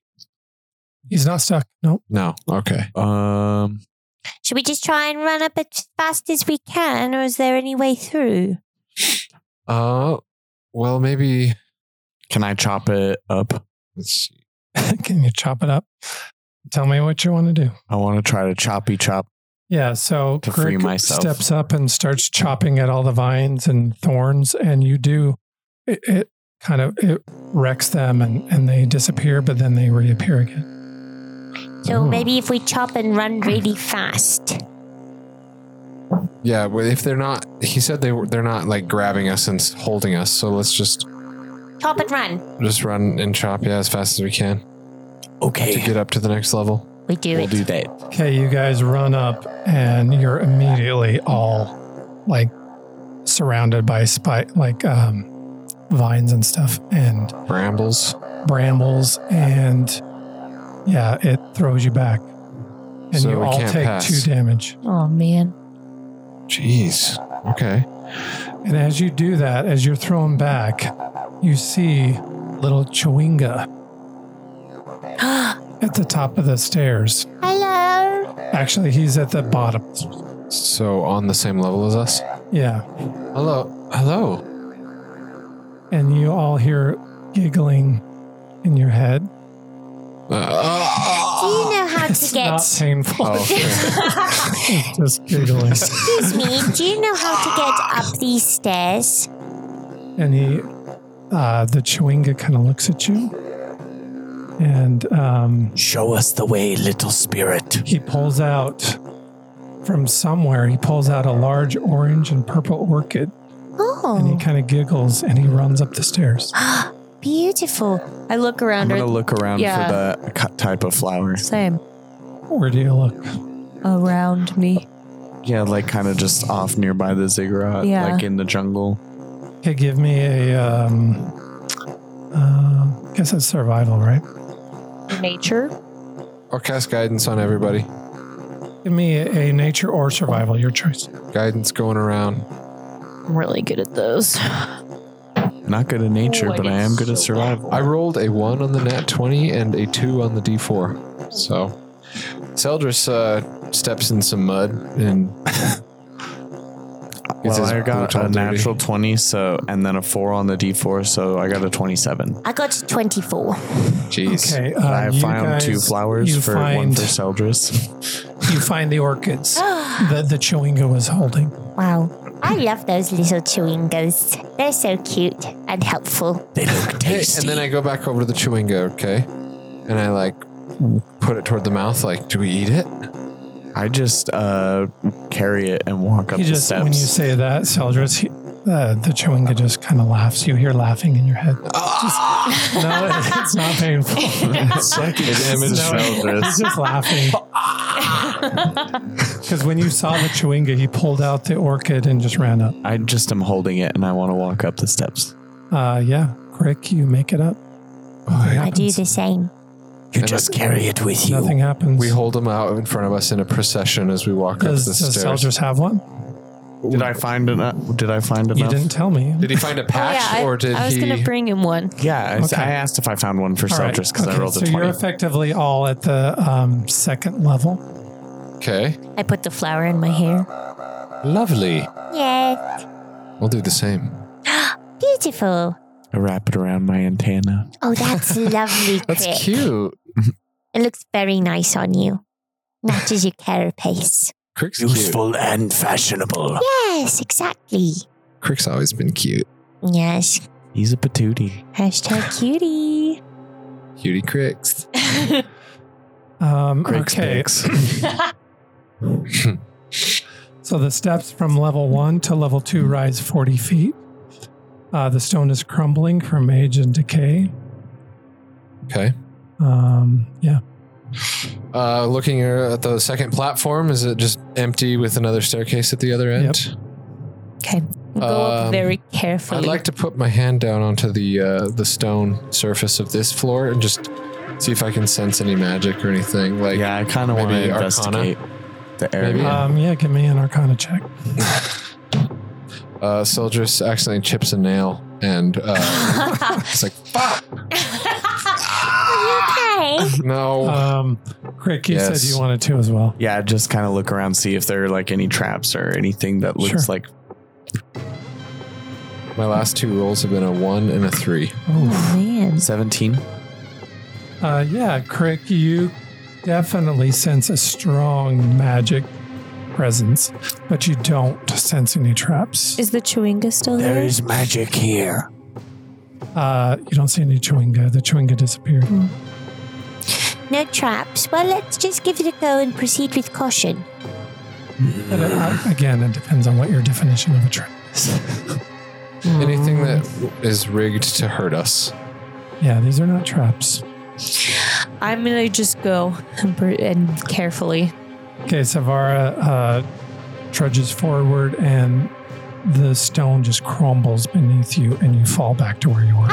He's not stuck. Nope.
No. Okay.
Um,
Should we just try and run up as fast as we can, or is there any way through?
Uh well, maybe
can I chop it up?
let's see.
Can you chop it up? Tell me what you want to do.
I want to try to choppy chop.
Yeah, so
To free
Crick
myself.
steps up and starts chopping at all the vines and thorns, and you do it, it kind of it wrecks them and, and they disappear, but then they reappear again.
So maybe if we chop and run really fast.
Yeah, well, if they're not, he said they were, they're not like grabbing us and s- holding us. So let's just
Chop and run.
just run and chop, yeah, as fast as we can to
Okay,
get up to the next level.
We do
we'll
it.
do that.
Okay, you guys run up and you're immediately all like surrounded by spy like um vines and stuff and
Brambles.
brambles and yeah, it throws you back. And
So
you
we
all
can't
take
pass.
two damage.
Oh man.
Jeez. Okay.
And as you do that, as you're thrown back, you see little Chewinga at the top of the stairs.
Hello.
Actually, he's at the bottom.
So on the same level as us.
Yeah.
Hello. Hello.
And you all hear giggling in your head.
Uh, ah!
Do you know how to
It's not
get.
painful.
Oh, okay.
It's just giggling.
Excuse me. Do you know how to get up these stairs?
and he, uh, the Chewinga kind of looks at you. And um,
Show us the way, little spirit.
he pulls out from somewhere, he pulls out a large orange and purple orchid. And he
Oh,
kind of giggles and he runs up the stairs.
beautiful.
I look around
I'm
her.
gonna look around
yeah.
for that cu- type of flower.
Same.
Where do you look?
Around me.
Yeah, like kind of just off nearby the ziggurat,
Yeah.
like in the jungle.
Okay, give me a. Um, uh, I guess it's survival, right?
Nature.
I'll cast uh. guidance on everybody.
Give me a, a nature or survival, your choice.
Guidance going around.
I'm really good at those.
Not good at nature,
Oh, I
but I
get
am good at
so
survival.
I rolled a one on the nat twenty and a two on the d four. So, Seldris uh, steps in some mud and. gets
Well,
his
I got
boot
a
all dirty.
natural 20, so and then a 4 on the d4, so I got a 27.
I got to 24.
Jeez.
Okay, uh,
I
you
found two
guys-
flowers
you
for one
find,
for Seldris.
you find the orchids that the Chewingo was holding.
Wow. I love those little chewing ghosts. They're so cute and helpful.
They look
Hey,
tasty.
and then I go back over to the chewinga, okay? And I like put it toward the mouth, like, do we eat it?
I just uh, carry it and walk up
He
the
just when you
steps.
say that, Seldris, he, Uh, the Chewinga just kind of laughs. You hear laughing in your head.
Ah!
Just- no, it's not painful.
Image
No, He's just laughing.
Ah!
Because when you saw the Chewinga, he pulled out the orchid and just ran up.
I just am holding it and I want to walk up the steps.
Uh, yeah, Crick, you make it up. Nothing
I do
happens.
the same.
You just carry it with you.
Nothing happens.
We hold them out in front of us in a procession as we walk
does,
up the
does
stairs.
Seldris have one?
Did I find enough? Did I find
You
enough?
didn't tell me.
Did he find a patch
Oh, I,
or did
I was
he?
gonna bring him one.
Yeah, I,
Okay.
I asked if I found one for
All right,
Seldris because
okay,
I rolled a
so you're
20.
effectively all at the um, second level.
okay.
I put the flower in my hair.
Lovely.
Yeah,
We'll do the same.
beautiful.
I wrap it around my antenna.
Oh, that's lovely, Crick.
That's cute.
It looks very nice on you. Matches your carapace.
Crick's cute.
Useful and fashionable.
Yes, exactly.
Crick's always been cute.
Yes.
He's a patootie.
Hashtag cutie.
Cutie Cricks.
Um,
Crick's
okay,
pics.
So the steps from level one to level two rise 40 feet. Uh, the stone is crumbling from age and decay.
Okay.
Um, yeah.
Uh, looking at the second platform, is it just empty with another staircase at the other end?
Go
Um,
up very
I'd
carefully.
like to put my hand down onto the uh, the stone surface of this floor and just see if I can sense any magic or anything. Like,
yeah, I kind of want to
maybe Arcana?
investigate the area.
Maybe. Yeah.
Um, yeah, give me an arcana check.
uh, Seldris accidentally chips a nail, and uh, it's like, fuck,
Okay.
no.
Um, Crick, you
Yes.
said you wanted to as well.
Yeah, just kind of look around, see if there are like any traps or anything that looks
Sure.
like.
my last two rolls have been a one and a three.
Oh, man.
17.
Uh, yeah, Crick, you definitely sense a strong magic presence, but you don't sense any traps.
is the chewinga still
There
there?
is magic here.
Uh, you don't see any chewinga. The chewinga disappeared.
No traps. Well, let's just give it a go and proceed with caution.
But it, uh, again, it depends on what your definition of a trap is.
Anything that is rigged to hurt us.
Yeah, these are not traps.
I'm gonna just go and, per- and carefully.
Okay, Savara uh, trudges forward and the stone just crumbles beneath you and you fall back to where you were.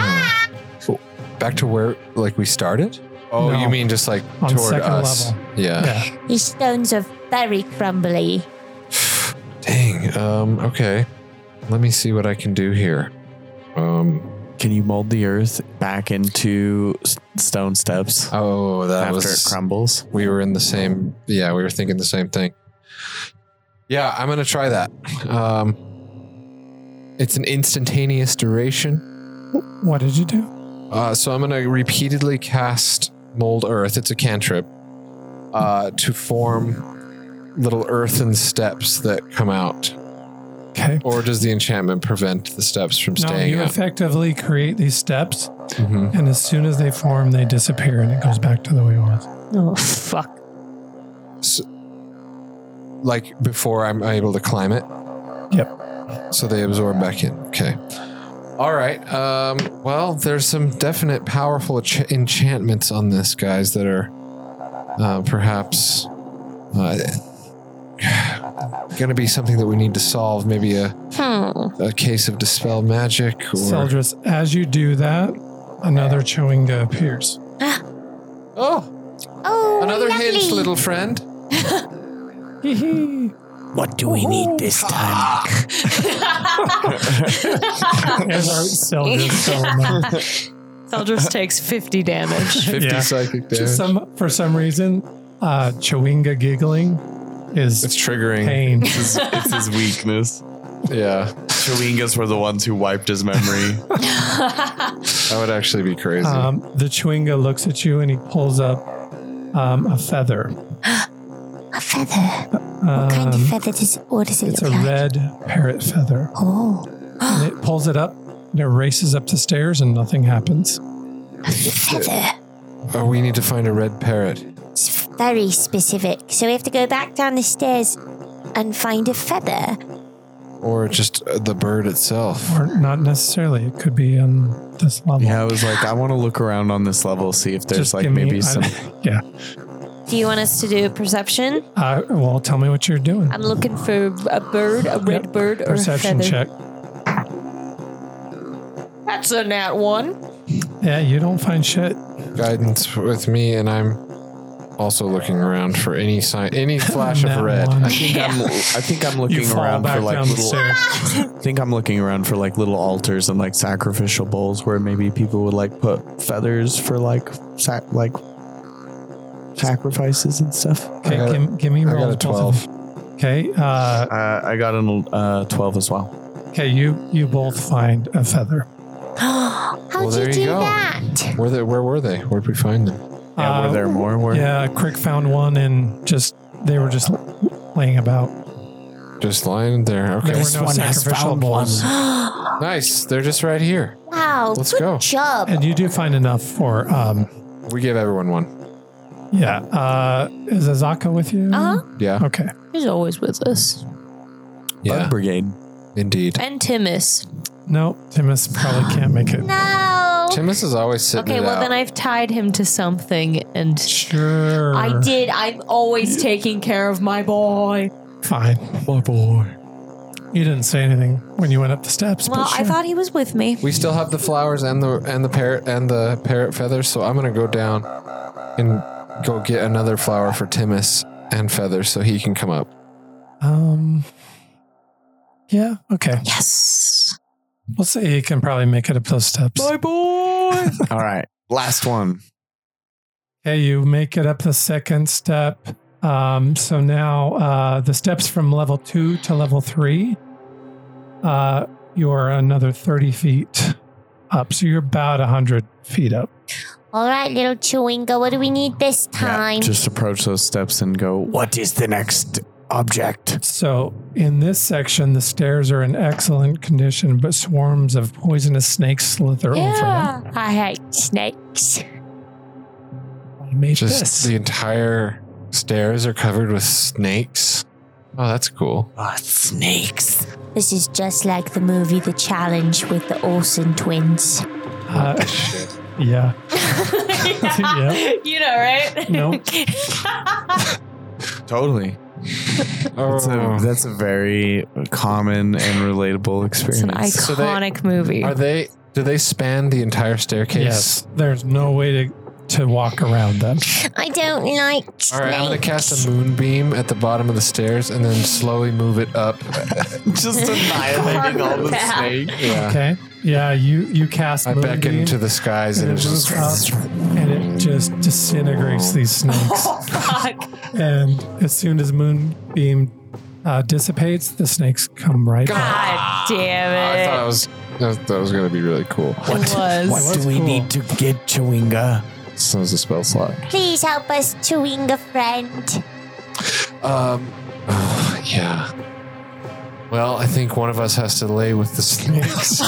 Back to where like we started. Oh,
No.
you mean just like
On
toward
second
us?
level.
Yeah.
Yeah.
These stones are very crumbly.
Dang. Um. Okay. Let me see what I can do here. Um.
Can you mold the earth back into s- stone steps
Oh, that
after
was
it crumbles?
we were in the same yeah we were thinking the same thing yeah i'm gonna try that um it's an instantaneous duration
What did you do?
uh, so i'm gonna repeatedly cast mold earth it's a cantrip uh, to form little earthen steps that come out
Okay.
or does the enchantment prevent the steps from
No,
staying
you
out
effectively create these steps,
Mhm.
and as soon as they form, they disappear and it goes back to the way it was.
Oh fuck!
like before I'm able to climb it. Yep. So they absorb back in. Okay. All right. Um, well, there's some definite powerful ench- enchantments on this, guys, that are uh, perhaps uh, going to be something that we need to solve. Maybe a, a case of dispel magic or.
Seldris, as you do that, another Chewinga appears.
Oh,
Oh,
another
lovely.
hint, little friend.
What do we need this time?
There's our Seldris settlement.
Seldris takes 50 damage.
50
Yeah.
psychic damage.
Just some, for some reason, uh, Chewinga giggling
it's
is
triggering.
pain.
It's, it's his weakness.
Yeah.
Chewingas were the ones who wiped his memory.
That would actually be crazy.
Um, the Chewinga looks at you and he pulls up um, a feather.
A feather.
Um,
What kind of feather does it, what does it
it's a
look like?
red parrot feather.
oh,
And it pulls it up and it races up the stairs and nothing happens.
a feather.
oh, we need to find a red parrot.
It's very specific. So we have to go back down the stairs and find a feather.
or just uh, the bird itself.
Or not necessarily. It could be on this level.
Yeah, I was like, I want to look around on this level, see if there's
Just
like
give me-
maybe
I-
some.
yeah.
Do you want us to do a perception?
Uh, well, tell me what you're doing.
I'm looking for a bird, a red
Yep.
bird, or a
Perception
feather.
check.
That's a nat one.
Yeah, you don't find shit.
Guidance with me, and I'm also looking around for any sign, any flash of
That
red.
one.
I think I'm. I think I'm
You
looking
fall
around
back
for like
down the
little.
stairs.
I think I'm looking around for like little altars and like sacrificial bowls where maybe people would like put feathers for like sac like sacrifices and stuff.
Okay,
got a-
give, give me
I got
rolls.
a
both of them. Okay, uh,
Uh, I got an uh, twelve as well.
okay, you you both find a feather.
How'd
Well, there
you
you
do
go.
that?
Where, they, where were they? Where'd we find them?
Yeah,
Uh,
were there more? Where?
Yeah, Crick found one and just they were just laying about.
Just lying there.
There
Okay.
were no
one has
sacrificial
found
bowls.
Nice. They're just right here.
Wow,
Let's
good
go.
job.
And you do find enough for um
We give everyone one.
yeah. Uh is Azaka with you?
Uh-huh.
Uh huh.
Yeah.
Okay.
He's always with us.
Bug brigade.
Indeed.
And Timus.
No, Timus probably can't make it.
No.
Oh.
Timus is always sitting
Okay,
it
well
out.
then I've tied him to something, and
Sure.
I did. I'm always taking care of my boy.
Fine. My boy. You didn't say anything when you went up the steps.
Well,
but sure.
I thought he was with me.
we still have the flowers and the and the parrot and the parrot feathers, so I'm gonna go down and go get another flower for Timus and feathers so he can come up.
Um. Yeah. Okay.
Yes.
We'll say you can probably make it up those steps.
boy. All right, last one.
Okay, you make it up the second step. Um, so now uh, the steps from level two to level three, uh, you are another 30 feet up. So you're about 100 feet up.
All right, little Chewingo, what do we need this time?
Just approach those steps and go.
What is the next object?
So in this section, the stairs are in excellent condition, but swarms of poisonous snakes slither over them.
I hate snakes.
You made
Just
this.
the entire stairs are covered with snakes. Oh, that's cool.
Ah, snakes.
This is just like the movie The Challenge with the Olsen twins.
Uh, yeah. Yeah.
You know, right?
No.
Totally. That's a,
Oh.
that's a very common and relatable
It's an
experience.
So they-
iconic movie.
Are they do they span the entire staircase?
Yes. There's no way to, to walk around them.
I don't like snakes.
All right, I'm gonna cast a moonbeam at the bottom of the stairs and then slowly move it up.
Just annihilating all the
Yeah.
snakes.
Yeah,
Okay. Yeah. You you cast.
I beckon
moonbeam.
to the skies and
and
it
it moves
just
up and it just disintegrates these snakes.
Oh, Fuck.
and as soon as Moonbeam uh, dissipates, the snakes come right back.
God
I thought
damn
it
it.
was that, that was gonna be really cool.
It was.
What do we
cool.
need to get Chewinga?
So is the spell slot.
Please help us, Chewinga friend.
Um, oh, yeah. Well, I think one of us has to lay with the snakes.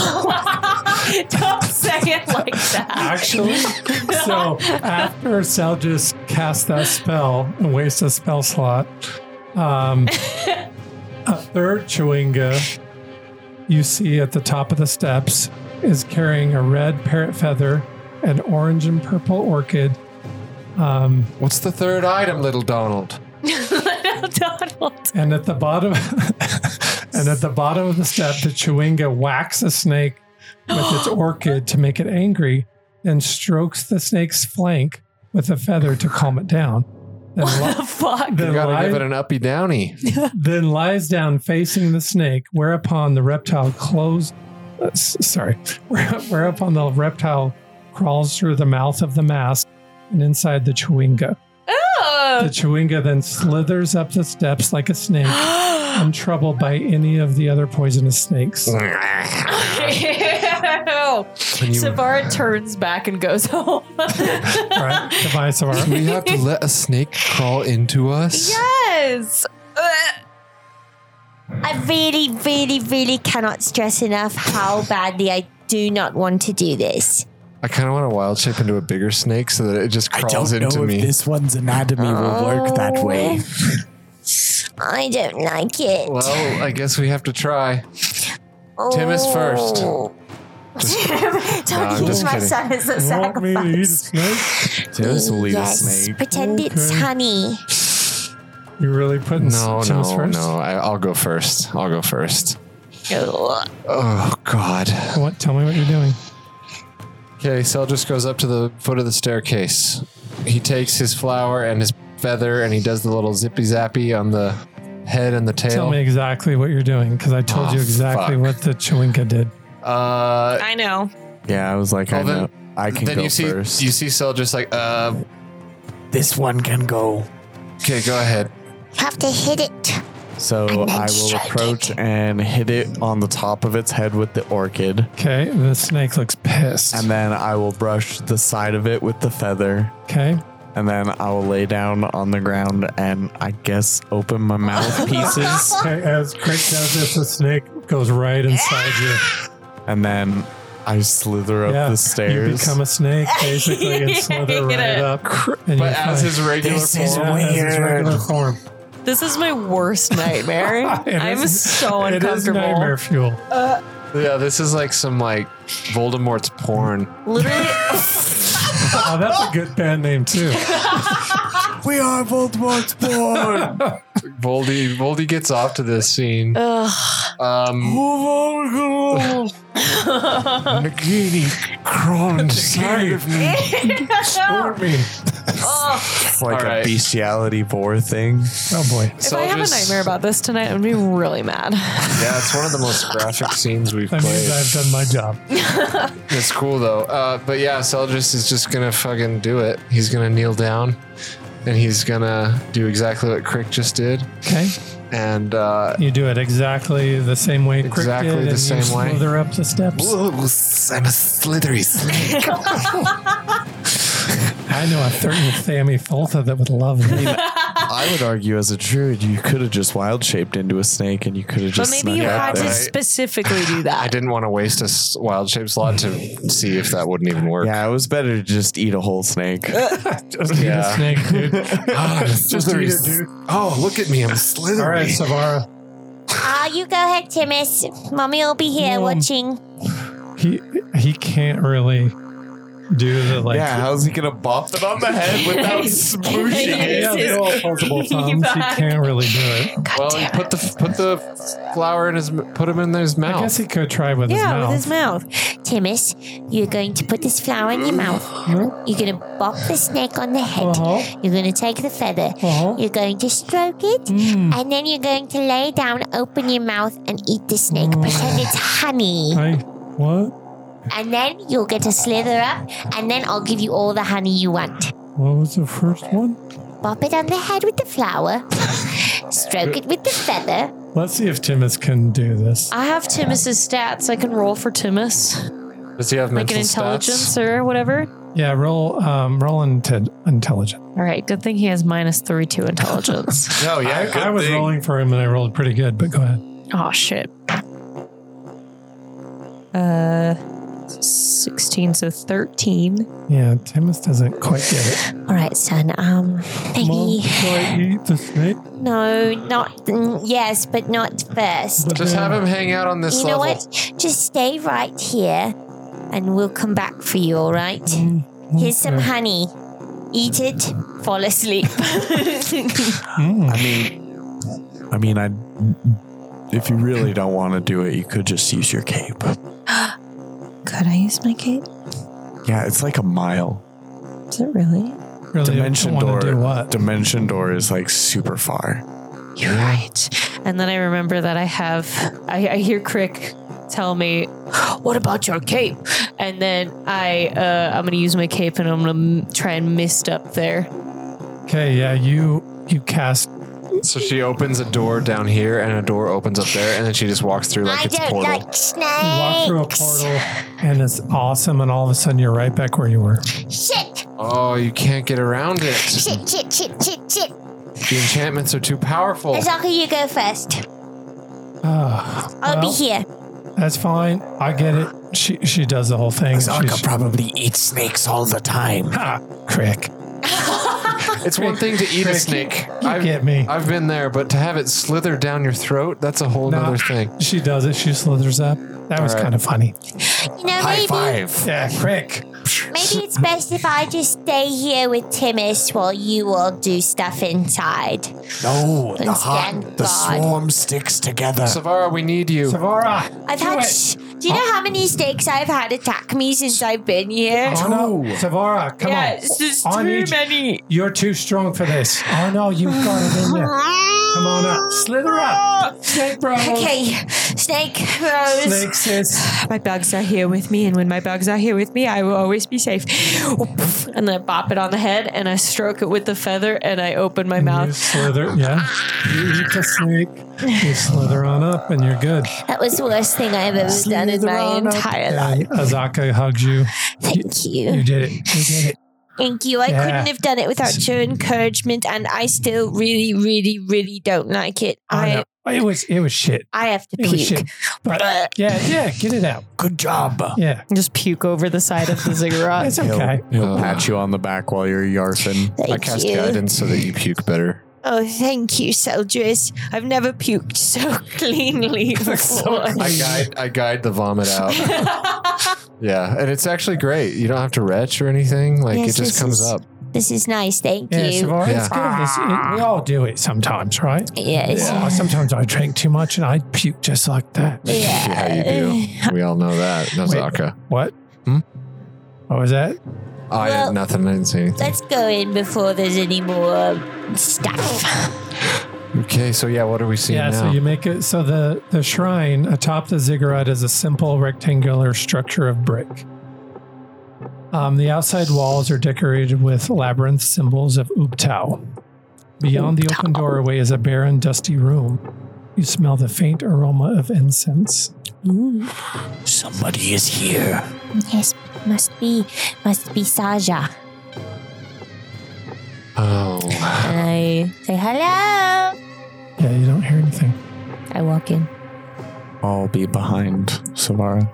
Don't say it like that.
Actually, so after Sal just cast that spell and wastes a spell slot, um, a third Chewinga you see at the top of the steps is carrying a red parrot feather, an orange and purple orchid, um,
What's the third item, little Donald?
Donald.
And at the bottom, and at the bottom of the step, the chewinga whacks a snake with its orchid to make it angry, then strokes the snake's flank with a feather to calm it down. Then,
What
li-
the fuck?
You
then,
gotta
li-
give it an uppy downy.
then lies down facing the snake, whereupon the reptile close. uh, s- sorry, whereupon the reptile crawls through the mouth of the mask and inside the chewinga. The
Oh.
chewinga then slithers up the steps like a snake untroubled by any of the other poisonous snakes.
Can you-
Savara turns back and goes home.
right? Device of our.
we have to let a snake crawl into us.
yes.
I really, really, really cannot stress enough how badly I do not want to do this.
I kind of want to wild shape into a bigger snake so that it just
I
crawls
don't know
into
if
me.
this one's anatomy will work that way.
I don't like it.
Well, I guess we have to try.
oh.
Timus first.
don't
I'm
use
just
my
kidding.
son as a sacrifice.
Just leave
yes,
a snake.
pretend it's
Okay.
honey.
You're really putting
No,
s- to us
no,
first?
no. I, I'll go first. I'll go first.
Ah,
Oh God.
What? Tell me what you're doing.
Okay, Sel just goes up to the foot of the staircase. He takes his flower and his feather, and he does the little zippy zappy on the head and the tail.
Tell me exactly what you're doing because I told
Oh,
you exactly
fuck.
what the Chewinka did.
Uh,
I know.
Yeah, I was like,
Well,
I
then-
know. I can
then
go
you see
first.
you see Sel just like, uh,
This one can go.
okay, go ahead.
Have to hit it.
so
and then
I will
strike
approach
it.
and hit it on the top of its head with the orchid,
Okay, the snake looks pissed.
and then I will brush the side of it with the feather,
okay,
and then I will lay down on the ground and I guess open my mouthpieces,
Okay, as Crick does this, the snake goes right inside you.
and then I slither up
Yeah,
the
You
stairs.
become a snake basically and slither right up.
But
And you're
as
fine.
his regular
This is
form,
Yeah, as his regular
weird.
form.
This is my worst nightmare.
It
I'm
is-
so
It is nightmare
uncomfortable.
fuel.
yeah, this is like some like Voldemort's porn.
Literally,
Oh, that's a good band name too.
we are Voldemort's born.
Voldy Voldy gets off to this scene.
Uh,
Um, Nagini, crawl inside of me.
Warn me.
like
All right.
a bestiality boar thing.
Oh boy.
if I have a nightmare about this tonight, I'm gonna be really mad.
Yeah, it's one of the most graphic scenes we've
That means
played.
I've done my job.
It's cool though. Uh, but yeah, Seldris is just gonna fucking do it. He's gonna kneel down, and he's gonna do exactly what Crick just did.
Okay.
And uh,
You do it exactly the same way. Crick
Exactly
did,
the
and
same
you
way.
Slither up the steps.
I'm a slithery snake.
I know a 30th Sammy Fulta that would love that.
I would argue, as a druid, you could have just wild shaped into a snake, and you could have
But
just.
maybe you
snuck
had
out
to
right.
there.
specifically do
I
that.
didn't want to waste a s- wild shape slot to see if that wouldn't even work.
Yeah, it was better to just eat a whole snake.
Just eat a
Yeah.
snake, dude.
Ah, I'm a slithery
Just eat
s- oh, look at me! I'm slithery.
All right, Savara.
Ah, you go ahead, Timus. Mommy will be here
Mm.
Mom.
watching.
He he can't really do the like.
yeah, how's he gonna bop it on the head without smooshing it?
Yeah, the old opposable thumbs. He can't really do it.
Well, you put the f- put the flower in his m- put him in his
I
mouth.
guess he could try with
yeah, with
his
his
mouth.
mouth.
Timus, you're going to put this flower in your mouth. You're going to bop the snake on the head.
Uh-huh.
You're going to take the feather.
Uh-huh. Mm.
You're going to stroke it. And then you're going to lay down, open your mouth, and eat the snake.
Mm.
Pretend it's honey.
I, what?
And then you'll get to slither up. And then I'll give you all the honey you want.
What was the first one?
Bop it on the head with the flower. Stroke it with the feather.
Let's see if Timus can do this.
I have Timus's stats. I can roll for Timus,
Does he have
like
mental
an
stats?
intelligence or whatever.
Yeah, roll um, roll inte- intelligent.
All right, good thing he has minus three to intelligence.
No, yeah,
I, I was rolling for him and I rolled pretty good, but go ahead.
oh shit. Uh, sixteen so thirteen.
Yeah, Timus doesn't quite get it.
All right, son.
Mom,
Um, maybe.
can I eat the snake?
No, not. mm, yes, but not first.
But
Just have
then-
him hang out on this
you know
level.
what? Just stay right here and we'll come back for you, all right?
Mm-hmm.
Here's some
okay.
honey. Eat it, fall asleep.
Hmm,
I mean, I mean, I. If you really don't want to do it, you could just use your cape.
Could I use my cape?
Yeah, it's like a mile.
Is it really?
Really
Dimension
want
door.
to do what?
Dimension door is like super far.
You're right. And then I remember that I have, I, I hear Crick tell me, "What about your cape?" And then I, uh, I'm gonna use my cape and I'm gonna m- try and mist up there.
Okay, yeah, you you cast.
So she opens a door down here and a door opens up there, and then she just walks through like
I
it's a
don't
portal.
like
You walk through a
snakes.
portal, and it's awesome. And all of a sudden, you're right back where you were.
Shit,
oh, you can't get around it.
shit, shit, shit, shit, shit.
The enchantments are too
Oh.
powerful.
Azaka, you go first.
Ah, well,
I'll be here.
That's fine. I get it. She she does the whole thing.
Zarka
She's-
probably eats snakes all the time.
ah, crick.
It's one thing to eat a snake.
You
I've,
get me.
I've been there, but to have it slither down your throat, that's a whole
No.
nother thing.
She does it. She slithers up. That was
All right.
kind of funny.
You know, maybe
Yeah, quick.
maybe it's best if I just stay here with Timus while you all do stuff inside.
No, the
Let's
heart,
stand
the
guard.
swarm sticks together.
Savara, we need you.
Savara.
I've
do
had.
it. Oh.
Shh, do you know how many snakes I've had attack me since I've been here?
Arno, Savara, come
Yeah,
on.
it's just
I
too
need-
many.
You're too strong for this. Arno, you've got it in there. Oh. Come on up. Slither up. Snake bro.
Okay, snake rose.
Snake sis.
My bugs are here with me, and when my bugs are here with me, I will always be safe. And I bop it on the head, and I stroke it with the feather, and I open my
You
mouth.
slither. Yeah. You eat the snake. You slither on up and you're good.
That was the worst thing I've ever done in my entire life.
And Azaka hugs you.
Thank
You
you.
did it. You did it.
Thank you. I
Yeah.
couldn't have done it without your encouragement, and I still really, really, really don't like it. I,
Arno. It was it was shit.
I have to
It was
puke.
shit. But yeah, yeah, get it out.
Good job.
Yeah.
Just puke over the side of the ziggurat.
It's okay.
He'll
Uh.
pat you on the back while you're yarfing.
Thank
I cast
you.
guidance so that you puke better.
Oh, thank you, Seldris. I've never puked so cleanly before.
I guide I guide the vomit out. yeah, and it's actually great. You don't have to retch or anything. Like
Yes,
it just
this
comes
is-
up.
This is nice. Thank
Yeah,
you.
Savara, it's
Yeah.
good. It's- it- we all do it sometimes, right?
yes.
Oh, sometimes I drink too much and I puke just like that.
Yeah.
Yeah, you do. We all know that. No,
Wait.
Zaka.
What?
Hmm?
What was that?
I
Well-
had Oh, nothing. I didn't say anything.
Let's go in before there's any more stuff.
Okay, so yeah, what are we seeing
yeah,
now?
so you make it so the, the shrine atop the ziggurat is a simple rectangular structure of brick. Um, the outside walls are decorated with labyrinth symbols of Ubtau. Beyond the open doorway is a barren, dusty room. You smell the faint aroma of incense.
Somebody is here.
Yes, must be, must be Saja.
oh,
And I say hello.
Yeah, you don't hear anything.
I walk in.
I'll be behind Savara.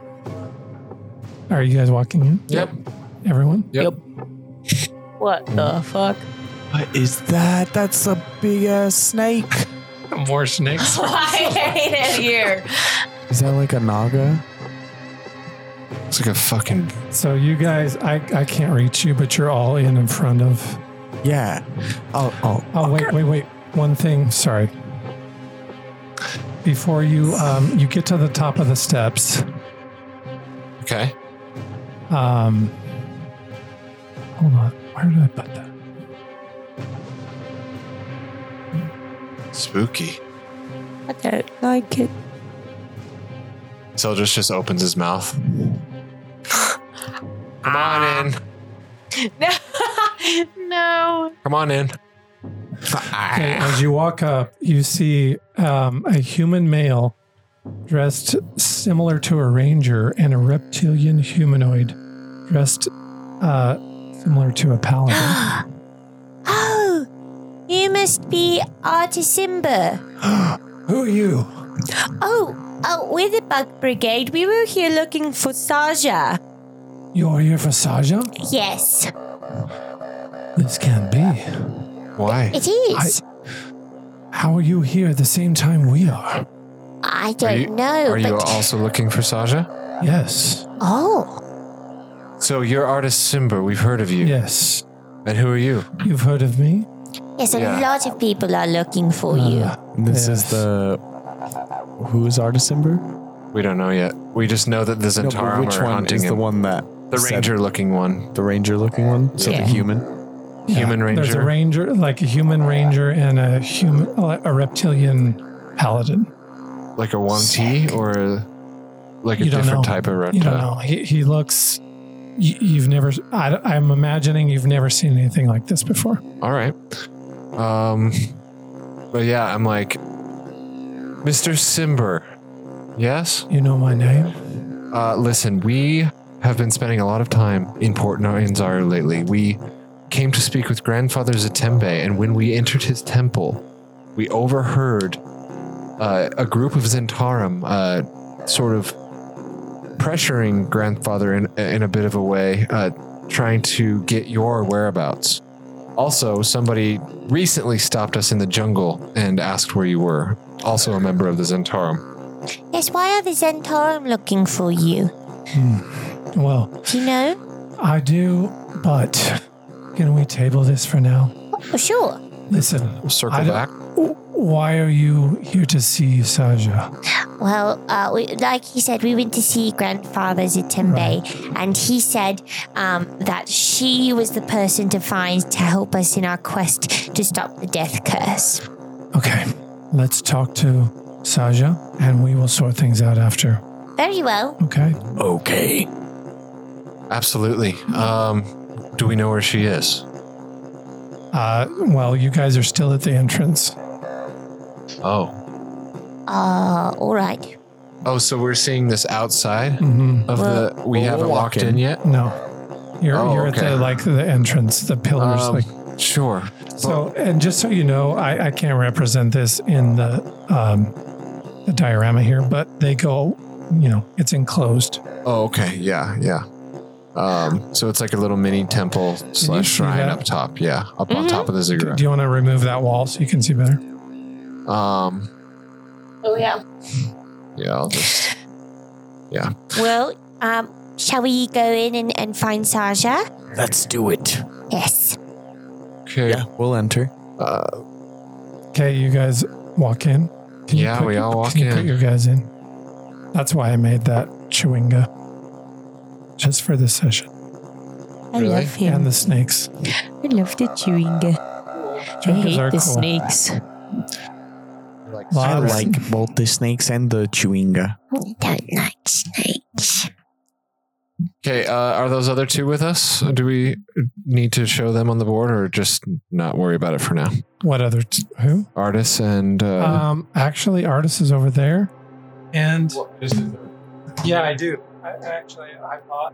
Are you guys walking in?
yep.
Everyone?
What the fuck?
What is that? That's a big ass snake.
More snakes.
I hate it here.
Is that like a naga?
It's like a fucking.
So you guys, I, I can't reach you, but you're all in in front of.
Yeah. Oh, oh.
Oh wait, wait, wait. One thing. Sorry. Before you um, you get to the top of the steps,
Okay.
um, hold on. Where did I put that?
Spooky.
I don't like it.
Seldris just opens his mouth. Come on in.
no.
Come on in.
Okay, as you walk up, you see um, a human male dressed similar to a ranger and a reptilian humanoid dressed uh, similar to a paladin.
Oh, you must be Artisimba.
Who are you?
Oh, oh, we're the Bug Brigade. We were here looking for Saja.
You're here for Saja?
Yes,
This can't be.
Why?
it is.
How are you here at the same time we are?
I,
Are
don't
you-
know,
Are
but
you also looking for Saja?
Yes.
oh,
So you're artist Simba. We've heard of you.
Yes.
And who are you?
You've heard of me?
yes, a
Yeah. Uh.
lot of people are looking for you.
Uh,
This is
Yes.
the. Who is Artisimber?
We don't know yet. We just know that the
No,
Zentarum
but which
are
one
hunting
is the
him.
one that
the
said-
ranger-looking one,
the ranger looking one? So
Yeah.
the human.
human
There's a
ranger.
ranger, like a human ranger and a human, a reptilian paladin.
like a one T or a, like a
You don't
different
know.
type of reptile.
You don't know. He, he looks. You, you've never. I, I'm imagining you've never seen anything like this before.
All right. Um, but yeah, I'm like, Mr. Simber. Yes.
You know my name.
Uh, listen, we have been spending a lot of time in Port Noinzar lately. We came to speak with Grandfather Zatembe, and when we entered his temple, we overheard uh, a group of Zentarum uh, sort of pressuring Grandfather in, in a bit of a way, uh, trying to get your whereabouts. Also, somebody recently stopped us in the jungle and asked where you were. Also, a member of the Zentarum.
Yes, why are the Zentarum looking for you?
Well,
Do you know?
I do, but can we table this for now?
Oh, sure.
Listen, I
Circle
don't-
back.
why are you here to see Saja?
Well, uh, we, like he said, we went to see grandfather Zitembe, and he said um, that she was the person to find to help us in our quest to stop the death curse.
Okay, let's talk to Saja and we will sort things out after.
Very well.
Okay?
Okay.
Absolutely. Um, do we know where she is?
Uh, well, you guys are still at the entrance.
Oh.
Uh, all right.
Oh, so we're seeing this outside
hmm
of
Well-
the. We
Well,
haven't
we'll walk
walked
in.
in, yet.
No, you're
Oh,
you're at
okay.
the like the entrance, the pillars,
Um,
Oh, like
Sure.
So, and just so you know, I, I can't represent this in the um, the diorama here, but they go, you know, it's enclosed.
Oh, okay. Yeah, yeah. Um, so it's like a little mini temple slash
see
shrine
that? Mm-hmm.
up top. Yeah, up on top of the
Do,
ziggurat.
do you want to remove that wall so you can see better?
um,
Oh yeah.
yeah, I'll just.
Well, um, shall we go in and, and find Saja?
Let's do it.
Yes.
Okay.
Yeah, we'll enter.
Uh,
Okay, you guys walk in. Can you
Yeah,
put
we
your-
all walk
can You put
in.
your guys in. That's why I made that chewinga, just for this session
I
Really?
love him.
and the snakes.
I love the chewing. I
Chewingas
hate the
are cool.
snakes.
I
Lots.
like both the snakes and the chewinga.
We don't like snakes.
okay. Uh, are those other two with us? Do we need to show them on the board, or just not worry about it for now?
What other? T- who?
Artists and uh,
Um, actually, artist is over there, and yeah, I do. I, actually, I bought.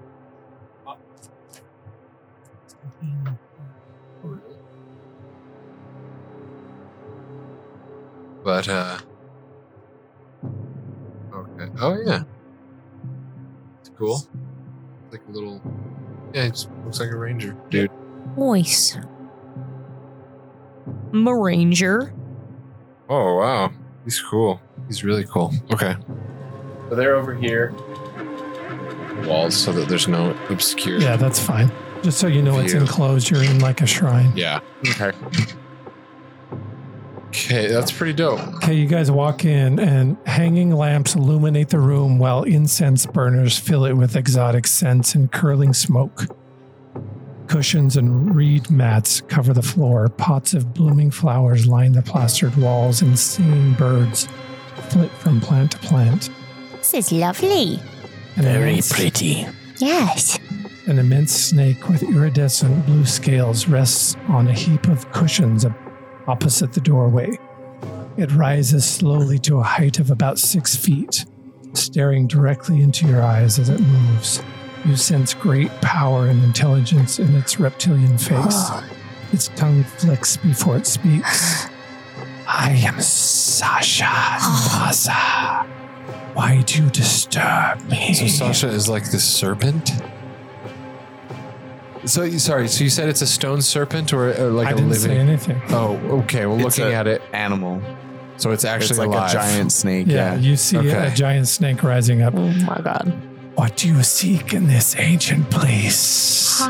but uh, okay. Oh yeah, it's cool. Like a little. Yeah, it looks like a ranger, dude.
Moist. I'm a ranger.
Oh wow, he's cool. He's really cool. Okay. So they're over here. Walls, so that there's no obscure.
Yeah, that's fine. Just so you know, it's
View.
enclosed. You're in like a shrine.
Yeah. Okay. Okay, that's pretty dope.
Okay, you guys walk in, and hanging lamps illuminate the room while incense burners fill it with exotic scents and curling smoke. Cushions and reed mats cover the floor. Pots of blooming flowers line the plastered walls, and singing birds flit from plant to plant.
This is lovely.
An
Very
immense-
pretty.
Yes.
An immense snake with iridescent blue scales rests on a heap of cushions op- opposite the doorway. It rises slowly to a height of about six feet, staring directly into your eyes as it moves. You sense great power and intelligence in its reptilian face. Its tongue flicks before it speaks. I am Sasha Nasa. Why do you disturb me?
So Sasha is like this serpent. So you- sorry. So you said it's a stone serpent or, or like
I
a
didn't
living?
say anything.
Oh, okay. Well,
It's
looking
a-
at it,
Animal.
so it's actually
it's like
alive.
a giant snake.
Yeah,
Yeah.
you see a
Okay.
giant snake rising up.
Oh my god.
What do you seek in this ancient place?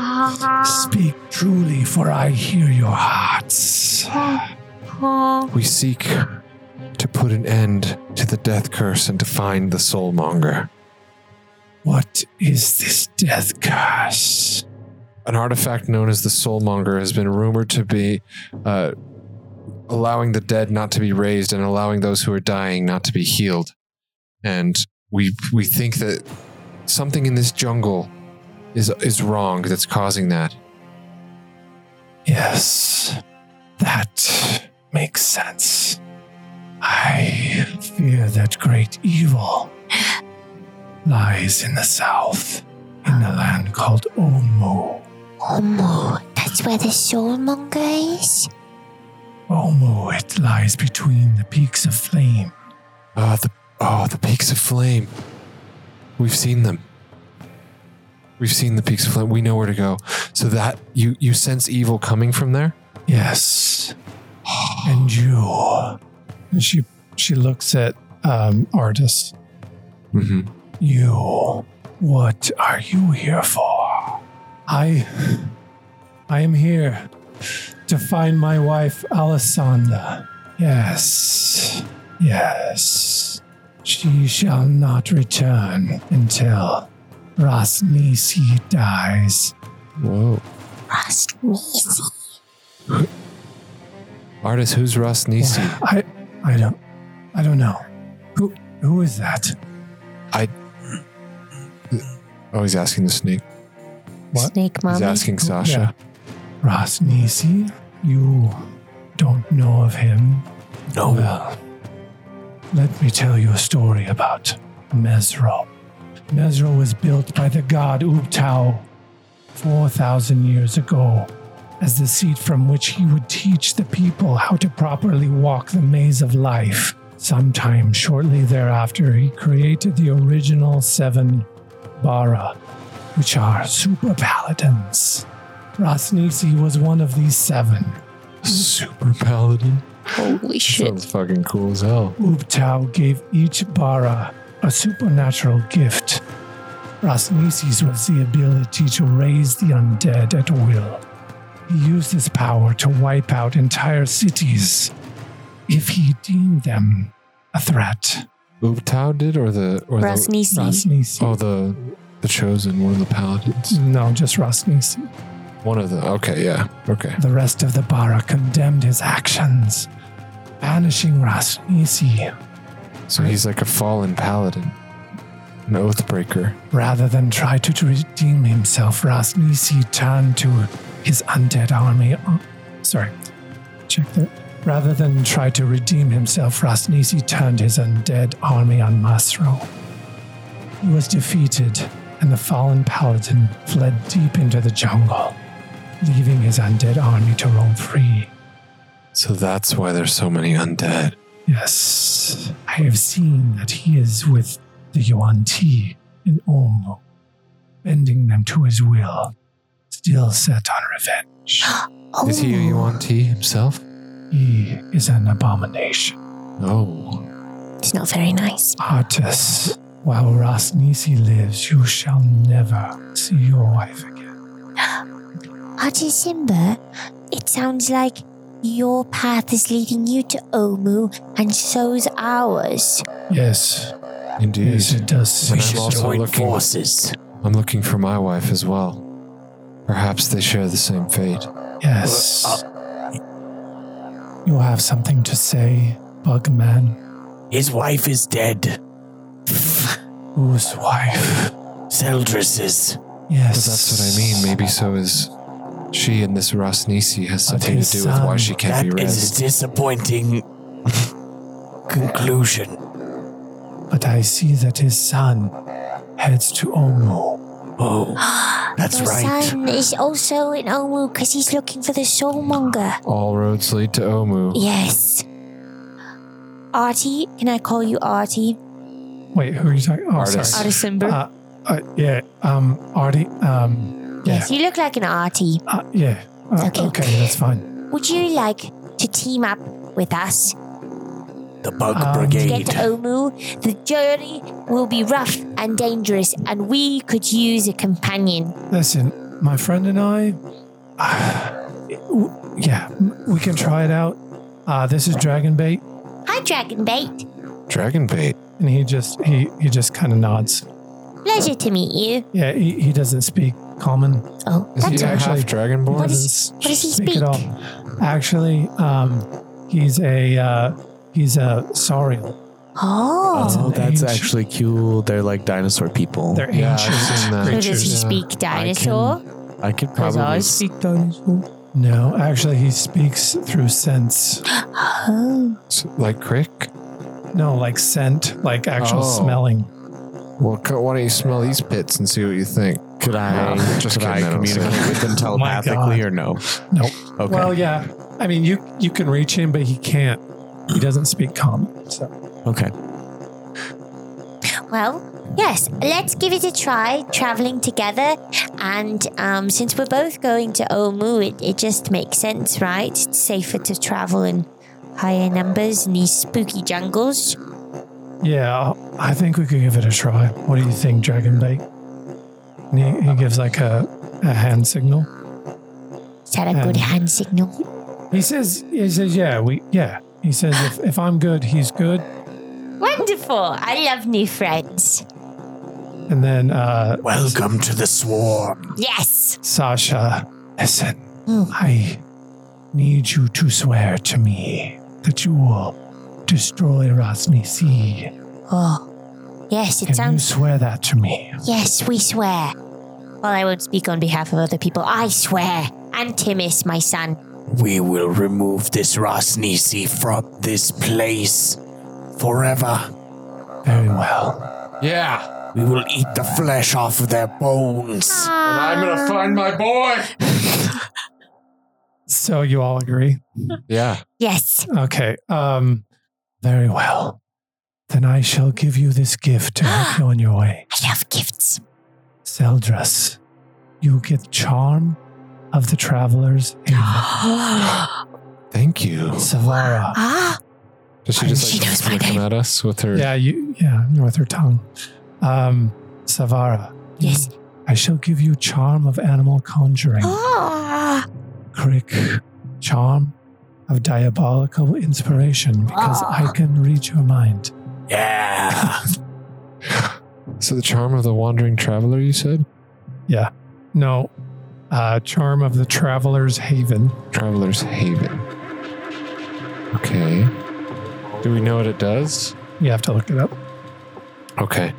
Speak truly, for I hear your hearts.
We seek to put an end to the death curse and to find the soulmonger.
What is this death curse?
An artifact known as the soulmonger has been rumored to be uh, allowing the dead not to be raised and allowing those who are dying not to be healed. And we we think that something in this jungle is is wrong that's causing that.
Yes, that makes sense. I fear that great evil lies in the south, in the land called Omu.
Omo, that's where the soulmonger is?
Omu, it lies between the peaks of flame.
Ah, the oh, the peaks of flame. We've seen them. We've seen the peaks of flame. We know where to go. So that you you sense evil coming from there.
Yes. And you. And she she looks at um, Artis.
Mhm.
You. What are you here for? I. I am here to find my wife, Alessandra. Yes. Yes. She shall not return until Rasnisi dies.
Whoa.
Rust Nisi.
Artist, who's Ross Nisi?
I I don't I don't know. Who who is that?
Oh, he's asking the snake.
What?
Snake
He's
mommy.
asking Sasha.
Rasnisi? You don't know of him?
No.
Well, let me tell you a story about Mesro. Mesro was built by the god Ubtau 4,000 years ago as the seat from which he would teach the people how to properly walk the maze of life. Sometime shortly thereafter, he created the original seven Bara, which are super paladins. Rasnisi was one of these seven.
Super paladin.
Holy shit.
Sounds fucking cool as hell.
Ubtau gave each Bara a supernatural gift. Rasnisi's was the ability to raise the undead at will. He used his power to wipe out entire cities if he deemed them a threat.
Ubtau did or the or
Rust
the
Nisi.
Rasnisi.
Oh the the chosen, one of the paladins.
No, just Rasnisi.
One of the okay, yeah. Okay.
The rest of the Bara condemned his actions, banishing Rasnisi
So he's like a fallen paladin. An oathbreaker.
Rather than try to redeem himself, Rasnisi turned to his undead army. uh, sorry, check that. Rather than try to redeem himself, Rasnisi turned his undead army on Masro. He was defeated, and the fallen paladin fled deep into the jungle, leaving his undead army to roam free.
So that's why there's so many undead.
Yes, I have seen that he is with the Yuan Ti in Olmo, bending them to his will, still set on revenge.
Oh,
Is he a Yuan Ti himself?
He is an abomination.
Oh.
it's not very nice.
Artis, while Rasnisi lives, you shall never see your wife again.
Artisimba, it sounds like your path is leading you to Omu, and so's ours.
Yes,
Indeed.
yes, it does.
We
seem
should
so.
join-
Join
looking-
forces.
I'm looking for my wife as well. Perhaps they share the same fate.
Yes. You have something to say, Bugman?
His wife is dead.
Whose wife?
Seldris's.
Yes.
But that's what I mean. Maybe so is she and this Rasnisi has
But
something to
his
do with why
son-
she can't
That
be read.
is a disappointing conclusion.
But I see that his son heads to Omo.
Oh, that's
Your
right.
son is also in Omu because he's looking for the soulmonger.
All roads lead to Omu.
Yes. Artie, can I call you Artie?
Wait, who are you talking? Oh,
Artis.
sorry.
Artisimber.
Uh, uh, yeah, um, Artie. Um, yeah,
Yes, you look like an Artie.
uh, yeah. Uh,
Okay.
okay. that's fine.
Would you like to team up with us
The Bug
Um,
to
Brigade.
get to Omu? The journey will be rough and dangerous, and we could use a companion.
Listen, my friend and I. it- w- yeah, m- we can try it out. Uh, this is Dragonbait,
Hi, Dragonbait.
Dragon bait.
and he just he he just kind of nods.
Pleasure to meet you.
Yeah, he, he doesn't speak common.
Oh,
Is
that's
he
all.
actually
actually-
half dragonborn?
What is-
doesn't
what does he
at
speak?
all. Actually, um, he's a uh, he's a Sauriel.
Oh.
Oh,
an
that's
ancient-
actually cool. They're like dinosaur people.
They're
yeah, I've
ancient.
seen
So
that.
does he
Yeah.
speak dinosaur?
I could
Because
probably
I
s-
speak dinosaur.
No, actually, he speaks through sense.
Oh.
S- Like Crick?
No, like scent, like actual
Oh.
smelling.
Well, co- why don't you smell these pits and see what you think?
could I
Uh, just
could I
kidding, I don't say
communicate
that.
with them
Oh my
telepathically
God.
or no?
Nope.
Okay.
Well, yeah. I mean, you you can reach him, but he can't. He doesn't speak common. So
okay.
Well, Yes, let's give it a try, traveling together. And um, since we're both going to Omu, it, it just makes sense, right? It's safer to travel in higher numbers in these spooky jungles.
Yeah, I think we could give it a try. What do you think, Dragonbait? And he, he gives like a, a hand signal.
Is that a good
Um,
hand signal?
He says, he says, yeah, we, yeah. He says, if, if I'm good, he's good.
Wonderful! I love new friends.
And then uh,
Welcome to the swarm.
Yes!
Sasha, listen,
Hmm.
I need you to swear to me that you will destroy Rosni Sea.
Oh, yes, it
Can you
sounds.
swear that to me?
Yes, we swear. Well, I won't speak on behalf of other people. I swear. And Timis, my son.
We will remove this Rosnisi from this place forever.
Very well.
Yeah.
We will eat the flesh off of their bones.
And I'm gonna find my boy.
So you all agree?
Yeah.
Yes.
Okay. Um, very well. Then I shall give you this gift to help you on your way.
I love gifts.
Seldras, you get charm of the traveler's haven.
Thank you.
Savara.
Ah,
Does she just
She
like
knows my
come
name.
at us with her?
Yeah, you yeah, with her tongue. Um, Savara.
yes.
I shall give you charm of animal conjuring.
Ah,
Crick charm of diabolical inspiration because I can read your mind.
Yeah.
So the charm of the wandering traveler, you said?
No. Uh, charm of the traveler's haven.
Traveler's Haven. Okay. Do we know what it does?
You have to look it up.
Okay.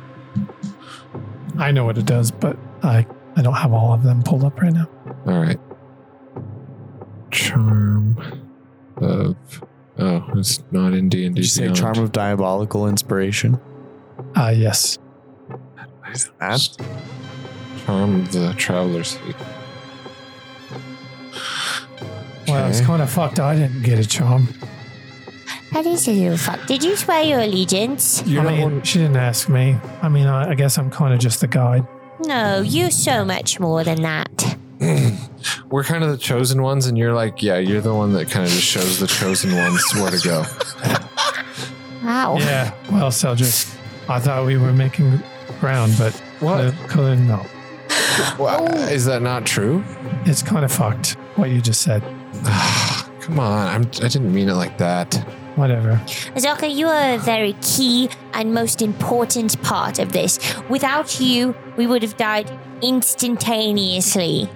I know what it does, but I I don't have all of them pulled up right now.
All right. Charm of oh, it's not in D and D.
Did you say charm of diabolical inspiration?
Ah, yes.
That?
charm of the traveler's Haven.
Well, it's
Okay.
kind of fucked. I didn't get a charm.
that is a little fun. Did you swear your allegiance?
You're
I
not
mean,
one-
she didn't ask me. I mean, I, I guess I'm kind of just the guide.
No, you're so much more than that.
We're kind of the chosen ones, and you're like, yeah, you're the one that kind of just shows the chosen ones where to go.
Wow.
Yeah. Well, Seldris, I thought we were making ground, but
What?
clearly no.
Wha- Is that not true?
It's kind of fucked what you just said.
Come on, I'm, I didn't mean it like that.
Whatever.
Azoka, you are a very key and most important part of this. Without you, we would have died instantaneously.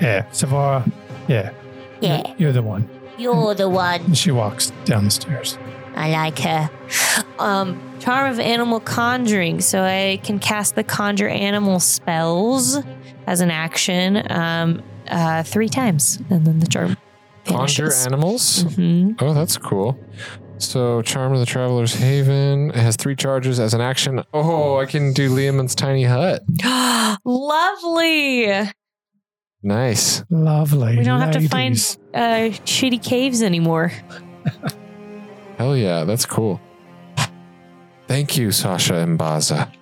Yeah, Savara. Yeah.
Yeah,
You're, you're the one.
you're the one.
And she walks down the stairs.
I like her.
Um, charm of animal conjuring, so I can cast the conjure animal spells as an action um, uh, three times, and then the charm.
Conjure
vanishes.
animals.
Mhm.
Mm-hmm.
Oh, that's cool. So, Charm of the Traveler's Haven it has three charges as an action. Oh, I can do Liamon's Tiny Hut.
Lovely.
Nice.
Lovely.
We don't have to find
ladies.
uh, shitty caves anymore.
Hell yeah, that's cool. Thank you, Sasha and Baza.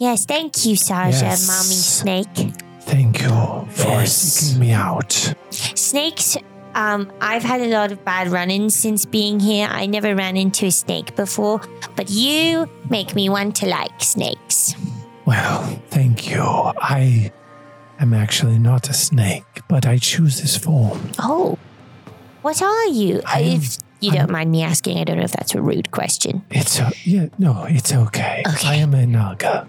Yes, thank you, Sasha,
Yes.
Mommy Snake.
Thank you for
Yes.
seeking me out.
Snakes, um, I've had a lot of bad run ins since being here. I never ran into a snake before, but you make me want to like snakes.
Well, thank you. I am actually not a snake, but I choose this form.
Oh, what are you?
I am-
if you don't mind me asking, I don't know if that's a rude question.
It's o yeah, no, it's okay.
Okay.
I am a naga.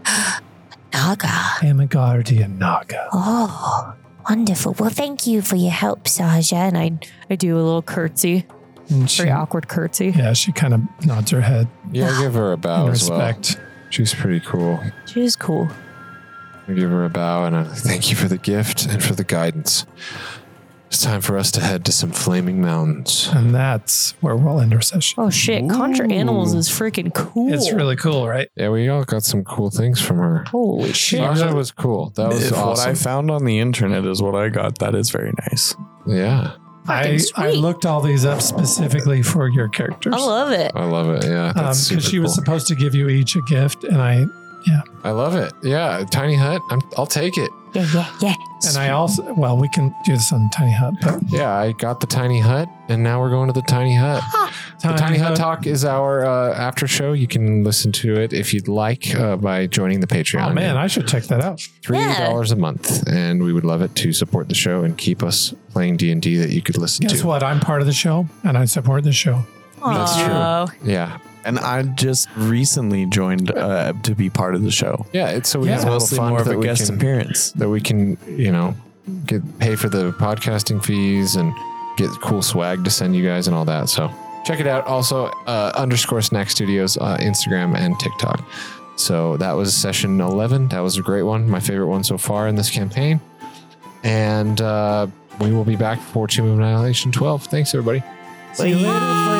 Naga.
I am a guardian naga.
Oh, wonderful. Well, thank you for your help, Sasha. And I,
I, I do a little curtsy,
And she,
very awkward curtsy.
yeah, she kind of nods her head
Yeah, I give her a bow
in
Oh, as well.
respect.
She's pretty cool.
She is cool.
I give her a bow and a thank you for the gift and for the guidance. It's time for us to head to some flaming mountains.
And that's where we'll end our session.
Oh shit, conjure animals
Ooh.
is freaking cool.
It's really cool, right?
Yeah, we all got some cool things from her.
holy shit.
Sasha was cool. That was
if what I
awesome.
found on the internet is what I got, that is very nice.
yeah,
I, I looked all these up specifically for your characters.
I love it.
I love it. Yeah,
Um,
that's
'cause
super
she was
cool.
supposed to give you each a gift, and I Yeah.
I love it. Yeah, tiny hut. I'm, I'll take it.
Yeah, yeah, yeah.
And I also, well, we can do this on Tiny Hut, but
Yeah, I got the tiny hut, and now we're going to the tiny hut. The Tiny Hut Talk is our uh, after show. You can listen to it if you'd like uh, by joining the Patreon.
Oh man, I should check that out.
three dollars a month, and we would love it to support the show and keep us playing D and D that you could listen
Guess
to.
what? I'm part of the show and I support the show.
That's
Oh.
true. Yeah,
And I just recently joined uh, to be part of the show.
yeah. It's so we
Yeah.
have a little
Mostly
fund
more of
that
a
we
guest
can
appearance.
that we can you know get pay for the podcasting fees and get cool swag to send you guys and all that. So check it out. Also uh, underscore Snack Studios uh, Instagram and TikTok. So that was session eleven. That was a great one. My favorite one so far in this campaign. And uh, we will be back for Tomb of Annihilation twelve. Thanks everybody.
See you later,